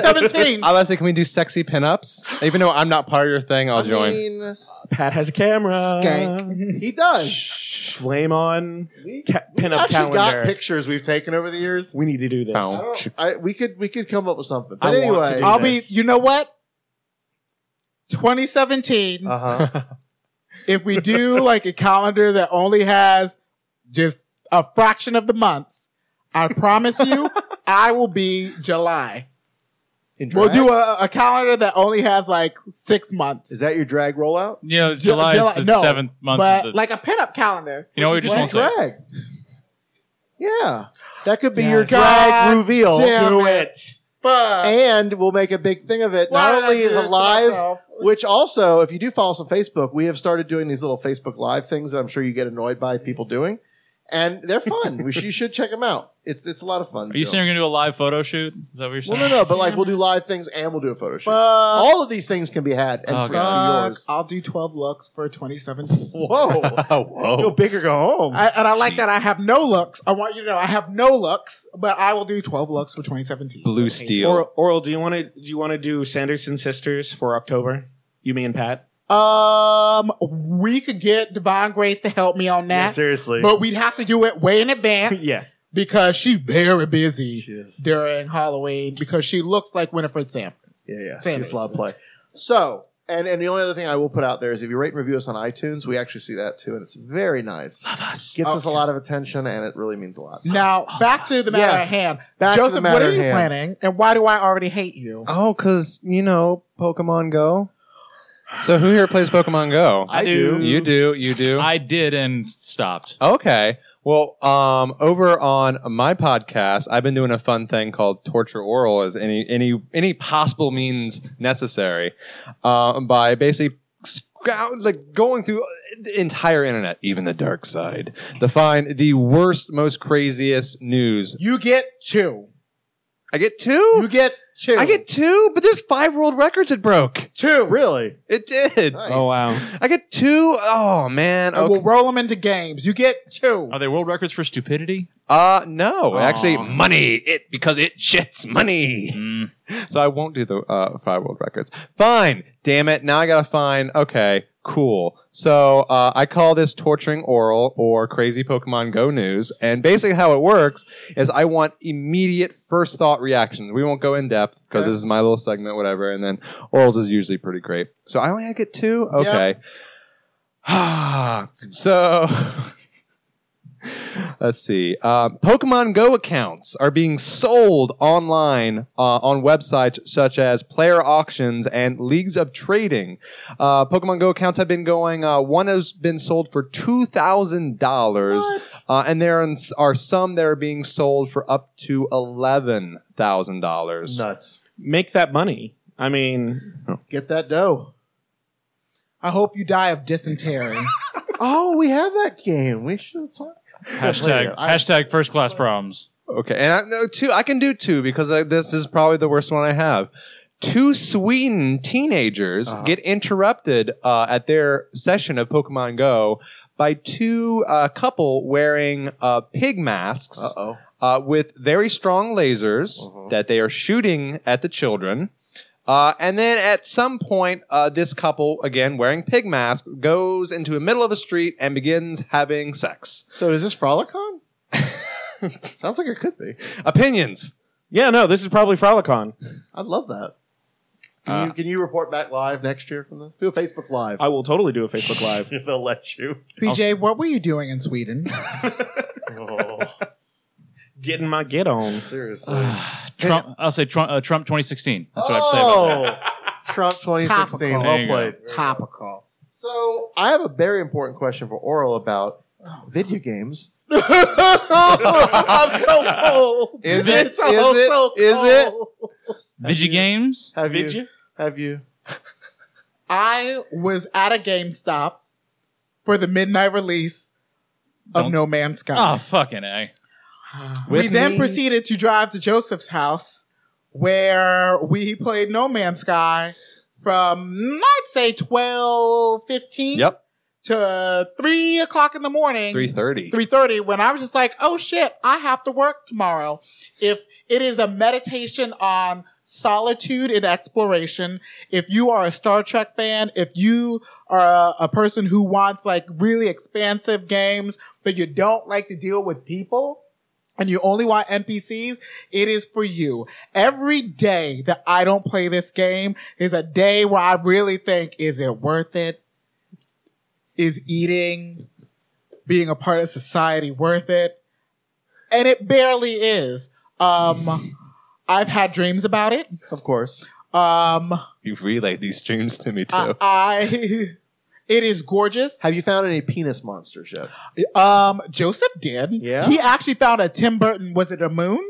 [SPEAKER 3] 2017.
[SPEAKER 6] I was like, can we do sexy pinups? Even though I'm not part of your thing, I'll
[SPEAKER 2] I
[SPEAKER 6] join.
[SPEAKER 2] mean,
[SPEAKER 5] Pat has a camera.
[SPEAKER 3] Skank.
[SPEAKER 2] he does.
[SPEAKER 5] Shh, Flame on
[SPEAKER 2] We-
[SPEAKER 5] ca-
[SPEAKER 2] we
[SPEAKER 5] pinup
[SPEAKER 2] actually got
[SPEAKER 5] calendar.
[SPEAKER 2] pictures we've taken over the years.
[SPEAKER 5] We need to do this.
[SPEAKER 2] I
[SPEAKER 6] Bow.
[SPEAKER 2] don't- I- we could we could come up with something. But
[SPEAKER 5] I want to
[SPEAKER 2] anyway,
[SPEAKER 5] do
[SPEAKER 3] I'll be.
[SPEAKER 5] Yes.
[SPEAKER 3] You know what? 2017.
[SPEAKER 2] uh huh.
[SPEAKER 3] if we do like a calendar that only has just a fraction of the months, I promise you, I will be July. We'll do a, a calendar that only has like six months.
[SPEAKER 2] Is that your drag rollout?
[SPEAKER 4] You know,
[SPEAKER 3] Ju-
[SPEAKER 4] July,
[SPEAKER 3] July-
[SPEAKER 4] is the
[SPEAKER 3] no,
[SPEAKER 4] seventh month.
[SPEAKER 3] But
[SPEAKER 4] of the,
[SPEAKER 3] like a pinup calendar.
[SPEAKER 4] you know, we just
[SPEAKER 2] Drag
[SPEAKER 4] won't say. it.
[SPEAKER 2] drag. Yeah, that could be your
[SPEAKER 5] Yes.
[SPEAKER 2] drag
[SPEAKER 3] God
[SPEAKER 2] reveal,
[SPEAKER 3] damn
[SPEAKER 5] Do
[SPEAKER 3] it.
[SPEAKER 5] it.
[SPEAKER 3] But
[SPEAKER 2] and we'll make a big thing of it.
[SPEAKER 3] Uh, Why
[SPEAKER 2] Not
[SPEAKER 3] did I
[SPEAKER 2] only
[SPEAKER 3] do
[SPEAKER 2] is
[SPEAKER 3] this
[SPEAKER 2] it
[SPEAKER 3] to
[SPEAKER 2] live,
[SPEAKER 3] myself?
[SPEAKER 2] which also, if you do follow us on Facebook, we have started doing these little Facebook live things that I'm sure you get annoyed by people doing, and they're fun. we, sh- you should check them out. It's it's a lot of fun.
[SPEAKER 4] Are you
[SPEAKER 2] to do
[SPEAKER 4] saying you're gonna do a live photo shoot? Is that what you're
[SPEAKER 2] Well,
[SPEAKER 4] saying?
[SPEAKER 2] no, no, but like we'll do live things and we'll do a photo shoot.
[SPEAKER 3] fuck,
[SPEAKER 2] All of these things can be had and
[SPEAKER 4] Oh,
[SPEAKER 2] free
[SPEAKER 3] fuck,
[SPEAKER 2] yours.
[SPEAKER 3] I'll do 12 looks for 2017.
[SPEAKER 2] Whoa. Go
[SPEAKER 6] Whoa.
[SPEAKER 2] big or go home.
[SPEAKER 3] I, and I like that I have no looks. I want you to know I have no looks, but I will do 12 looks for 2017.
[SPEAKER 6] Blue
[SPEAKER 3] Okay.
[SPEAKER 6] steel.
[SPEAKER 5] Oral, Oral, do you want to do you want to do Sanderson sisters for October? You, me, and Pat.
[SPEAKER 3] Um, we could get Divine Grace to help me on that.
[SPEAKER 2] seriously.
[SPEAKER 3] But we'd have to do it way in advance
[SPEAKER 5] yes.
[SPEAKER 3] because she's very busy
[SPEAKER 2] She is.
[SPEAKER 3] during Halloween because she looks like Winifred Sanford.
[SPEAKER 2] Yeah, yeah.
[SPEAKER 3] Same
[SPEAKER 2] It's
[SPEAKER 3] as
[SPEAKER 2] a lot of
[SPEAKER 3] me.
[SPEAKER 2] play. So, and, and the only other thing I will put out there is if you rate and review us on iTunes, we actually see that too, and it's very nice. Love us. Gets us a
[SPEAKER 3] Okay.
[SPEAKER 2] lot of attention, and it really means a lot. So
[SPEAKER 3] Now, back to the matter
[SPEAKER 2] Yes.
[SPEAKER 3] at hand.
[SPEAKER 2] back to the
[SPEAKER 3] Joseph,
[SPEAKER 2] matter
[SPEAKER 3] what are
[SPEAKER 2] at
[SPEAKER 3] you
[SPEAKER 2] hand.
[SPEAKER 3] planning and why do I already hate you?
[SPEAKER 6] Oh, because, you know, Pokemon Go. So who here plays Pokemon Go?
[SPEAKER 4] I do.
[SPEAKER 6] You do. You do.
[SPEAKER 4] I did and stopped.
[SPEAKER 6] Okay. Well, um, over on my podcast, I've been doing a fun thing called torture oral as any any any possible means necessary, uh, by basically scout, like going through the entire internet, even the dark side, to find the worst, most craziest news.
[SPEAKER 3] You get two.
[SPEAKER 6] I get
[SPEAKER 3] You
[SPEAKER 6] two.
[SPEAKER 3] get two.
[SPEAKER 6] I get two, but there's five world records it broke.
[SPEAKER 3] two.
[SPEAKER 2] Really?
[SPEAKER 6] It did.
[SPEAKER 2] Nice.
[SPEAKER 5] Oh wow.
[SPEAKER 6] I get two. Oh man.
[SPEAKER 3] And
[SPEAKER 6] Okay.
[SPEAKER 3] we'll roll them into games. You get two.
[SPEAKER 4] Are they world records for stupidity?
[SPEAKER 6] Uh no, actually
[SPEAKER 4] Aw.
[SPEAKER 6] money. It because it shits money.
[SPEAKER 4] Mm.
[SPEAKER 6] So I won't do the uh, five world records. Fine. Damn it. Now I gotta find. Okay. Cool. So uh, I call this torturing oral or crazy Pokemon Go news. And basically, how it works is I want immediate first thought reactions. We won't go in depth because
[SPEAKER 3] Okay.
[SPEAKER 6] this is my little segment, whatever. And then orals is usually pretty great. So I only get two. Okay. so. Let's see. Um, Pokemon Go accounts are being sold online uh, on websites such as Player Auctions and Leagues of Trading. Uh, Pokemon Go accounts have been going. Uh, one has been sold for two thousand dollars, uh, and there are some that are being sold for up to eleven thousand dollars.
[SPEAKER 2] Nuts.
[SPEAKER 5] Make that money. I mean,
[SPEAKER 2] Get that dough.
[SPEAKER 3] I hope you die of dysentery.
[SPEAKER 2] Oh, we have that game. We should talk.
[SPEAKER 4] Hashtag
[SPEAKER 2] I-
[SPEAKER 4] hashtag first class problems.
[SPEAKER 6] Okay, and I no two. I can do two because I, this is probably the worst one I have. Two Sweden teenagers
[SPEAKER 2] Uh-huh.
[SPEAKER 6] get interrupted uh, at their session of Pokemon Go by two uh, couple wearing uh, pig masks
[SPEAKER 2] Uh oh.
[SPEAKER 6] uh, with very strong lasers
[SPEAKER 2] Uh-huh.
[SPEAKER 6] that they are shooting at the children. Uh, and then at some point, uh, this couple, again wearing pig masks, goes into the middle of a street and begins having sex.
[SPEAKER 2] So is this Frolicon? Sounds like it could be.
[SPEAKER 6] Opinions.
[SPEAKER 5] yeah, no, this is probably Frolicon.
[SPEAKER 2] I'd love that. Can,
[SPEAKER 4] Uh,
[SPEAKER 2] you, can you report back live next year from this? Do a Facebook Live.
[SPEAKER 5] I will totally do a Facebook Live.
[SPEAKER 2] if they'll let you.
[SPEAKER 3] PJ, what were you doing in Sweden?
[SPEAKER 5] Getting my get on.
[SPEAKER 2] Oh. Seriously.
[SPEAKER 4] Trump. I'll say Trump. Uh, Trump 2016. That's what I'd say about that.
[SPEAKER 2] Oh, Trump 2016.
[SPEAKER 3] Topical.
[SPEAKER 4] There
[SPEAKER 2] Well
[SPEAKER 4] you go.
[SPEAKER 2] played.
[SPEAKER 3] Topical.
[SPEAKER 2] So I have a very important question for Oral about video games.
[SPEAKER 3] I'm so cold.
[SPEAKER 2] Is it?
[SPEAKER 3] It's so,
[SPEAKER 2] Is it?
[SPEAKER 3] so
[SPEAKER 2] Is it?
[SPEAKER 3] cold.
[SPEAKER 4] Vigi Games.
[SPEAKER 2] Have
[SPEAKER 5] Did you?
[SPEAKER 2] Have you?
[SPEAKER 3] I was at a GameStop for the midnight release of
[SPEAKER 4] Don't-
[SPEAKER 3] No Man's Sky.
[SPEAKER 4] Oh fucking a.
[SPEAKER 3] we
[SPEAKER 2] With
[SPEAKER 3] then
[SPEAKER 2] me?
[SPEAKER 3] proceeded to drive to Joseph's house where we played No Man's Sky from, I'd say, 12, 15
[SPEAKER 6] Yep.
[SPEAKER 3] to 3 o'clock in the morning.
[SPEAKER 6] Three thirty.
[SPEAKER 3] 3.30 when i was just like oh shit i have to work tomorrow if it is a meditation on solitude and exploration if you are a star trek fan if you are a, a person who wants like really expansive games but you don't like to deal with people and you only want NPCs, it is for you. Every day that I don't play this game is a day where I really think, is it worth it? Is eating being a part of society worth it? And it barely is. Um, I've had dreams about it.
[SPEAKER 2] Of course.
[SPEAKER 3] Um,
[SPEAKER 6] You relayed these streams to me too.
[SPEAKER 3] I, I it is gorgeous.
[SPEAKER 2] Have you found any penis monsters yet?
[SPEAKER 3] Um, Joseph did.
[SPEAKER 2] Yeah?
[SPEAKER 3] He actually found a Tim Burton. Was it a moon?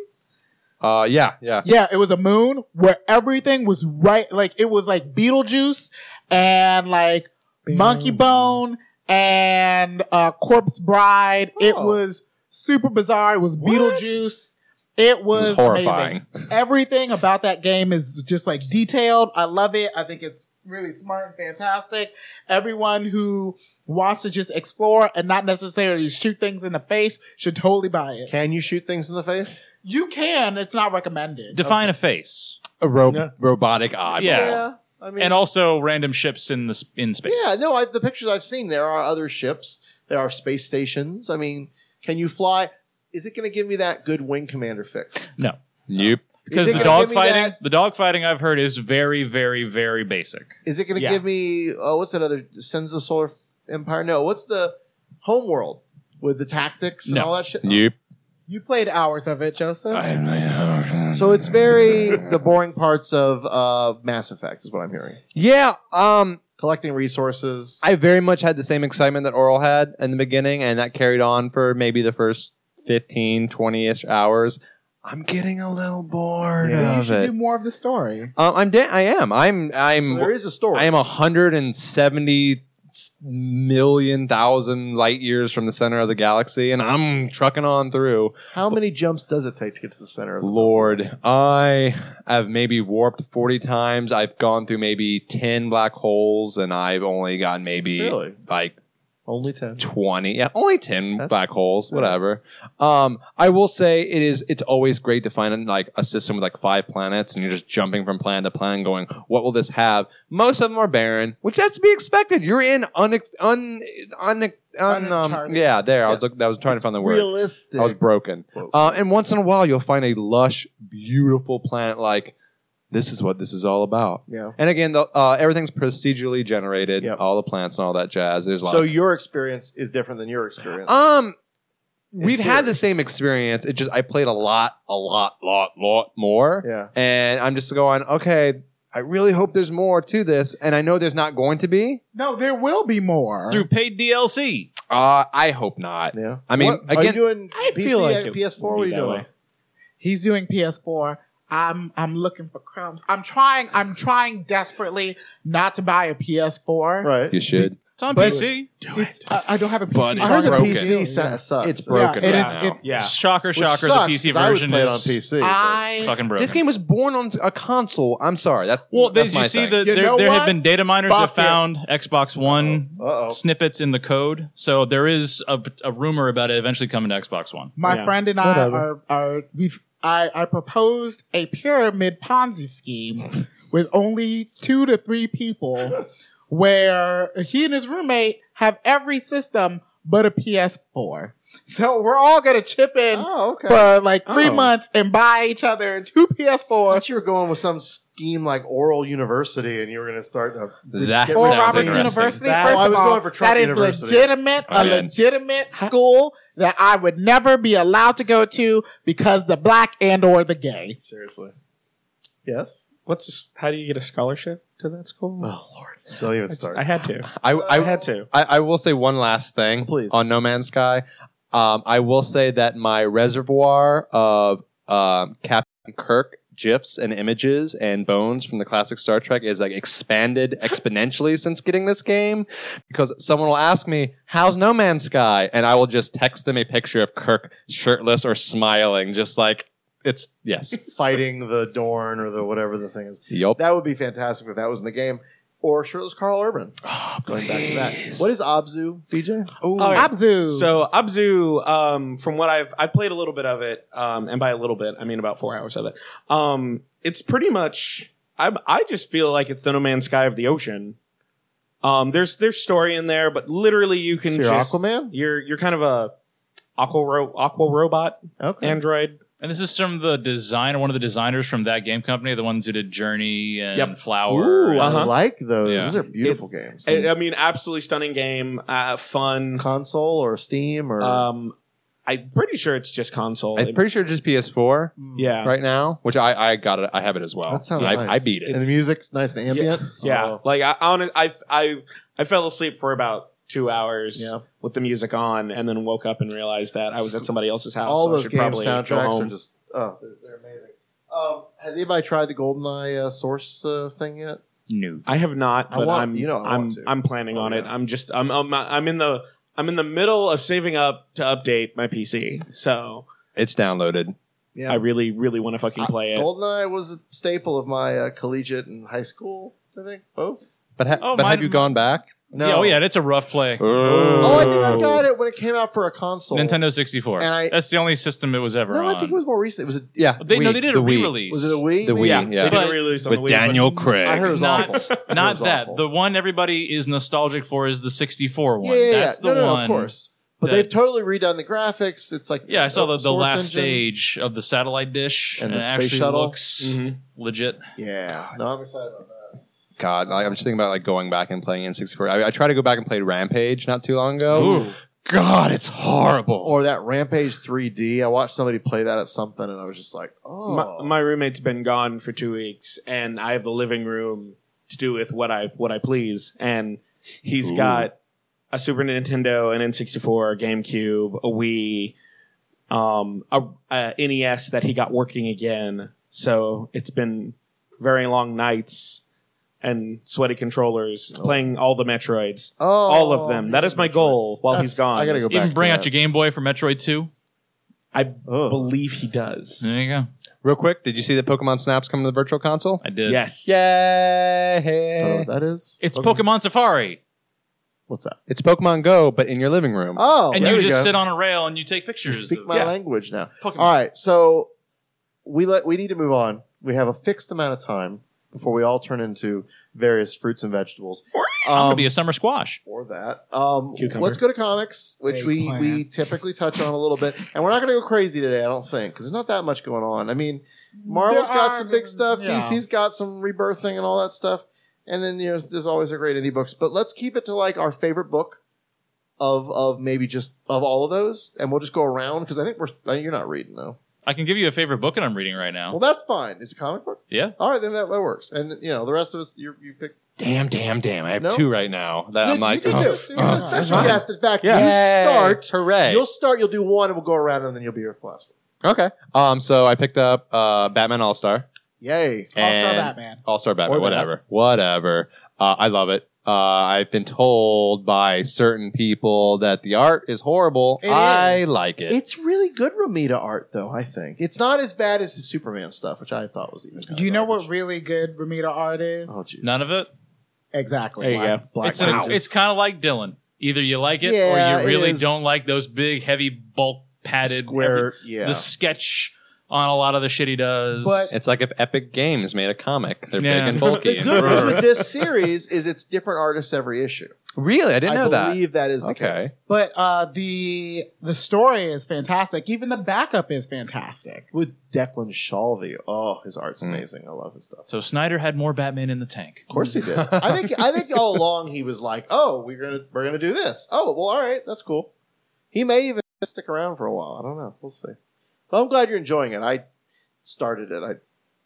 [SPEAKER 6] uh, yeah, yeah.
[SPEAKER 3] Yeah, it was a moon where everything was right. Like it was like Beetlejuice and like Monkey Bone and uh, Corpse Bride. It
[SPEAKER 2] Oh.
[SPEAKER 3] was super bizarre. It was Beetlejuice. It
[SPEAKER 6] It
[SPEAKER 3] was,
[SPEAKER 6] was horrifying.
[SPEAKER 3] amazing. Everything about that game is just like detailed. I love it. I think it's really smart and fantastic. Everyone who wants to just explore and not necessarily shoot things in the face should totally buy it.
[SPEAKER 2] Can you shoot things in the face?
[SPEAKER 3] You can. It's not recommended.
[SPEAKER 4] Define a face.
[SPEAKER 6] A ro-
[SPEAKER 5] Yeah.
[SPEAKER 6] robotic eye.
[SPEAKER 4] Yeah.
[SPEAKER 2] I mean,
[SPEAKER 4] And also random ships in the s- in space.
[SPEAKER 2] yeah. No, I, the pictures I've seen, there are other ships. There are space stations. I mean, can you fly? Is it going to give me that good wing commander fix?
[SPEAKER 6] Nope.
[SPEAKER 4] because
[SPEAKER 2] Is it gonna give
[SPEAKER 4] the dog
[SPEAKER 2] me
[SPEAKER 4] fighting,
[SPEAKER 2] that-
[SPEAKER 4] the dog fighting I've heard is very, very, very basic.
[SPEAKER 2] Is it going to
[SPEAKER 5] Yeah.
[SPEAKER 2] give me? Oh, what's that other? Sons of the Solar Empire? No. What's the Homeworld with the tactics and
[SPEAKER 4] No.
[SPEAKER 2] all that shit?
[SPEAKER 6] Nope.
[SPEAKER 3] You played hours of it, Joseph.
[SPEAKER 2] So it's very the boring parts of uh, Mass Effect is what I'm hearing.
[SPEAKER 6] Yeah. Um.
[SPEAKER 2] Collecting resources.
[SPEAKER 6] I very much had the same excitement that Oral had in the beginning, and that carried on for maybe the first 15, 20 ish hours. I'm getting a little bored
[SPEAKER 2] Yeah.
[SPEAKER 3] Maybe you
[SPEAKER 6] of
[SPEAKER 3] should
[SPEAKER 6] it.
[SPEAKER 3] do more of the story.
[SPEAKER 6] um, I'm. Da- I am. I'm. I'm.
[SPEAKER 2] there is a story.
[SPEAKER 6] I am 170 million thousand light years from the center of the galaxy, and I'm trucking on through.
[SPEAKER 2] How many jumps does it take to get to the center of the
[SPEAKER 6] Lord, I have maybe warped 40 times. I've gone through maybe 10 black holes, and I've only gotten maybe
[SPEAKER 2] Really?
[SPEAKER 6] like
[SPEAKER 2] Only ten.
[SPEAKER 6] 20 yeah only 10
[SPEAKER 2] That's-
[SPEAKER 6] black holes
[SPEAKER 2] that's-
[SPEAKER 6] whatever um i will say it is it's always great to find like a system with like five planets and you're just jumping from planet to planet going what will this have most of them are barren which that's to be expected you're in un un un, un um,
[SPEAKER 3] Uncharted.
[SPEAKER 6] yeah there i was
[SPEAKER 2] Yeah.
[SPEAKER 6] looking i was trying to find the word
[SPEAKER 2] Realistic.
[SPEAKER 6] i was broken
[SPEAKER 2] Whoa.
[SPEAKER 6] uh, and once in a while you'll find a lush beautiful planet like this is what this is all about
[SPEAKER 2] yeah.
[SPEAKER 6] and again the, uh, everything's procedurally generated
[SPEAKER 2] Yep.
[SPEAKER 6] all the plants and all that jazz there's a lot
[SPEAKER 2] So
[SPEAKER 6] of
[SPEAKER 2] your experience is different than your experience.
[SPEAKER 6] um, we've had
[SPEAKER 2] theory.
[SPEAKER 6] the same experience. It just I played a lot, a lot, lot, lot more,
[SPEAKER 2] yeah.
[SPEAKER 6] and I'm just going, okay. I really hope there's more to this, and I know there's not going to be.
[SPEAKER 3] No, there will be more.
[SPEAKER 4] Through paid DLC.
[SPEAKER 6] Uh, I hope not.
[SPEAKER 2] Yeah.
[SPEAKER 6] I mean,
[SPEAKER 2] What- are you
[SPEAKER 6] again-
[SPEAKER 2] doing
[SPEAKER 5] I
[SPEAKER 2] PC
[SPEAKER 5] feel like
[SPEAKER 2] and
[SPEAKER 5] it
[SPEAKER 2] PS4?
[SPEAKER 5] would
[SPEAKER 2] What are
[SPEAKER 5] be
[SPEAKER 2] you
[SPEAKER 5] that
[SPEAKER 2] doing?
[SPEAKER 5] way.
[SPEAKER 3] He's doing PS4. I'm I'm looking for crumbs. I'm trying I'm trying desperately not to buy a PS4.
[SPEAKER 2] Right.
[SPEAKER 6] You should.
[SPEAKER 4] It's on
[SPEAKER 3] But-
[SPEAKER 4] PC.
[SPEAKER 3] It's, I, I don't have a PC.
[SPEAKER 6] But
[SPEAKER 2] I heard the
[SPEAKER 6] broken.
[SPEAKER 2] PC sa- sucks.
[SPEAKER 6] It's broken.
[SPEAKER 3] Yeah, it
[SPEAKER 6] right
[SPEAKER 3] is-
[SPEAKER 6] now.
[SPEAKER 3] it-
[SPEAKER 5] Yeah.
[SPEAKER 4] Shocker,
[SPEAKER 2] Which
[SPEAKER 4] shocker.
[SPEAKER 2] sucks,
[SPEAKER 4] the PC
[SPEAKER 2] 'cause I would
[SPEAKER 4] version
[SPEAKER 2] play it on
[SPEAKER 4] is
[SPEAKER 2] PC. but-
[SPEAKER 3] I
[SPEAKER 4] fucking broken.
[SPEAKER 6] This game was born on a console. I'm sorry. That's
[SPEAKER 4] well,
[SPEAKER 6] that's
[SPEAKER 4] did you
[SPEAKER 6] my
[SPEAKER 4] see
[SPEAKER 6] thing.
[SPEAKER 4] that
[SPEAKER 3] You
[SPEAKER 4] there,
[SPEAKER 3] know
[SPEAKER 4] there have
[SPEAKER 3] what?
[SPEAKER 4] been data miners
[SPEAKER 3] Fuck it.
[SPEAKER 4] that found Xbox
[SPEAKER 2] Oh.
[SPEAKER 4] One
[SPEAKER 2] Uh-oh.
[SPEAKER 4] snippets in the code. So there is a, a rumor about it eventually coming to Xbox One.
[SPEAKER 3] my
[SPEAKER 5] Yeah.
[SPEAKER 3] friend and I
[SPEAKER 5] Whatever.
[SPEAKER 3] are are we've I, I proposed a pyramid Ponzi scheme with only two to three people where he and his roommate have every system but a PS4. So we're all gonna chip in
[SPEAKER 2] Oh, okay.
[SPEAKER 3] for like three
[SPEAKER 5] Oh.
[SPEAKER 3] months and buy each other two
[SPEAKER 2] I
[SPEAKER 3] PS4s
[SPEAKER 2] thought you were going with some scheme like Oral University, and you were going to start a
[SPEAKER 6] That
[SPEAKER 2] get
[SPEAKER 3] or
[SPEAKER 2] rid of
[SPEAKER 6] sounds
[SPEAKER 3] Roberts
[SPEAKER 2] things.
[SPEAKER 6] interesting.
[SPEAKER 3] University.
[SPEAKER 5] That-
[SPEAKER 3] First
[SPEAKER 2] Oh, I was
[SPEAKER 3] of all,
[SPEAKER 2] going for Trump
[SPEAKER 3] that is
[SPEAKER 2] University.
[SPEAKER 3] legitimate,
[SPEAKER 6] Oh,
[SPEAKER 3] a
[SPEAKER 6] yeah.
[SPEAKER 3] legitimate school that I would never be allowed to go to because the black and or the gay.
[SPEAKER 2] Seriously. Yes.
[SPEAKER 5] What's this, how do you get a scholarship to that school?
[SPEAKER 2] Oh Lord. Don't even
[SPEAKER 5] I, just-
[SPEAKER 2] start.
[SPEAKER 5] I had to.
[SPEAKER 6] I, I
[SPEAKER 5] I had to.
[SPEAKER 6] I, I will say one last thing
[SPEAKER 2] Please.
[SPEAKER 6] on No Man's Sky. Um, I will say that my reservoir of um, Captain Kirk gifs and images and bones from the classic Star Trek is like expanded exponentially since getting this game because someone will ask me, "How's No Man's Sky?" and I will just text them a picture of Kirk shirtless or smiling, just like it's yes,
[SPEAKER 2] fighting the Dorn or the whatever the thing is.
[SPEAKER 6] yup.
[SPEAKER 2] That would be fantastic if that was in the game. Or shirtless Carl Urban. Going back to that. What is Abzu, DJ?
[SPEAKER 3] Ooh,
[SPEAKER 5] All right.
[SPEAKER 3] Abzu.
[SPEAKER 5] So Abzu, um, from what I've I played a little bit of it, um, and by a little bit I mean about four hours of it. Um, it's pretty much I I just feel like it's the No Man's Sky of the ocean. Um, there's there's story in there, but literally you can
[SPEAKER 2] So you're
[SPEAKER 5] just
[SPEAKER 2] Aquaman?
[SPEAKER 5] You're you're kind of a aqua ro- aqua robot
[SPEAKER 2] Okay.
[SPEAKER 5] android.
[SPEAKER 4] And this is from the designer, one of the designers from that game company, the ones who did Journey and
[SPEAKER 5] Yep.
[SPEAKER 4] Flower.
[SPEAKER 2] Ooh,
[SPEAKER 4] and-
[SPEAKER 2] I
[SPEAKER 5] Uh-huh.
[SPEAKER 2] like those.
[SPEAKER 4] Yeah.
[SPEAKER 2] These are beautiful games.
[SPEAKER 5] I, I mean, absolutely stunning game, uh, fun.
[SPEAKER 2] Console or Steam or
[SPEAKER 5] Um, I'm pretty sure it's just console.
[SPEAKER 6] I'm pretty sure just PS4
[SPEAKER 5] yeah.
[SPEAKER 6] right now, which I, I got it. I have it as well.
[SPEAKER 2] That sounds
[SPEAKER 6] I,
[SPEAKER 2] nice.
[SPEAKER 6] I beat it.
[SPEAKER 2] and the music's nice and ambient.
[SPEAKER 5] Yeah,
[SPEAKER 2] Oh,
[SPEAKER 5] like I honest, I I I fell asleep for about two hours
[SPEAKER 2] Yeah.
[SPEAKER 5] with the music on, and then woke up and realized that I was at somebody else's house.
[SPEAKER 2] all
[SPEAKER 5] so I
[SPEAKER 2] those
[SPEAKER 5] should
[SPEAKER 2] game
[SPEAKER 5] probably go
[SPEAKER 2] soundtracks
[SPEAKER 5] home.
[SPEAKER 2] are just oh, they're, they're amazing. Um, has anybody tried the GoldenEye uh, Source uh, thing yet?
[SPEAKER 4] New.
[SPEAKER 5] I have not,
[SPEAKER 2] I
[SPEAKER 5] but
[SPEAKER 2] want-
[SPEAKER 5] I'm
[SPEAKER 2] you know I
[SPEAKER 5] I'm
[SPEAKER 2] want to.
[SPEAKER 5] I'm planning
[SPEAKER 2] Oh,
[SPEAKER 5] on it.
[SPEAKER 2] yeah.
[SPEAKER 5] I'm just I'm, I'm I'm in the I'm in the middle of saving up to update my PC, so
[SPEAKER 6] It's downloaded.
[SPEAKER 2] Yeah,
[SPEAKER 5] I really really want to fucking
[SPEAKER 2] I-
[SPEAKER 5] play it.
[SPEAKER 2] GoldenEye was a staple of my uh, collegiate and high school. I think both.
[SPEAKER 6] But, ha-
[SPEAKER 4] Oh,
[SPEAKER 6] but
[SPEAKER 4] mine-
[SPEAKER 6] have you gone back?
[SPEAKER 2] No.
[SPEAKER 4] Yeah, oh, yeah, it's a rough play.
[SPEAKER 2] Oh, I think I got it when it came out for a console.
[SPEAKER 4] Nintendo 64.
[SPEAKER 2] And I-
[SPEAKER 4] That's the only system it was ever
[SPEAKER 2] No,
[SPEAKER 4] on.
[SPEAKER 2] I think it was more recent. It was a,
[SPEAKER 6] Yeah.
[SPEAKER 4] they, no,
[SPEAKER 6] Wii-
[SPEAKER 4] they did
[SPEAKER 6] the
[SPEAKER 4] a
[SPEAKER 6] Wii.
[SPEAKER 4] re-release.
[SPEAKER 2] was it a Wii?
[SPEAKER 6] The
[SPEAKER 2] maybe?
[SPEAKER 6] Wii,
[SPEAKER 5] They
[SPEAKER 6] yeah.
[SPEAKER 5] did
[SPEAKER 4] But-
[SPEAKER 5] a release on
[SPEAKER 6] With
[SPEAKER 5] the Wii, but-
[SPEAKER 6] Daniel Craig.
[SPEAKER 2] I heard it was
[SPEAKER 4] Not-
[SPEAKER 2] awful. I heard it
[SPEAKER 4] Not
[SPEAKER 2] was
[SPEAKER 4] that.
[SPEAKER 2] awful.
[SPEAKER 4] The one everybody is nostalgic for is the 64
[SPEAKER 2] yeah,
[SPEAKER 4] one.
[SPEAKER 2] yeah, yeah.
[SPEAKER 4] That's the
[SPEAKER 2] no, no, no,
[SPEAKER 4] one.
[SPEAKER 2] of course. But
[SPEAKER 4] that-
[SPEAKER 2] they've totally redone the graphics. It's like
[SPEAKER 4] Yeah, I saw the, the
[SPEAKER 2] Source
[SPEAKER 4] last
[SPEAKER 2] engine.
[SPEAKER 4] stage of the satellite dish,
[SPEAKER 2] And
[SPEAKER 4] and,
[SPEAKER 2] the
[SPEAKER 4] it
[SPEAKER 2] space
[SPEAKER 4] actually
[SPEAKER 2] shuttle. Mm-hmm.
[SPEAKER 4] looks
[SPEAKER 5] Mhm.
[SPEAKER 4] legit.
[SPEAKER 2] Yeah, no, I'm excited about that.
[SPEAKER 6] God, I- I'm just thinking about like going back and playing N64. I, I tried to go back and play Rampage not too long ago. God, it's horrible.
[SPEAKER 2] Or that Rampage 3D. I watched somebody play that at something, and I was just like, oh,
[SPEAKER 5] my, my roommate's been gone for two weeks, and I have the living room to do with what I what I please. And he's
[SPEAKER 6] Ooh.
[SPEAKER 5] got a Super Nintendo, an N sixty four, GameCube, a Wii, um, a, a NES that he got working again. So it's been very long nights and sweaty controllers playing all the Metroids.
[SPEAKER 2] oh,
[SPEAKER 5] All of them. That is my goal while he's
[SPEAKER 2] That's-
[SPEAKER 5] gone.
[SPEAKER 2] I gotta go back.
[SPEAKER 4] Even bring
[SPEAKER 2] to
[SPEAKER 4] out your Game Boy for Metroid 2.
[SPEAKER 5] I
[SPEAKER 2] Ugh.
[SPEAKER 5] believe he does.
[SPEAKER 4] There you go.
[SPEAKER 6] Real quick, did you see that Pokemon Snaps coming to the Virtual Console?
[SPEAKER 4] I did.
[SPEAKER 5] Yes.
[SPEAKER 2] I don't know
[SPEAKER 6] Yay!
[SPEAKER 2] what that is.
[SPEAKER 4] It's Pokemon Safari.
[SPEAKER 2] What's that?
[SPEAKER 6] It's Pokemon Go, but in your living room.
[SPEAKER 2] Oh,
[SPEAKER 4] and
[SPEAKER 2] there
[SPEAKER 4] you
[SPEAKER 2] we
[SPEAKER 4] just
[SPEAKER 2] go.
[SPEAKER 4] sit on a rail and you take
[SPEAKER 2] You
[SPEAKER 4] pictures.
[SPEAKER 2] speak
[SPEAKER 4] of-
[SPEAKER 2] my
[SPEAKER 5] yeah.
[SPEAKER 2] language now.
[SPEAKER 4] Pokemon.
[SPEAKER 2] All right, so we let we need to move on. We have a fixed amount of time before we all turn into various fruits and vegetables.
[SPEAKER 4] I'm going to
[SPEAKER 2] Um,
[SPEAKER 4] be a summer squash.
[SPEAKER 2] or that. Um,
[SPEAKER 5] Cucumber.
[SPEAKER 2] let's go to comics, which we,
[SPEAKER 3] Eggplant.
[SPEAKER 2] we typically touch on a little bit, and we're not going to go crazy today, I don't think, because there's not that much going on. I mean, Marvel's
[SPEAKER 3] There
[SPEAKER 2] got
[SPEAKER 3] are-
[SPEAKER 2] some big stuff,
[SPEAKER 3] yeah.
[SPEAKER 2] DC's got some rebirthing and all that stuff, and then you know there's always a great indie books. But let's keep it to like our favorite book of of maybe just of all of those, and we'll just go around because I think we're uh, you're not reading though.
[SPEAKER 4] I can give you a favorite book that I'm reading right now.
[SPEAKER 2] Well, that's fine. It's a comic book.
[SPEAKER 4] yeah.
[SPEAKER 2] All right, then that, that works. And you know the rest of us, you you pick.
[SPEAKER 6] Damn, damn, damn. I have
[SPEAKER 2] No.
[SPEAKER 6] two right now that
[SPEAKER 2] you,
[SPEAKER 6] I'm like,
[SPEAKER 2] you can
[SPEAKER 6] oh,
[SPEAKER 2] do. it. You're the
[SPEAKER 6] oh,
[SPEAKER 2] special
[SPEAKER 6] fine.
[SPEAKER 2] guest. In fact,
[SPEAKER 5] Yeah.
[SPEAKER 2] you start.
[SPEAKER 6] Hooray.
[SPEAKER 2] You'll start. You'll do one, and we'll go around, and then you'll be your last one.
[SPEAKER 6] Okay. Um. So I picked up uh, Batman All Star.
[SPEAKER 2] Yay!
[SPEAKER 3] All Star Batman.
[SPEAKER 6] All Star Batman.
[SPEAKER 2] Or that.
[SPEAKER 6] whatever. Whatever. Uh, I love it. Uh, I've been told by certain people that the art is horrible.
[SPEAKER 3] It
[SPEAKER 6] I
[SPEAKER 3] is.
[SPEAKER 6] like it.
[SPEAKER 2] It's really good Ramita art, though. I think it's not as bad as the Superman stuff, which I thought was even. kinda
[SPEAKER 3] Do you know what
[SPEAKER 2] garbage.
[SPEAKER 3] really good Ramita art is?
[SPEAKER 2] Oh, geez.
[SPEAKER 4] None of it.
[SPEAKER 3] Exactly.
[SPEAKER 6] there you go.
[SPEAKER 2] Black
[SPEAKER 4] it's an,
[SPEAKER 2] Panther.
[SPEAKER 4] it's kind of like Dylan. Either you like it
[SPEAKER 2] Yeah,
[SPEAKER 4] or
[SPEAKER 2] it
[SPEAKER 4] you really
[SPEAKER 2] is.
[SPEAKER 4] don't like those big, heavy, bulk padded
[SPEAKER 2] square.
[SPEAKER 4] every-
[SPEAKER 2] yeah.
[SPEAKER 4] The sketch on a lot of the shit he does.
[SPEAKER 3] But-
[SPEAKER 6] It's like if Epic Games made a comic. They're
[SPEAKER 4] Yeah.
[SPEAKER 6] big and
[SPEAKER 2] the
[SPEAKER 6] bulky. and
[SPEAKER 2] good news
[SPEAKER 6] brr.
[SPEAKER 2] with this series is it's different artists every issue.
[SPEAKER 6] really, I didn't know
[SPEAKER 2] I
[SPEAKER 6] that.
[SPEAKER 2] believe that is the
[SPEAKER 6] Okay.
[SPEAKER 2] case.
[SPEAKER 3] But uh, the the story is fantastic. Even the backup is fantastic.
[SPEAKER 2] With Declan Shalvey, oh, his art's
[SPEAKER 6] Mm.
[SPEAKER 2] amazing. I love his stuff.
[SPEAKER 4] so Snyder had more Batman in the tank.
[SPEAKER 2] Of course he did. I think I think all along he was like, "Oh, we're gonna we're gonna do this." Oh, well, all right, that's cool. He may even stick around for a while. I don't know. We'll see. But I'm glad you're enjoying it. I started it. I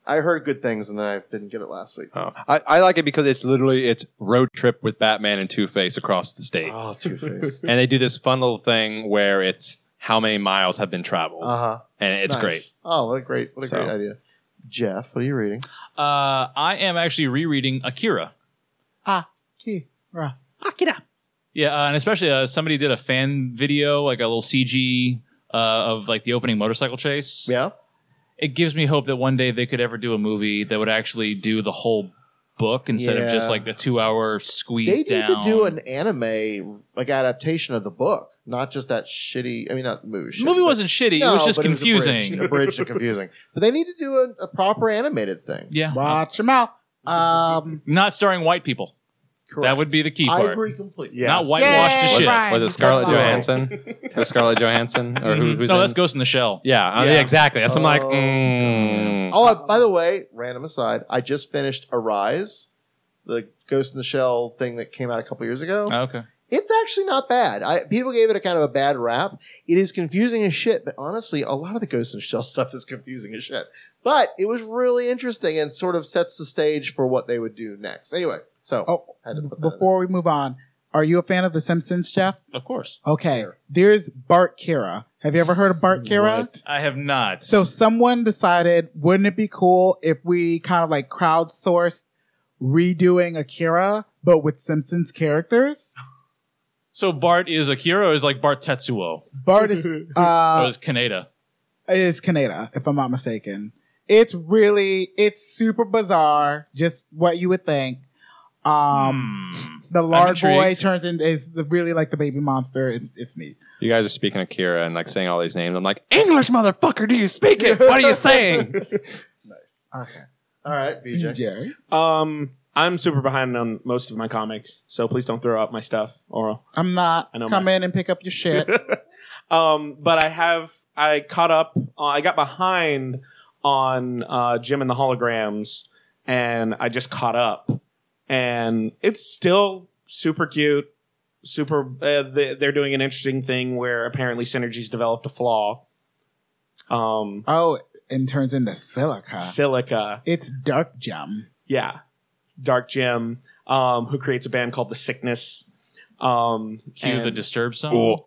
[SPEAKER 2] I heard good things, and then I didn't get it last week.
[SPEAKER 6] Oh, I, I like it because it's literally it's road trip with Batman and Two Face across the state,
[SPEAKER 2] Oh, Two Face.
[SPEAKER 6] and they do this fun little thing where it's how many miles have been traveled,
[SPEAKER 2] Uh huh.
[SPEAKER 6] and it's
[SPEAKER 2] Nice.
[SPEAKER 6] great.
[SPEAKER 2] Oh, what a great, what a
[SPEAKER 6] So-
[SPEAKER 2] great idea. Jeff, what are you reading?
[SPEAKER 4] Uh, I am actually rereading Akira.
[SPEAKER 3] Akira.
[SPEAKER 4] Yeah, uh, and especially uh, somebody did a fan video, like a little CG uh, of like the opening motorcycle chase.
[SPEAKER 2] Yeah.
[SPEAKER 4] It gives me hope that one day they could ever do a movie that would actually do the whole book instead
[SPEAKER 2] Yeah.
[SPEAKER 4] of just like the two-hour squeeze
[SPEAKER 2] They need
[SPEAKER 4] down.
[SPEAKER 2] to do an anime like adaptation of the book, not just that shitty. I mean, not the movie.
[SPEAKER 4] The movie wasn't shitty. it was just confusing.
[SPEAKER 2] a bridge and confusing. But they need to do a, a proper animated thing.
[SPEAKER 4] yeah,
[SPEAKER 3] Watch your mouth. Um,
[SPEAKER 4] not starring white people. That would be the key
[SPEAKER 2] I
[SPEAKER 4] part.
[SPEAKER 2] agree completely.
[SPEAKER 5] Yeah.
[SPEAKER 4] Not whitewashed to
[SPEAKER 3] Yay,
[SPEAKER 4] shit.
[SPEAKER 3] right. Brian,
[SPEAKER 6] Was it Scarlett
[SPEAKER 3] that's all.
[SPEAKER 6] Johansson? was Scarlett Johansson or who,
[SPEAKER 4] Mhm.
[SPEAKER 6] who's
[SPEAKER 4] no,
[SPEAKER 6] in-
[SPEAKER 4] that's Ghost in the Shell.
[SPEAKER 6] Yeah, uh,
[SPEAKER 5] Yeah.
[SPEAKER 6] yeah. exactly. That's I'm like.
[SPEAKER 2] Oh,
[SPEAKER 6] Mm.
[SPEAKER 2] Oh, I, by the way, random aside, I just finished Arise, the Ghost in the Shell thing that came out a couple years ago.
[SPEAKER 4] Okay.
[SPEAKER 2] It's actually not bad. I, people gave it a kind of a bad rap. It is confusing as shit, but honestly, a lot of the Ghost in the Shell stuff is confusing as shit. But it was really interesting and sort of sets the stage for what they would do next. Anyway, so
[SPEAKER 3] Oh,
[SPEAKER 2] I had to put that in.
[SPEAKER 3] before we move on, are you a fan of The Simpsons, Jeff?
[SPEAKER 4] Of course.
[SPEAKER 3] Okay. There's Bart Kira. Have you ever heard of Bart Kira?
[SPEAKER 4] I have not.
[SPEAKER 3] So someone decided, wouldn't it be cool if we kind of like crowdsourced redoing Akira, but with Simpsons characters?
[SPEAKER 4] So Bart is Akira or is like Bart Tetsuo?
[SPEAKER 3] Bart is
[SPEAKER 4] or
[SPEAKER 3] uh,
[SPEAKER 4] is Kaneda?
[SPEAKER 3] is Kaneda, if I'm not mistaken. It's really it's super bizarre, just what you would think. Um,
[SPEAKER 4] Hmm.
[SPEAKER 3] the large boy
[SPEAKER 4] intrigued.
[SPEAKER 3] turns in is the- really like the baby monster. It's it's neat.
[SPEAKER 6] You guys are speaking Akira and like saying all these names. I'm like, English motherfucker, do you speak it? What are you saying?
[SPEAKER 2] Nice.
[SPEAKER 3] Okay,
[SPEAKER 2] All right, BJ.
[SPEAKER 3] DJ.
[SPEAKER 5] Um, I'm super behind on most of my comics, so please don't throw out my stuff, Oral.
[SPEAKER 3] I'm not
[SPEAKER 5] I know
[SPEAKER 3] come
[SPEAKER 5] mine.
[SPEAKER 3] in and pick up your shit.
[SPEAKER 5] um, but I have I caught up. Uh, I got behind on uh, Jim and the Holograms, and I just caught up, and it's still super cute. Super. Uh, they, they're doing an interesting thing where apparently synergy's developed a flaw. Um,
[SPEAKER 3] oh, and turns into silica.
[SPEAKER 5] silica.
[SPEAKER 3] it's dark gem.
[SPEAKER 5] Yeah, Dark Jim, um, who creates a band called The Sickness. Um,
[SPEAKER 4] Cue the
[SPEAKER 5] and-
[SPEAKER 4] disturb song.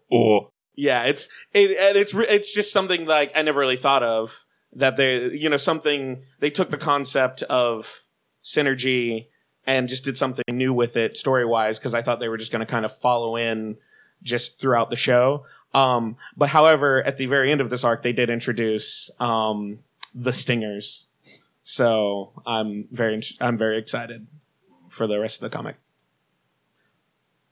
[SPEAKER 5] yeah, it's it and it's re- it's just something like I never really thought of that they you know something they took the concept of synergy and just did something new with it story wise because I thought they were just going to kind of follow in just throughout the show. Um, but however, at the very end of this arc, they did introduce um, the stingers, so I'm very int- I'm very excited for the rest of the comic.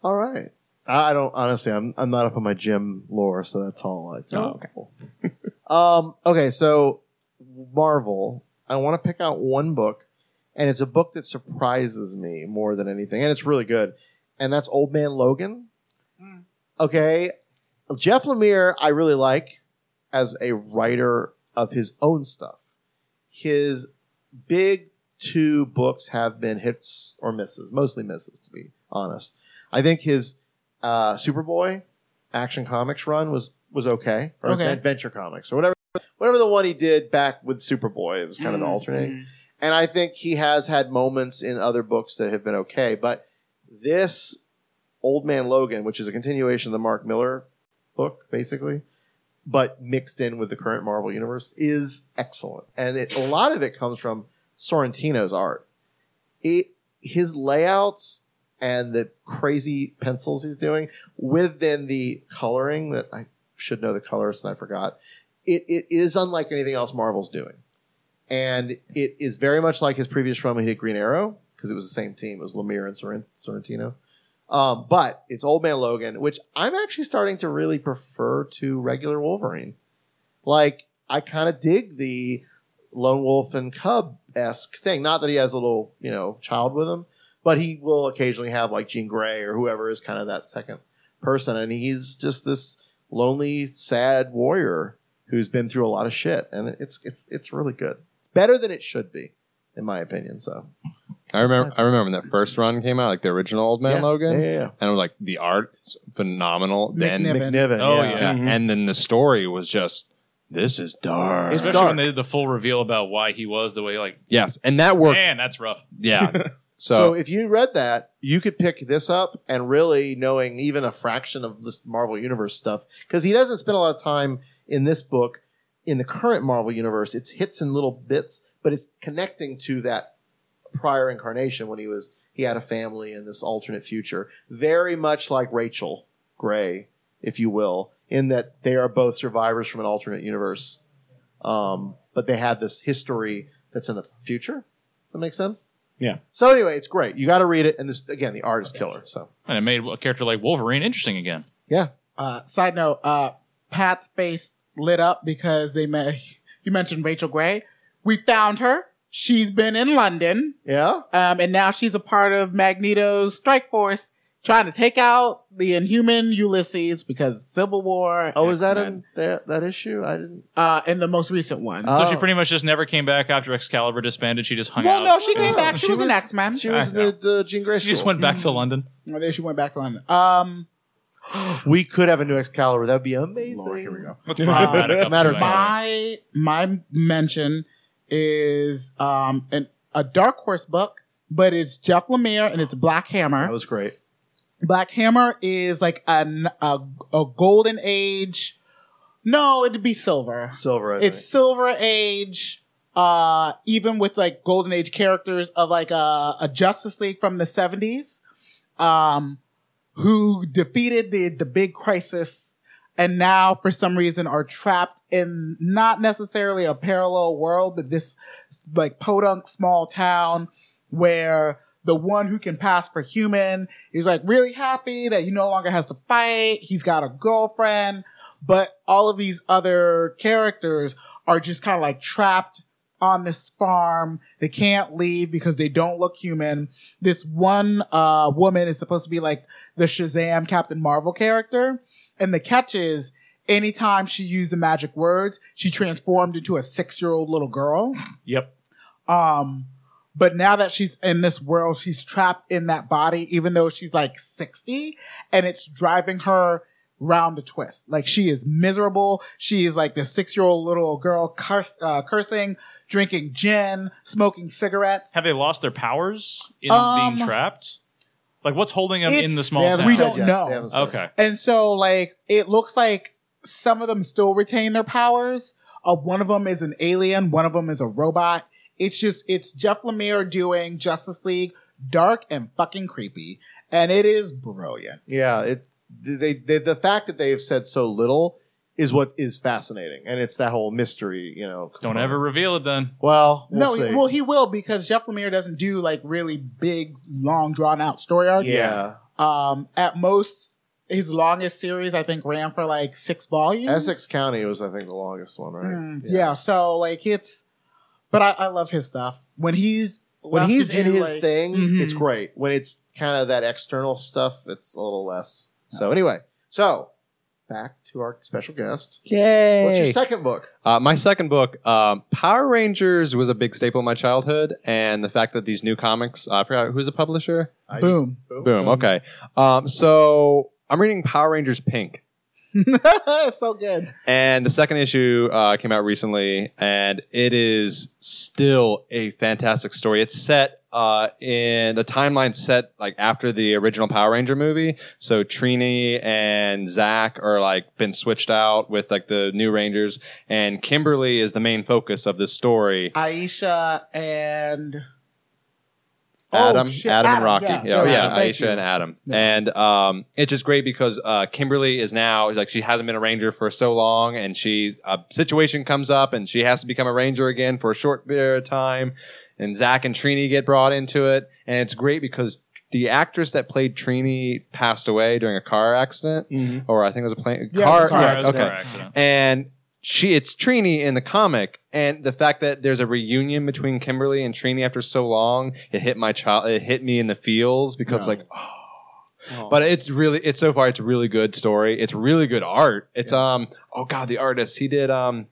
[SPEAKER 2] All right. I I don't honestly. I'm I'm not up on my gym lore, so that's all I
[SPEAKER 5] Oh,
[SPEAKER 2] know. um. Okay. So Marvel. I want to pick out one book, and it's a book that surprises me more than anything, and it's really good, and that's Old Man Logan.
[SPEAKER 3] Mm.
[SPEAKER 2] Okay, Jeff Lemire, I really like as a writer of his own stuff. His big two books have been hits or misses, mostly misses, to be honest. I think his uh, Superboy Action Comics run was was okay, or
[SPEAKER 3] Okay.
[SPEAKER 2] Adventure Comics, or whatever whatever the one he did back with Superboy. It was kind of the alternating. And I think he has had moments in other books that have been okay, but this Old Man Logan, which is a continuation of the Mark Miller book, basically, but mixed in with the current Marvel universe, is excellent. And it, a lot of it comes from Sorrentino's art. It, his layouts and the crazy pencils he's doing, with then the coloring that I should know the colors and I forgot. It, it is unlike anything else Marvel's doing. And it is very much like his previous run when he did Green Arrow, because it was the same team. It was Lemire and Sorren- Sorrentino. Um, but it's Old Man Logan, which I'm actually starting to really prefer to regular Wolverine. Like, I kind of dig the lone wolf and cub esque thing. Not that he has a little, you know, child with him, but he will occasionally have like Jean Grey or whoever is kind of that second person. And he's just this lonely, sad warrior who's been through a lot of shit. And it's, it's, it's really good. Better than it should be, in my opinion. So,
[SPEAKER 6] I remember I remember when that first run came out, like the original Old Man
[SPEAKER 2] yeah.
[SPEAKER 6] Logan,
[SPEAKER 2] Yeah, yeah, yeah.
[SPEAKER 6] and I'm like, the art is phenomenal. Then
[SPEAKER 3] McNiven.
[SPEAKER 2] McNiven.
[SPEAKER 4] Oh,
[SPEAKER 2] yeah.
[SPEAKER 4] yeah.
[SPEAKER 6] yeah, and then the story was just this is dark.
[SPEAKER 4] Especially
[SPEAKER 2] dark.
[SPEAKER 4] when they did the full reveal about why he was the way like
[SPEAKER 6] yes, and that worked.
[SPEAKER 4] man, that's rough.
[SPEAKER 6] Yeah,
[SPEAKER 2] So
[SPEAKER 6] So,
[SPEAKER 2] if you read that, you could pick this up and really knowing even a fraction of this Marvel Universe stuff because he doesn't spend a lot of time in this book in the current Marvel Universe. It's hits and little bits, but it's connecting to that prior incarnation when he was he had a family in this alternate future, very much like Rachel Gray, if you will, in that they are both survivors from an alternate universe, um, but they had this history that's in the future. Does that make sense?
[SPEAKER 5] Yeah.
[SPEAKER 2] So anyway, it's great. You got to read it, and this again, the art is killer. So
[SPEAKER 4] And it made a character like Wolverine interesting again.
[SPEAKER 3] Uh, side note, uh, Pat's face lit up because they met, you mentioned Rachel Gray. We found her. She's been in London.
[SPEAKER 2] yeah,
[SPEAKER 3] Um, and now she's a part of Magneto's strike force trying to take out the inhuman Ulysses because Civil War.
[SPEAKER 2] oh, is that
[SPEAKER 3] X-Men.
[SPEAKER 2] in there, that issue? I didn't.
[SPEAKER 3] uh, in the most recent one?
[SPEAKER 2] Uh,
[SPEAKER 4] So she
[SPEAKER 2] Oh.
[SPEAKER 4] pretty much just never came back after Excalibur disbanded. She just hung
[SPEAKER 3] well, no,
[SPEAKER 4] out.
[SPEAKER 3] she came
[SPEAKER 2] No,
[SPEAKER 3] back. She,
[SPEAKER 2] she
[SPEAKER 3] was, an
[SPEAKER 2] was-
[SPEAKER 3] X Man.
[SPEAKER 2] She was in
[SPEAKER 4] I know.
[SPEAKER 2] the, the Jean Grey.
[SPEAKER 4] She just
[SPEAKER 2] school.
[SPEAKER 4] went back to London.
[SPEAKER 3] Well, then Oh, she went back to London. Um,
[SPEAKER 2] We could have a new Excalibur. That'd be amazing.
[SPEAKER 3] Lord, here we go.
[SPEAKER 4] What's
[SPEAKER 3] Uh,
[SPEAKER 4] problematic
[SPEAKER 2] matter
[SPEAKER 4] about
[SPEAKER 2] of fact.
[SPEAKER 3] My my mention is um an a Dark Horse book, but it's Jeff Lemire and it's Black Hammer.
[SPEAKER 2] That was great.
[SPEAKER 3] Black Hammer is like an, a a golden age. No, it'd be silver.
[SPEAKER 2] Silver. I
[SPEAKER 3] It's silver age. Uh, even with like golden age characters of like a, a Justice League from the seventies, um, who defeated the the big crisis and now for some reason are trapped in not necessarily a parallel world, but this like podunk small town where the one who can pass for human is like really happy that he no longer has to fight. He's got a girlfriend, but all of these other characters are just kind of like trapped on this farm. They can't leave because they don't look human. This one uh, woman is supposed to be like the Shazam Captain Marvel character. And the catch is anytime she used the magic words, she transformed into a six year old little girl.
[SPEAKER 5] Yep.
[SPEAKER 3] Um, but now that she's in this world, she's trapped in that body, even though she's like 60, and it's driving her round a twist. Like she is miserable. She is like this six year old little girl curse, uh, cursing, drinking gin, smoking cigarettes.
[SPEAKER 4] Have they lost their powers in
[SPEAKER 3] Um,
[SPEAKER 4] being trapped? Like, what's holding them
[SPEAKER 3] it's-
[SPEAKER 4] in the
[SPEAKER 2] They
[SPEAKER 4] small
[SPEAKER 2] haven't
[SPEAKER 4] town?
[SPEAKER 3] we
[SPEAKER 2] said
[SPEAKER 3] don't
[SPEAKER 2] yet.
[SPEAKER 3] know.
[SPEAKER 2] They haven't said.
[SPEAKER 4] Okay.
[SPEAKER 3] And so, like, it looks like some of them still retain their powers. Uh, one of them is an alien, one of them is a robot. It's just, it's Jeff Lemire doing Justice League dark and fucking creepy. And it is brilliant.
[SPEAKER 2] Yeah, it they, they the fact that they've said so little is what is fascinating, and it's that whole mystery, you know.
[SPEAKER 4] Don't
[SPEAKER 2] component.
[SPEAKER 4] ever reveal it then.
[SPEAKER 2] Well,
[SPEAKER 3] no,
[SPEAKER 2] we'll
[SPEAKER 3] he-
[SPEAKER 2] see.
[SPEAKER 3] well, he will because Jeff Lemire doesn't do like really big, long, drawn out story arcs.
[SPEAKER 2] yeah.
[SPEAKER 3] Um, at most, his longest series, I think, ran for like six volumes.
[SPEAKER 2] Essex County was, I think, the longest one, right?
[SPEAKER 3] Mm, yeah. so like it's, but I, I love his stuff when he's
[SPEAKER 2] When
[SPEAKER 3] left to
[SPEAKER 2] he's in
[SPEAKER 3] do,
[SPEAKER 2] his
[SPEAKER 3] like-
[SPEAKER 2] thing,
[SPEAKER 3] Mhm.
[SPEAKER 2] it's great. When it's kind of that external stuff, it's a little less. So anyway, so back to our special guest.
[SPEAKER 6] yay!
[SPEAKER 2] What's your second book?
[SPEAKER 6] Uh, my second book, um, Power Rangers, was a big staple in my childhood, and the fact that these new comics, uh, I forgot who's the publisher.
[SPEAKER 2] I-
[SPEAKER 3] Boom.
[SPEAKER 6] Boom. Okay. Um, so I'm reading Power Rangers Pink,
[SPEAKER 3] so good.
[SPEAKER 6] and the second issue uh, came out recently, and it is still a fantastic story. It's set uh, in the timeline set like after the original Power Ranger movie. So Trini and Zach are like been switched out with like the new Rangers, and Kimberly is the main focus of this story.
[SPEAKER 3] Aisha and
[SPEAKER 6] Adam,
[SPEAKER 3] oh, shit,
[SPEAKER 6] Adam, and Rocky. Yeah, oh,
[SPEAKER 3] Rocky,
[SPEAKER 6] yeah,
[SPEAKER 3] thank
[SPEAKER 6] Aisha
[SPEAKER 3] you.
[SPEAKER 6] and Adam.
[SPEAKER 3] Yeah.
[SPEAKER 6] And um, it's just great because uh, Kimberly is now like she hasn't been a ranger for so long, and she a situation comes up, and she has to become a ranger again for a short period of time. And Zach and Trini get brought into it, and it's great because the actress that played Trini passed away during a car accident,
[SPEAKER 5] Mhm.
[SPEAKER 6] or I think it was a plane
[SPEAKER 3] Yeah, it was
[SPEAKER 6] car.
[SPEAKER 3] a car
[SPEAKER 6] yeah,
[SPEAKER 4] Car-
[SPEAKER 6] okay
[SPEAKER 4] car accident.
[SPEAKER 6] and she it's Trini in the comic and the fact that there's a reunion between Kimberly and Trini after so long it hit my child it hit me in the feels because like
[SPEAKER 5] Oh.
[SPEAKER 6] but it's really it's so far it's a really good story it's really good art it's um oh god the artist he did um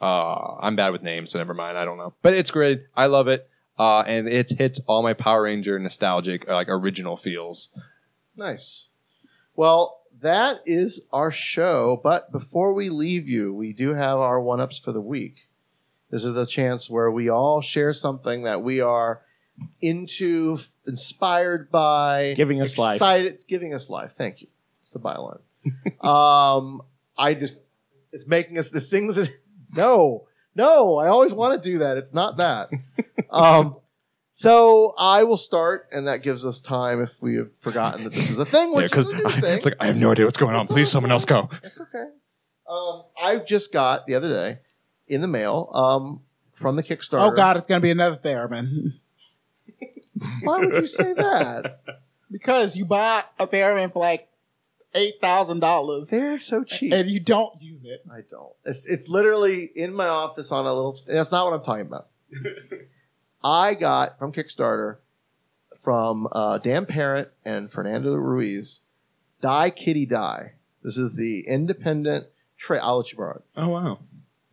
[SPEAKER 6] uh I'm bad with names so never mind I don't know but it's great I love it uh and it hits all my Power Ranger nostalgic uh, like original feels
[SPEAKER 2] Nice. Well, that is our show. But before we leave you, we do have our one ups for the week. This is the chance where we all share something that we are into, inspired by,
[SPEAKER 5] It's giving us life.
[SPEAKER 2] excited. It's giving us life. Thank you. It's the byline. um, I just, it's making us the things that. No, no. I always want to do that. It's not that. Um, so I will start, and that gives us time if we have forgotten that this is a thing, which is a new thing.
[SPEAKER 6] it's like I have no idea what's going on.
[SPEAKER 2] It's
[SPEAKER 6] Please,
[SPEAKER 2] all
[SPEAKER 6] someone else go.
[SPEAKER 2] That's okay. Um, I just got the other day in the mail um, from the Kickstarter.
[SPEAKER 3] Oh God, it's gonna be another theremin.
[SPEAKER 2] Why would you say that?
[SPEAKER 3] Because you buy a theremin for like eight thousand dollars
[SPEAKER 2] They're so cheap.
[SPEAKER 3] and you don't use it.
[SPEAKER 2] I don't. It's it's literally in my office on a little. That's not what I'm talking about. I got from Kickstarter from uh, Dan Parent and Fernando Ruiz, Die Kitty Die. This is the independent. Tra- I'll let you borrow it.
[SPEAKER 5] Oh wow.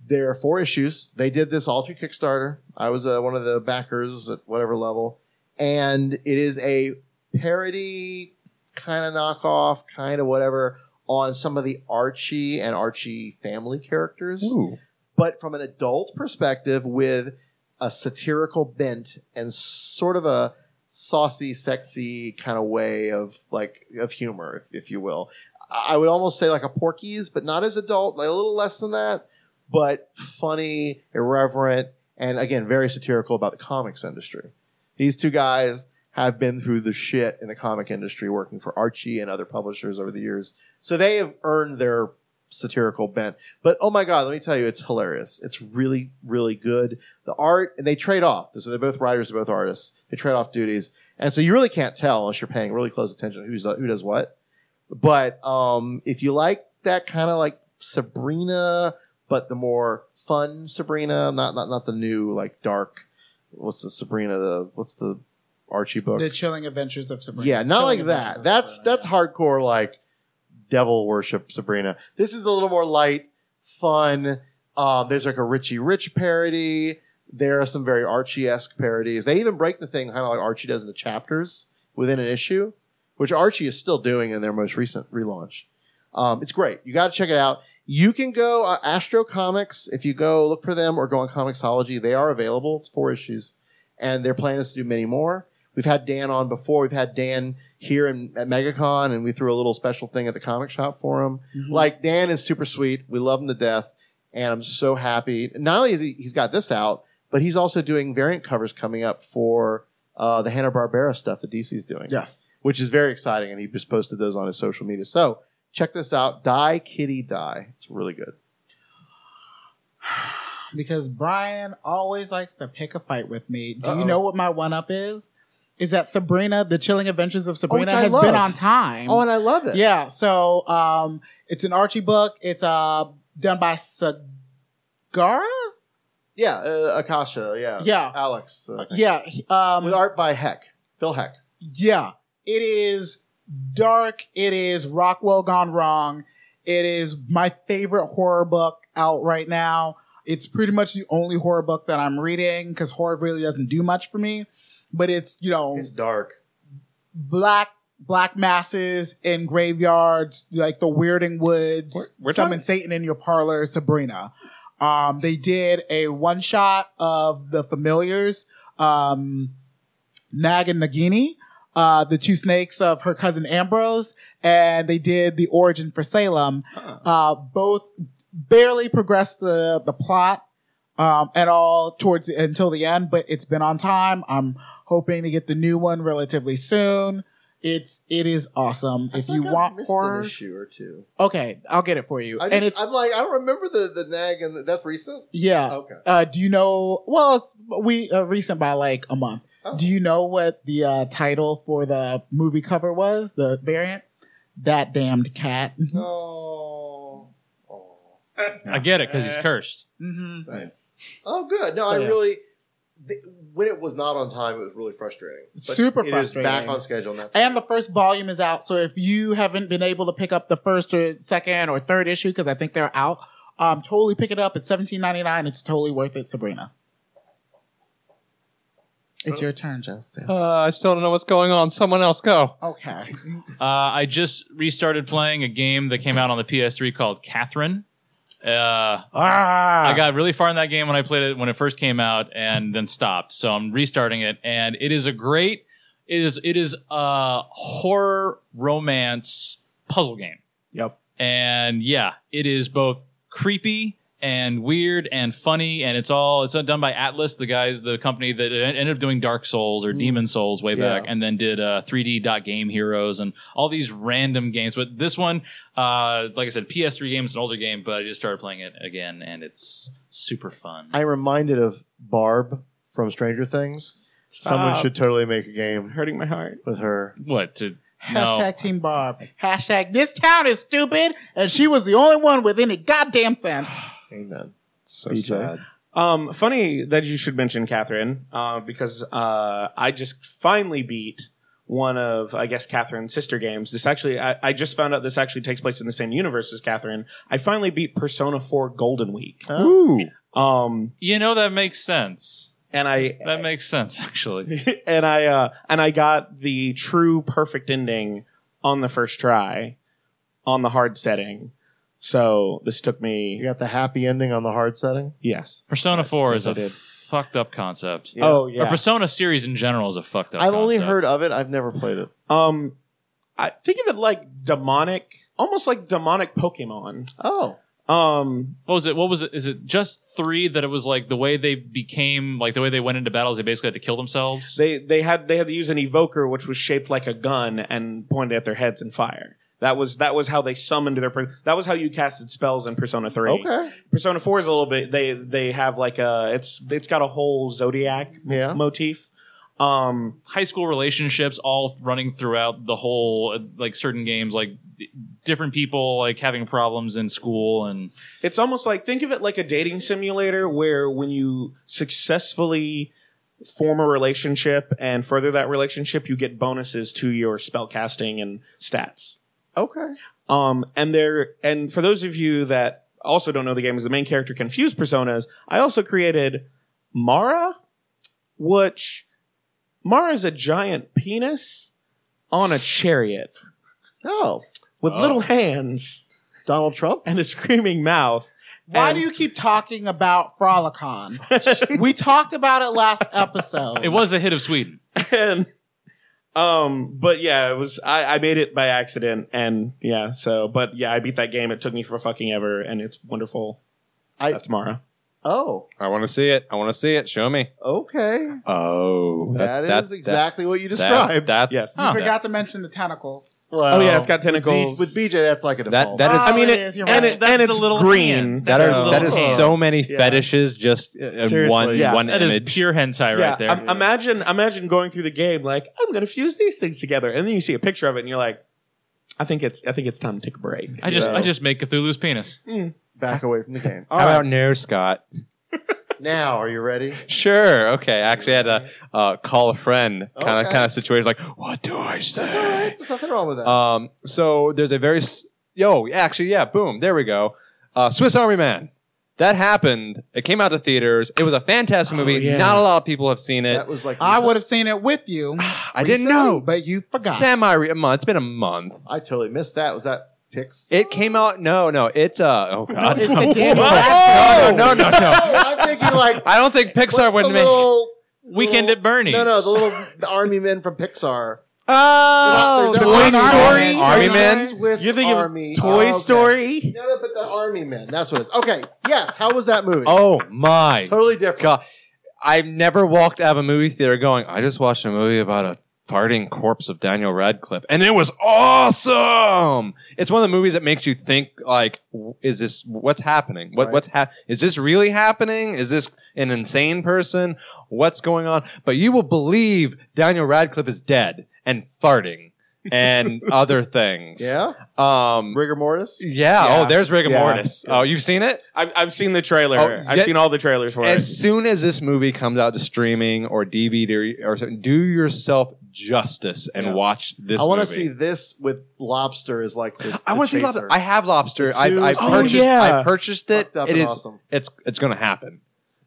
[SPEAKER 2] There are four issues. They did this all through Kickstarter. I was uh, one of the backers at whatever level, and it is a parody, kind of knockoff, kind of whatever on some of the Archie and Archie family characters,
[SPEAKER 5] Ooh.
[SPEAKER 2] but from an adult perspective with a satirical bent and sort of a saucy, sexy kind of way of like of humor, if, if you will. I I would almost say like a Porky's, but not as adult, like a little less than that but funny, irreverent, and again, very satirical about the comics industry. These two guys have been through the shit in the comic industry working for Archie and other publishers over the years. So they have earned their satirical bent. But oh my God, let me tell you, it's hilarious. It's really, really good. The art, and they trade off. So they're both writers, they're both artists. They trade off duties. And so you really can't tell unless you're paying really close attention to who's, who does what. But um, if you like that kind of like Sabrina, but the more fun Sabrina, not not not the new like dark. What's the Sabrina? The what's the Archie book?
[SPEAKER 3] The chilling adventures of Sabrina.
[SPEAKER 2] yeah, not like
[SPEAKER 3] Chilling Adventures
[SPEAKER 2] that.
[SPEAKER 3] of
[SPEAKER 2] That's
[SPEAKER 3] Sabrina,
[SPEAKER 2] that's
[SPEAKER 3] yeah.
[SPEAKER 2] hardcore like devil worship Sabrina. This is a little more light, fun. Um, there's like a Richie Rich parody. There are some very Archie esque parodies. They even break the thing kind of like Archie does in the chapters within an issue, which Archie is still doing in their most recent relaunch. Um, it's great. You got to check it out. You can go uh, Astro Comics if you go look for them or go on Comixology. They are available. It's four issues, and they're planning us to do many more. We've had Dan on before. We've had Dan here in, at MegaCon, and we threw a little special thing at the comic shop for him. Like Dan is super sweet. We love him to death, and I'm so happy. Not only is he he's got this out, but he's also doing variant covers coming up for uh, the Hanna Barbera stuff that DC's doing
[SPEAKER 3] Yes.
[SPEAKER 2] which is very exciting. And he just posted those on his social media. So check this out. Die Kitty Die. It's really good.
[SPEAKER 3] Because Brian always likes to pick a fight with me. Do
[SPEAKER 2] Uh-oh.
[SPEAKER 3] you know what my one up is? Is that Sabrina, the chilling adventures of Sabrina,
[SPEAKER 2] Oh, I
[SPEAKER 3] has
[SPEAKER 2] love.
[SPEAKER 3] been on time.
[SPEAKER 2] Oh, and I love it.
[SPEAKER 3] Yeah, so um, it's an Archie book. It's uh, done by Sagara.
[SPEAKER 2] Yeah. Uh, Akasha. Yeah.
[SPEAKER 3] Yeah.
[SPEAKER 2] Alex. uh,
[SPEAKER 3] Yeah, he- um,
[SPEAKER 2] With art by Heck. Phil Heck.
[SPEAKER 3] yeah. It is dark. It is Rockwell gone wrong. It is my favorite horror book out right now. It's pretty much the only horror book that I'm reading because horror really doesn't do much for me. But it's you know
[SPEAKER 2] It's dark.
[SPEAKER 3] black black masses in graveyards, like the Weirding Woods,
[SPEAKER 6] We're- we're
[SPEAKER 3] Summon
[SPEAKER 6] talking-
[SPEAKER 3] Satan in Your Parlor, Sabrina. Um, they did a one shot of the familiars, um, Nag and Nagini, uh, the two snakes of her cousin Ambrose, and they did the origin for Salem. Uh, both barely progressed the the plot um, at all towards until the end, but it's been on time. I'm hoping to get the new one relatively soon. It's it is awesome.
[SPEAKER 2] I
[SPEAKER 3] if
[SPEAKER 2] feel
[SPEAKER 3] you
[SPEAKER 2] like I
[SPEAKER 3] want
[SPEAKER 2] missed
[SPEAKER 3] horror,
[SPEAKER 2] an issue or two.
[SPEAKER 3] okay, I'll get it for you.
[SPEAKER 2] I
[SPEAKER 3] and
[SPEAKER 2] just,
[SPEAKER 3] it's
[SPEAKER 2] I'm like, I don't remember the, the nag and the, that's recent.
[SPEAKER 3] yeah.
[SPEAKER 2] Okay.
[SPEAKER 3] Uh, do you know? Well, it's we uh, recent by like a month.
[SPEAKER 2] Oh.
[SPEAKER 3] Do you know what the uh, title for the movie cover was? The variant. That damned cat.
[SPEAKER 6] Hmm?
[SPEAKER 2] Oh. Oh.
[SPEAKER 4] I get it because he's cursed.
[SPEAKER 3] Mm-hmm.
[SPEAKER 2] Nice. Oh, good. No,
[SPEAKER 3] So,
[SPEAKER 2] I
[SPEAKER 3] yeah.
[SPEAKER 2] really. th- when it was not on time, it was really frustrating. But
[SPEAKER 3] Super
[SPEAKER 2] It is back
[SPEAKER 3] frustrating.
[SPEAKER 2] on schedule. And that's
[SPEAKER 3] And the first volume is out. So if you haven't been able to pick up the first or second or third issue, because I think they're out, um, totally pick it up. It's seventeen ninety nine. It's totally worth it, Sabrina. It's your turn, Joseph.
[SPEAKER 6] Uh, I still don't know what's going on. Someone else go.
[SPEAKER 3] Okay.
[SPEAKER 4] Uh, I just restarted playing a game that came out on the PS3 called Catherine. Uh,
[SPEAKER 5] Ah,
[SPEAKER 4] I got really far in that game when I played it when it first came out, and then stopped. So I'm restarting it, and it is a great, it is it is a horror romance puzzle game,
[SPEAKER 5] Yep.
[SPEAKER 4] and yeah, it is both creepy and weird and funny, and it's all it's done by Atlas, the guys, the company that en- ended up doing Dark Souls or Demon Souls way
[SPEAKER 2] Mm. Yeah.
[SPEAKER 4] back, and then did uh, 3D Dot Game Heroes and all these random games. But this one, uh, like I said, PS3 game is an older game, but I just started playing it again, and it's super fun.
[SPEAKER 2] I'm reminded of Barb from Stranger Things. Someone
[SPEAKER 5] Stop.
[SPEAKER 2] should totally make a game
[SPEAKER 5] hurting my heart.
[SPEAKER 2] with her.
[SPEAKER 4] what? To,
[SPEAKER 3] Hashtag
[SPEAKER 4] no.
[SPEAKER 3] Team Barb. Hashtag this town is stupid, and she was the only one with any goddamn sense.
[SPEAKER 2] Amen.
[SPEAKER 6] So
[SPEAKER 2] BJ.
[SPEAKER 6] sad.
[SPEAKER 5] Um, funny that you should mention Catherine, uh, because uh, I just finally beat one of, I guess, Catherine's sister games. This actually, I, I just found out this actually takes place in the same universe as Catherine. I finally beat Persona 4 Golden Week.
[SPEAKER 2] Ooh.
[SPEAKER 5] Um,
[SPEAKER 4] You know that makes sense.
[SPEAKER 5] and I
[SPEAKER 4] That makes sense, actually.
[SPEAKER 5] and I uh, and I got the true perfect ending on the first try, on the hard setting. So this took
[SPEAKER 2] You
[SPEAKER 5] me.
[SPEAKER 2] got the happy ending on the hard setting.
[SPEAKER 5] Yes.
[SPEAKER 4] Persona
[SPEAKER 2] Yes,
[SPEAKER 4] 4
[SPEAKER 2] yes,
[SPEAKER 4] is
[SPEAKER 2] I
[SPEAKER 4] a
[SPEAKER 2] did.
[SPEAKER 4] fucked up concept.
[SPEAKER 2] Yeah.
[SPEAKER 5] Oh
[SPEAKER 4] Or
[SPEAKER 5] yeah.
[SPEAKER 4] Persona series in general is a fucked up
[SPEAKER 2] I've only
[SPEAKER 4] concept.
[SPEAKER 2] heard of it. I've never played it.
[SPEAKER 5] Um, I think of it like demonic, almost like demonic Pokemon.
[SPEAKER 2] Oh,
[SPEAKER 5] Um,
[SPEAKER 4] what was it? What was it? Is it just three that it was like the way they became, like the way they went into battles, they basically had to kill themselves?
[SPEAKER 5] they they had they had to use an evoker which was shaped like a gun and pointed at their heads and fire. That was that was how they summoned their. Per- that was how you casted spells in Persona Three.
[SPEAKER 2] okay.
[SPEAKER 5] Persona Four is a little bit. They they have like a it's it's got a whole zodiac
[SPEAKER 2] Yeah.
[SPEAKER 5] motif. Um,
[SPEAKER 4] High school relationships all running throughout the whole, uh, like certain games, like d- different people like having problems in school and
[SPEAKER 5] it's almost like think of it like a dating simulator where when you successfully form a relationship and further that relationship you get bonuses to your spell casting and stats
[SPEAKER 2] Okay.
[SPEAKER 5] um and there and for those of you that also don't know the game is the main character confused personas i also created mara which mara's a giant penis on a chariot
[SPEAKER 2] Oh,
[SPEAKER 5] with
[SPEAKER 4] Oh.
[SPEAKER 5] little hands
[SPEAKER 2] Donald Trump.
[SPEAKER 5] and a screaming mouth
[SPEAKER 3] Why
[SPEAKER 5] And-
[SPEAKER 3] do you keep talking about Frolicon? we talked about it last episode.
[SPEAKER 4] it was a hit of Sweden.
[SPEAKER 5] and um but yeah it was I, I made it by accident and yeah so but yeah i beat that game it took me for fucking ever and it's wonderful
[SPEAKER 2] I-
[SPEAKER 5] that's mara
[SPEAKER 2] Oh,
[SPEAKER 6] I want to see it. I want to see it. Show me.
[SPEAKER 2] okay.
[SPEAKER 6] Oh, that's
[SPEAKER 2] That is
[SPEAKER 6] that-
[SPEAKER 2] exactly what you
[SPEAKER 6] that-
[SPEAKER 2] described.
[SPEAKER 6] That,
[SPEAKER 5] yes
[SPEAKER 3] You forgot to mention the tentacles.
[SPEAKER 2] Well,
[SPEAKER 5] oh yeah it's got
[SPEAKER 2] with B-
[SPEAKER 5] tentacles
[SPEAKER 2] With BJ, that's like a
[SPEAKER 6] That-
[SPEAKER 2] default.
[SPEAKER 6] that is-
[SPEAKER 3] Oh,
[SPEAKER 5] I mean,
[SPEAKER 3] it
[SPEAKER 5] it-
[SPEAKER 3] is. You're
[SPEAKER 5] and,
[SPEAKER 3] right.
[SPEAKER 5] it, and it's
[SPEAKER 4] little
[SPEAKER 5] green
[SPEAKER 4] hands.
[SPEAKER 6] that
[SPEAKER 4] Oh,
[SPEAKER 6] are that is
[SPEAKER 4] hands.
[SPEAKER 6] so many
[SPEAKER 5] Yeah.
[SPEAKER 6] fetishes just in
[SPEAKER 2] Seriously.
[SPEAKER 6] one
[SPEAKER 5] Yeah.
[SPEAKER 6] one
[SPEAKER 4] That is
[SPEAKER 6] image.
[SPEAKER 4] pure hentai
[SPEAKER 5] yeah,
[SPEAKER 4] right there.
[SPEAKER 5] im- imagine imagine going through the game like I'm gonna fuse these things together, and then you see a picture of it, and you're like, I think it's I think it's time to take a break.
[SPEAKER 4] I just
[SPEAKER 5] So-
[SPEAKER 4] I just make Cthulhu's penis.
[SPEAKER 2] Back away from the game.
[SPEAKER 6] How about no, Scott?
[SPEAKER 2] Now, are you ready?
[SPEAKER 6] Sure. Okay. Actually, I had a uh, call a friend kind of
[SPEAKER 2] Okay.
[SPEAKER 6] kind of situation. Like, what do I
[SPEAKER 2] That's all
[SPEAKER 6] say?
[SPEAKER 2] right. There's nothing wrong with that.
[SPEAKER 6] Um. So there's a very s- yo. Actually, yeah. Boom. There we go. Uh, Swiss Army Man. That happened. It came out to theaters. It was a fantastic
[SPEAKER 5] Oh,
[SPEAKER 6] movie.
[SPEAKER 5] yeah.
[SPEAKER 6] Not a lot of people have seen it.
[SPEAKER 2] that was like
[SPEAKER 3] I
[SPEAKER 2] recent-
[SPEAKER 3] would have seen it with you.
[SPEAKER 6] I didn't
[SPEAKER 3] recently,
[SPEAKER 6] know.
[SPEAKER 3] but you forgot.
[SPEAKER 6] Semi re- a month. It's been a month.
[SPEAKER 2] I totally missed that. Was that Pix?
[SPEAKER 6] It came out. No, no. It's uh. Oh God.
[SPEAKER 3] it's the damn
[SPEAKER 6] Whoa!
[SPEAKER 3] Pixar.
[SPEAKER 6] No, no, no,
[SPEAKER 2] No,
[SPEAKER 6] no.
[SPEAKER 2] I'm thinking like
[SPEAKER 6] I don't think
[SPEAKER 2] what's
[SPEAKER 6] Pixar
[SPEAKER 2] the
[SPEAKER 6] wouldn't make.
[SPEAKER 2] little,
[SPEAKER 4] Weekend
[SPEAKER 2] little-
[SPEAKER 4] at Bernie's.
[SPEAKER 2] No, no, the little the army men from Pixar.
[SPEAKER 6] Oh,
[SPEAKER 2] They're- they're
[SPEAKER 6] Toy
[SPEAKER 3] Army Man.
[SPEAKER 6] Story. Army
[SPEAKER 3] Army
[SPEAKER 6] Man.
[SPEAKER 2] Swiss
[SPEAKER 5] You're thinking of
[SPEAKER 2] Army.
[SPEAKER 5] Toy
[SPEAKER 2] Oh, okay.
[SPEAKER 5] Story.
[SPEAKER 2] No, no, but the army men. That's what it is. Okay. Yes. How was that movie?
[SPEAKER 6] Oh my
[SPEAKER 2] totally different.
[SPEAKER 6] God. I've never walked out of a movie theater going, I just watched a movie about a farting corpse of Daniel Radcliffe. And it was awesome. It's one of the movies that makes you think like, w- is this what's happening? What
[SPEAKER 2] Right.
[SPEAKER 6] what's hap is this really happening? Is this an insane person? What's going on? But you will believe Daniel Radcliffe is dead and farting and other things.
[SPEAKER 2] Yeah.
[SPEAKER 6] Um
[SPEAKER 2] Rigor mortis.
[SPEAKER 6] yeah.
[SPEAKER 5] Yeah.
[SPEAKER 6] Oh, there's rigor
[SPEAKER 5] Yeah.
[SPEAKER 6] mortis. Oh, you've seen it?
[SPEAKER 5] I've, I've seen the trailer.
[SPEAKER 6] Oh,
[SPEAKER 5] I've
[SPEAKER 6] yeah.
[SPEAKER 5] seen all the trailers for
[SPEAKER 6] As soon as this movie comes out to streaming or DVD or something, do yourself justice and
[SPEAKER 2] Yeah.
[SPEAKER 6] watch this.
[SPEAKER 2] I want to
[SPEAKER 6] movie.
[SPEAKER 2] see this with lobster is like. The,
[SPEAKER 6] I
[SPEAKER 2] want to
[SPEAKER 6] see lobster. I have lobster.
[SPEAKER 2] The
[SPEAKER 6] I, I
[SPEAKER 2] two- Oh,
[SPEAKER 6] purchased.
[SPEAKER 5] yeah.
[SPEAKER 6] I purchased it.
[SPEAKER 2] Fucked up
[SPEAKER 6] It
[SPEAKER 2] and
[SPEAKER 6] is.
[SPEAKER 2] awesome.
[SPEAKER 6] It's it's going to happen.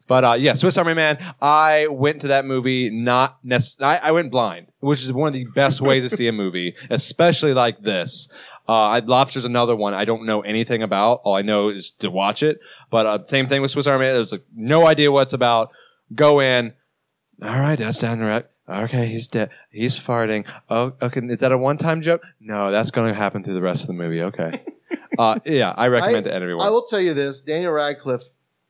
[SPEAKER 6] But uh, yeah, Swiss Army Man. I went to that movie not necessarily. I, I went blind, which is one of the best ways to see a movie, especially like this. Uh, I, Lobster's another one I don't know anything about. All I know is to watch it. But uh, same thing with Swiss Army. Man. There's like no idea what it's about. Go in. All right, that's down the rack. Okay, he's dead. He's farting. Oh, okay. Is that a one-time joke? No, that's going to happen through the rest of the movie. Okay. uh, yeah, I recommend to everyone.
[SPEAKER 2] I will tell you this: Daniel Radcliffe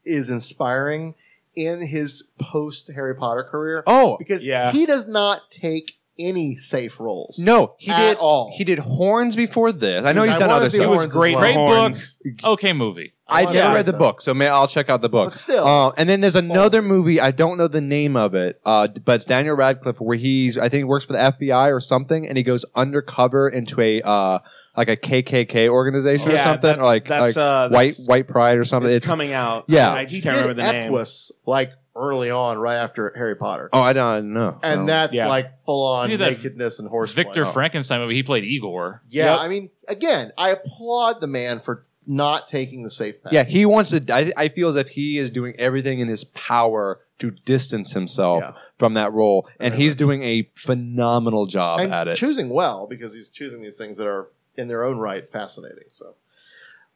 [SPEAKER 2] is inspiring in his post Harry Potter career.
[SPEAKER 6] oh
[SPEAKER 2] because
[SPEAKER 5] yeah.
[SPEAKER 2] he does not take any safe roles.
[SPEAKER 6] no, he
[SPEAKER 2] at
[SPEAKER 6] did.
[SPEAKER 2] all.
[SPEAKER 6] He did horns before this. I know he's
[SPEAKER 2] I
[SPEAKER 6] done
[SPEAKER 2] wanna
[SPEAKER 6] other
[SPEAKER 2] see
[SPEAKER 6] stuff.
[SPEAKER 2] Horns as well.
[SPEAKER 4] Great book.
[SPEAKER 5] Horns.
[SPEAKER 4] Okay movie.
[SPEAKER 6] I
[SPEAKER 2] wanna
[SPEAKER 6] never
[SPEAKER 2] see
[SPEAKER 6] read the
[SPEAKER 2] it,
[SPEAKER 6] book, so may, I'll check out the book.
[SPEAKER 2] But still.
[SPEAKER 5] um,
[SPEAKER 6] Uh, and then there's another movie I don't know the name of it, uh, d- but it's Daniel Radcliffe where he's I think he works for the FBI or something, and he goes undercover into a uh, like a KKK organization or
[SPEAKER 5] Yeah,
[SPEAKER 6] something, or
[SPEAKER 5] that's-
[SPEAKER 6] like,
[SPEAKER 5] that's,
[SPEAKER 6] like
[SPEAKER 5] uh,
[SPEAKER 6] white
[SPEAKER 5] that's-
[SPEAKER 6] white pride or something.
[SPEAKER 5] It's,
[SPEAKER 6] It's-
[SPEAKER 5] coming out.
[SPEAKER 6] yeah.
[SPEAKER 5] I just
[SPEAKER 2] He
[SPEAKER 5] can't
[SPEAKER 2] did
[SPEAKER 5] remember the name.
[SPEAKER 2] Equus, like early on, right after Harry Potter,
[SPEAKER 6] oh, I don't know.
[SPEAKER 2] and
[SPEAKER 6] No.
[SPEAKER 2] that's
[SPEAKER 5] Yeah.
[SPEAKER 2] like full on
[SPEAKER 4] You need that
[SPEAKER 2] nakedness and horse.
[SPEAKER 4] Victor Frankenstein movie. He played Igor.
[SPEAKER 2] Yeah,
[SPEAKER 5] Yep.
[SPEAKER 2] I mean, again, I applaud the man for not taking the safe path.
[SPEAKER 6] yeah, he wants to. I, I feel as if he is doing everything in his power to distance himself
[SPEAKER 2] Yeah.
[SPEAKER 6] from that role, and he's doing a phenomenal job
[SPEAKER 2] and
[SPEAKER 6] at it.
[SPEAKER 2] choosing well because he's choosing these things that are in their own right fascinating. So,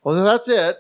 [SPEAKER 2] well, that's it.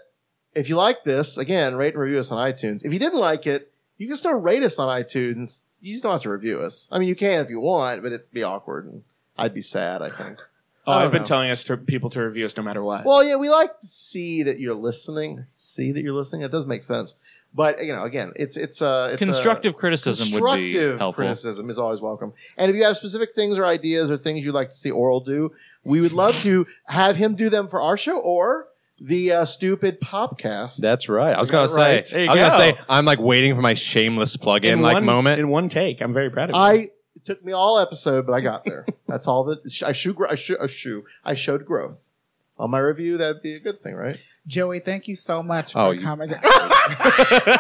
[SPEAKER 2] If you like this, again, rate and review us on iTunes. If you didn't like it, you can still rate us on iTunes. You just don't have to review us. I mean, you can if you want, but it'd be awkward and I'd be sad. I think.
[SPEAKER 5] Oh,
[SPEAKER 2] I don't
[SPEAKER 5] I've been
[SPEAKER 2] know.
[SPEAKER 5] telling us to people to review us no matter what.
[SPEAKER 2] Well, yeah, we like to see that you're listening. See that you're listening. It does make sense. But you know, again, it's it's uh, it's a-
[SPEAKER 4] constructive criticism would be
[SPEAKER 2] constructive
[SPEAKER 4] helpful.
[SPEAKER 2] criticism is always welcome. And if you have specific things or ideas or things you'd like to see Oral do, we would love to have him do them for our show or the uh, stupid podcast.
[SPEAKER 6] That's right. I was
[SPEAKER 2] Got
[SPEAKER 6] gonna
[SPEAKER 2] it
[SPEAKER 6] say.
[SPEAKER 2] right.
[SPEAKER 5] There you
[SPEAKER 6] I was
[SPEAKER 5] go.
[SPEAKER 6] gonna say. I'm like waiting for my shameless plug-in like
[SPEAKER 5] one,
[SPEAKER 6] moment.
[SPEAKER 5] in one take. I'm very proud of you.
[SPEAKER 2] I it took me all episode, but I got there. That's all that I shoe I shoe I shoe I showed growth on my review. That'd be a good thing, right?
[SPEAKER 3] Joey, thank you so much for
[SPEAKER 6] Oh, you-
[SPEAKER 3] coming.
[SPEAKER 6] Fucking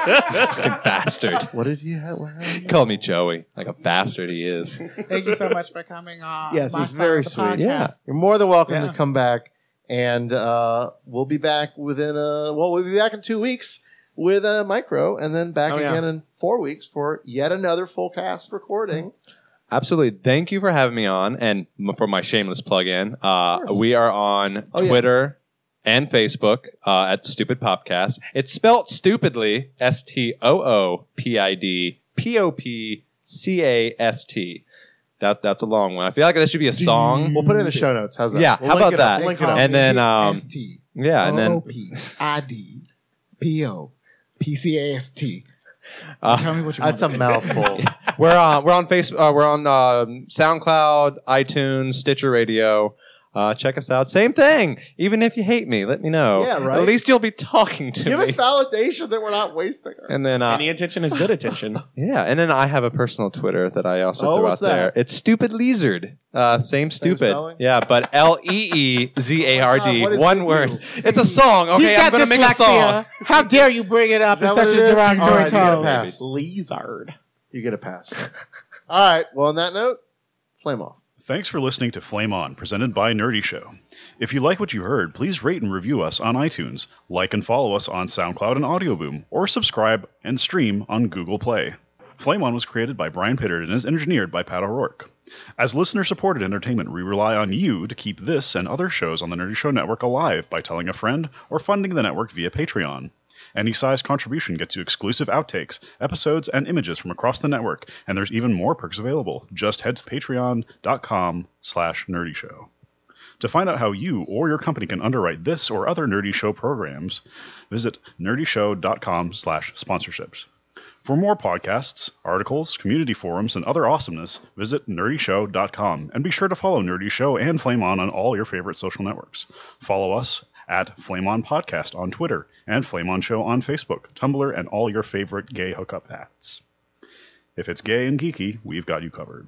[SPEAKER 6] bastard.
[SPEAKER 2] What did you have? What happened?
[SPEAKER 6] He called me Joey. Like a bastard he is.
[SPEAKER 3] thank you so much for coming on.
[SPEAKER 2] Yes,
[SPEAKER 3] my
[SPEAKER 2] he's
[SPEAKER 3] side
[SPEAKER 2] very
[SPEAKER 3] of the
[SPEAKER 2] sweet.
[SPEAKER 3] podcast.
[SPEAKER 6] Yeah.
[SPEAKER 2] You're more than welcome
[SPEAKER 5] Yeah.
[SPEAKER 2] to come back, and uh, we'll be back within a well, we'll be back in two weeks with a micro, and then back
[SPEAKER 5] Oh, yeah.
[SPEAKER 2] again in four weeks for yet another full cast recording.
[SPEAKER 6] Absolutely. Thank you for having me on and m- for my shameless plug-in. Uh,
[SPEAKER 2] course.
[SPEAKER 6] we are on
[SPEAKER 2] Oh, yeah.
[SPEAKER 6] Twitter and Facebook uh, at Stupid Popcast. It's spelt stupidly S T O O P I D P O P C A S T. That that's a long one. I feel like that should be a song.
[SPEAKER 2] We'll put it in the show notes. How's that?
[SPEAKER 6] Yeah,
[SPEAKER 2] We'll
[SPEAKER 6] how about
[SPEAKER 2] link it up.
[SPEAKER 6] that?
[SPEAKER 2] We'll link it
[SPEAKER 6] call
[SPEAKER 2] up.
[SPEAKER 6] And then, um,
[SPEAKER 3] T
[SPEAKER 6] Yeah, and
[SPEAKER 3] O
[SPEAKER 6] then
[SPEAKER 3] P I D P O P C A S T.
[SPEAKER 6] uh,
[SPEAKER 3] Tell me what you want.
[SPEAKER 2] That's a mouthful.
[SPEAKER 6] we're on we're on Facebook. Uh, we're on um SoundCloud, iTunes, Stitcher Radio. Uh, check us out. Same thing. Even if you hate me, let me know.
[SPEAKER 2] Yeah, right.
[SPEAKER 6] At least you'll be talking to
[SPEAKER 2] Give
[SPEAKER 6] me.
[SPEAKER 2] us validation that we're not wasting. Our-
[SPEAKER 6] and then, uh,
[SPEAKER 5] Any attention is good attention.
[SPEAKER 6] yeah, and then I have a personal Twitter that I also
[SPEAKER 2] Oh,
[SPEAKER 6] threw out
[SPEAKER 2] what's
[SPEAKER 6] there.
[SPEAKER 2] that?
[SPEAKER 6] It's stupid lizard. Uh, same stupid.
[SPEAKER 2] spelling?
[SPEAKER 6] yeah, but L E E Z A R
[SPEAKER 2] Oh my God, what
[SPEAKER 6] D.
[SPEAKER 2] is
[SPEAKER 6] One
[SPEAKER 2] with
[SPEAKER 6] word.
[SPEAKER 2] you?
[SPEAKER 6] It's a song. Okay, I'm gonna make a song.
[SPEAKER 3] How dare you bring it up
[SPEAKER 2] Is
[SPEAKER 3] in
[SPEAKER 2] that what
[SPEAKER 3] such
[SPEAKER 2] it
[SPEAKER 3] a
[SPEAKER 2] is? All
[SPEAKER 3] derogatory
[SPEAKER 2] right, you get a
[SPEAKER 3] tone?
[SPEAKER 2] pass.
[SPEAKER 5] Lizard.
[SPEAKER 2] You get a pass. All right. Well, on that note, flame off.
[SPEAKER 8] Thanks for listening to Flame On, presented by Nerdy Show. If you like what you heard, please rate and review us on iTunes, like and follow us on SoundCloud and Audioboom, or subscribe and stream on Google Play. Flame On was created by Brian Pittard and is engineered by Pat O'Rourke. As listener supported entertainment, we rely on you to keep this and other shows on the Nerdy Show Network alive by telling a friend or funding the network via Patreon. Any size contribution gets you exclusive outtakes, episodes, and images from across the network, and there's even more perks available. Just head to patreon.com slash nerdy show. To find out how you or your company can underwrite this or other Nerdy Show programs, visit nerdyshow.com slash sponsorships. For more podcasts, articles, community forums, and other awesomeness, visit nerdyshow.com and be sure to follow Nerdy Show and Flame On on all your favorite social networks. Follow us at Flame On Podcast on Twitter and Flame On Show on Facebook, Tumblr, and all your favorite gay hookup hats. If it's gay and geeky, we've got you covered.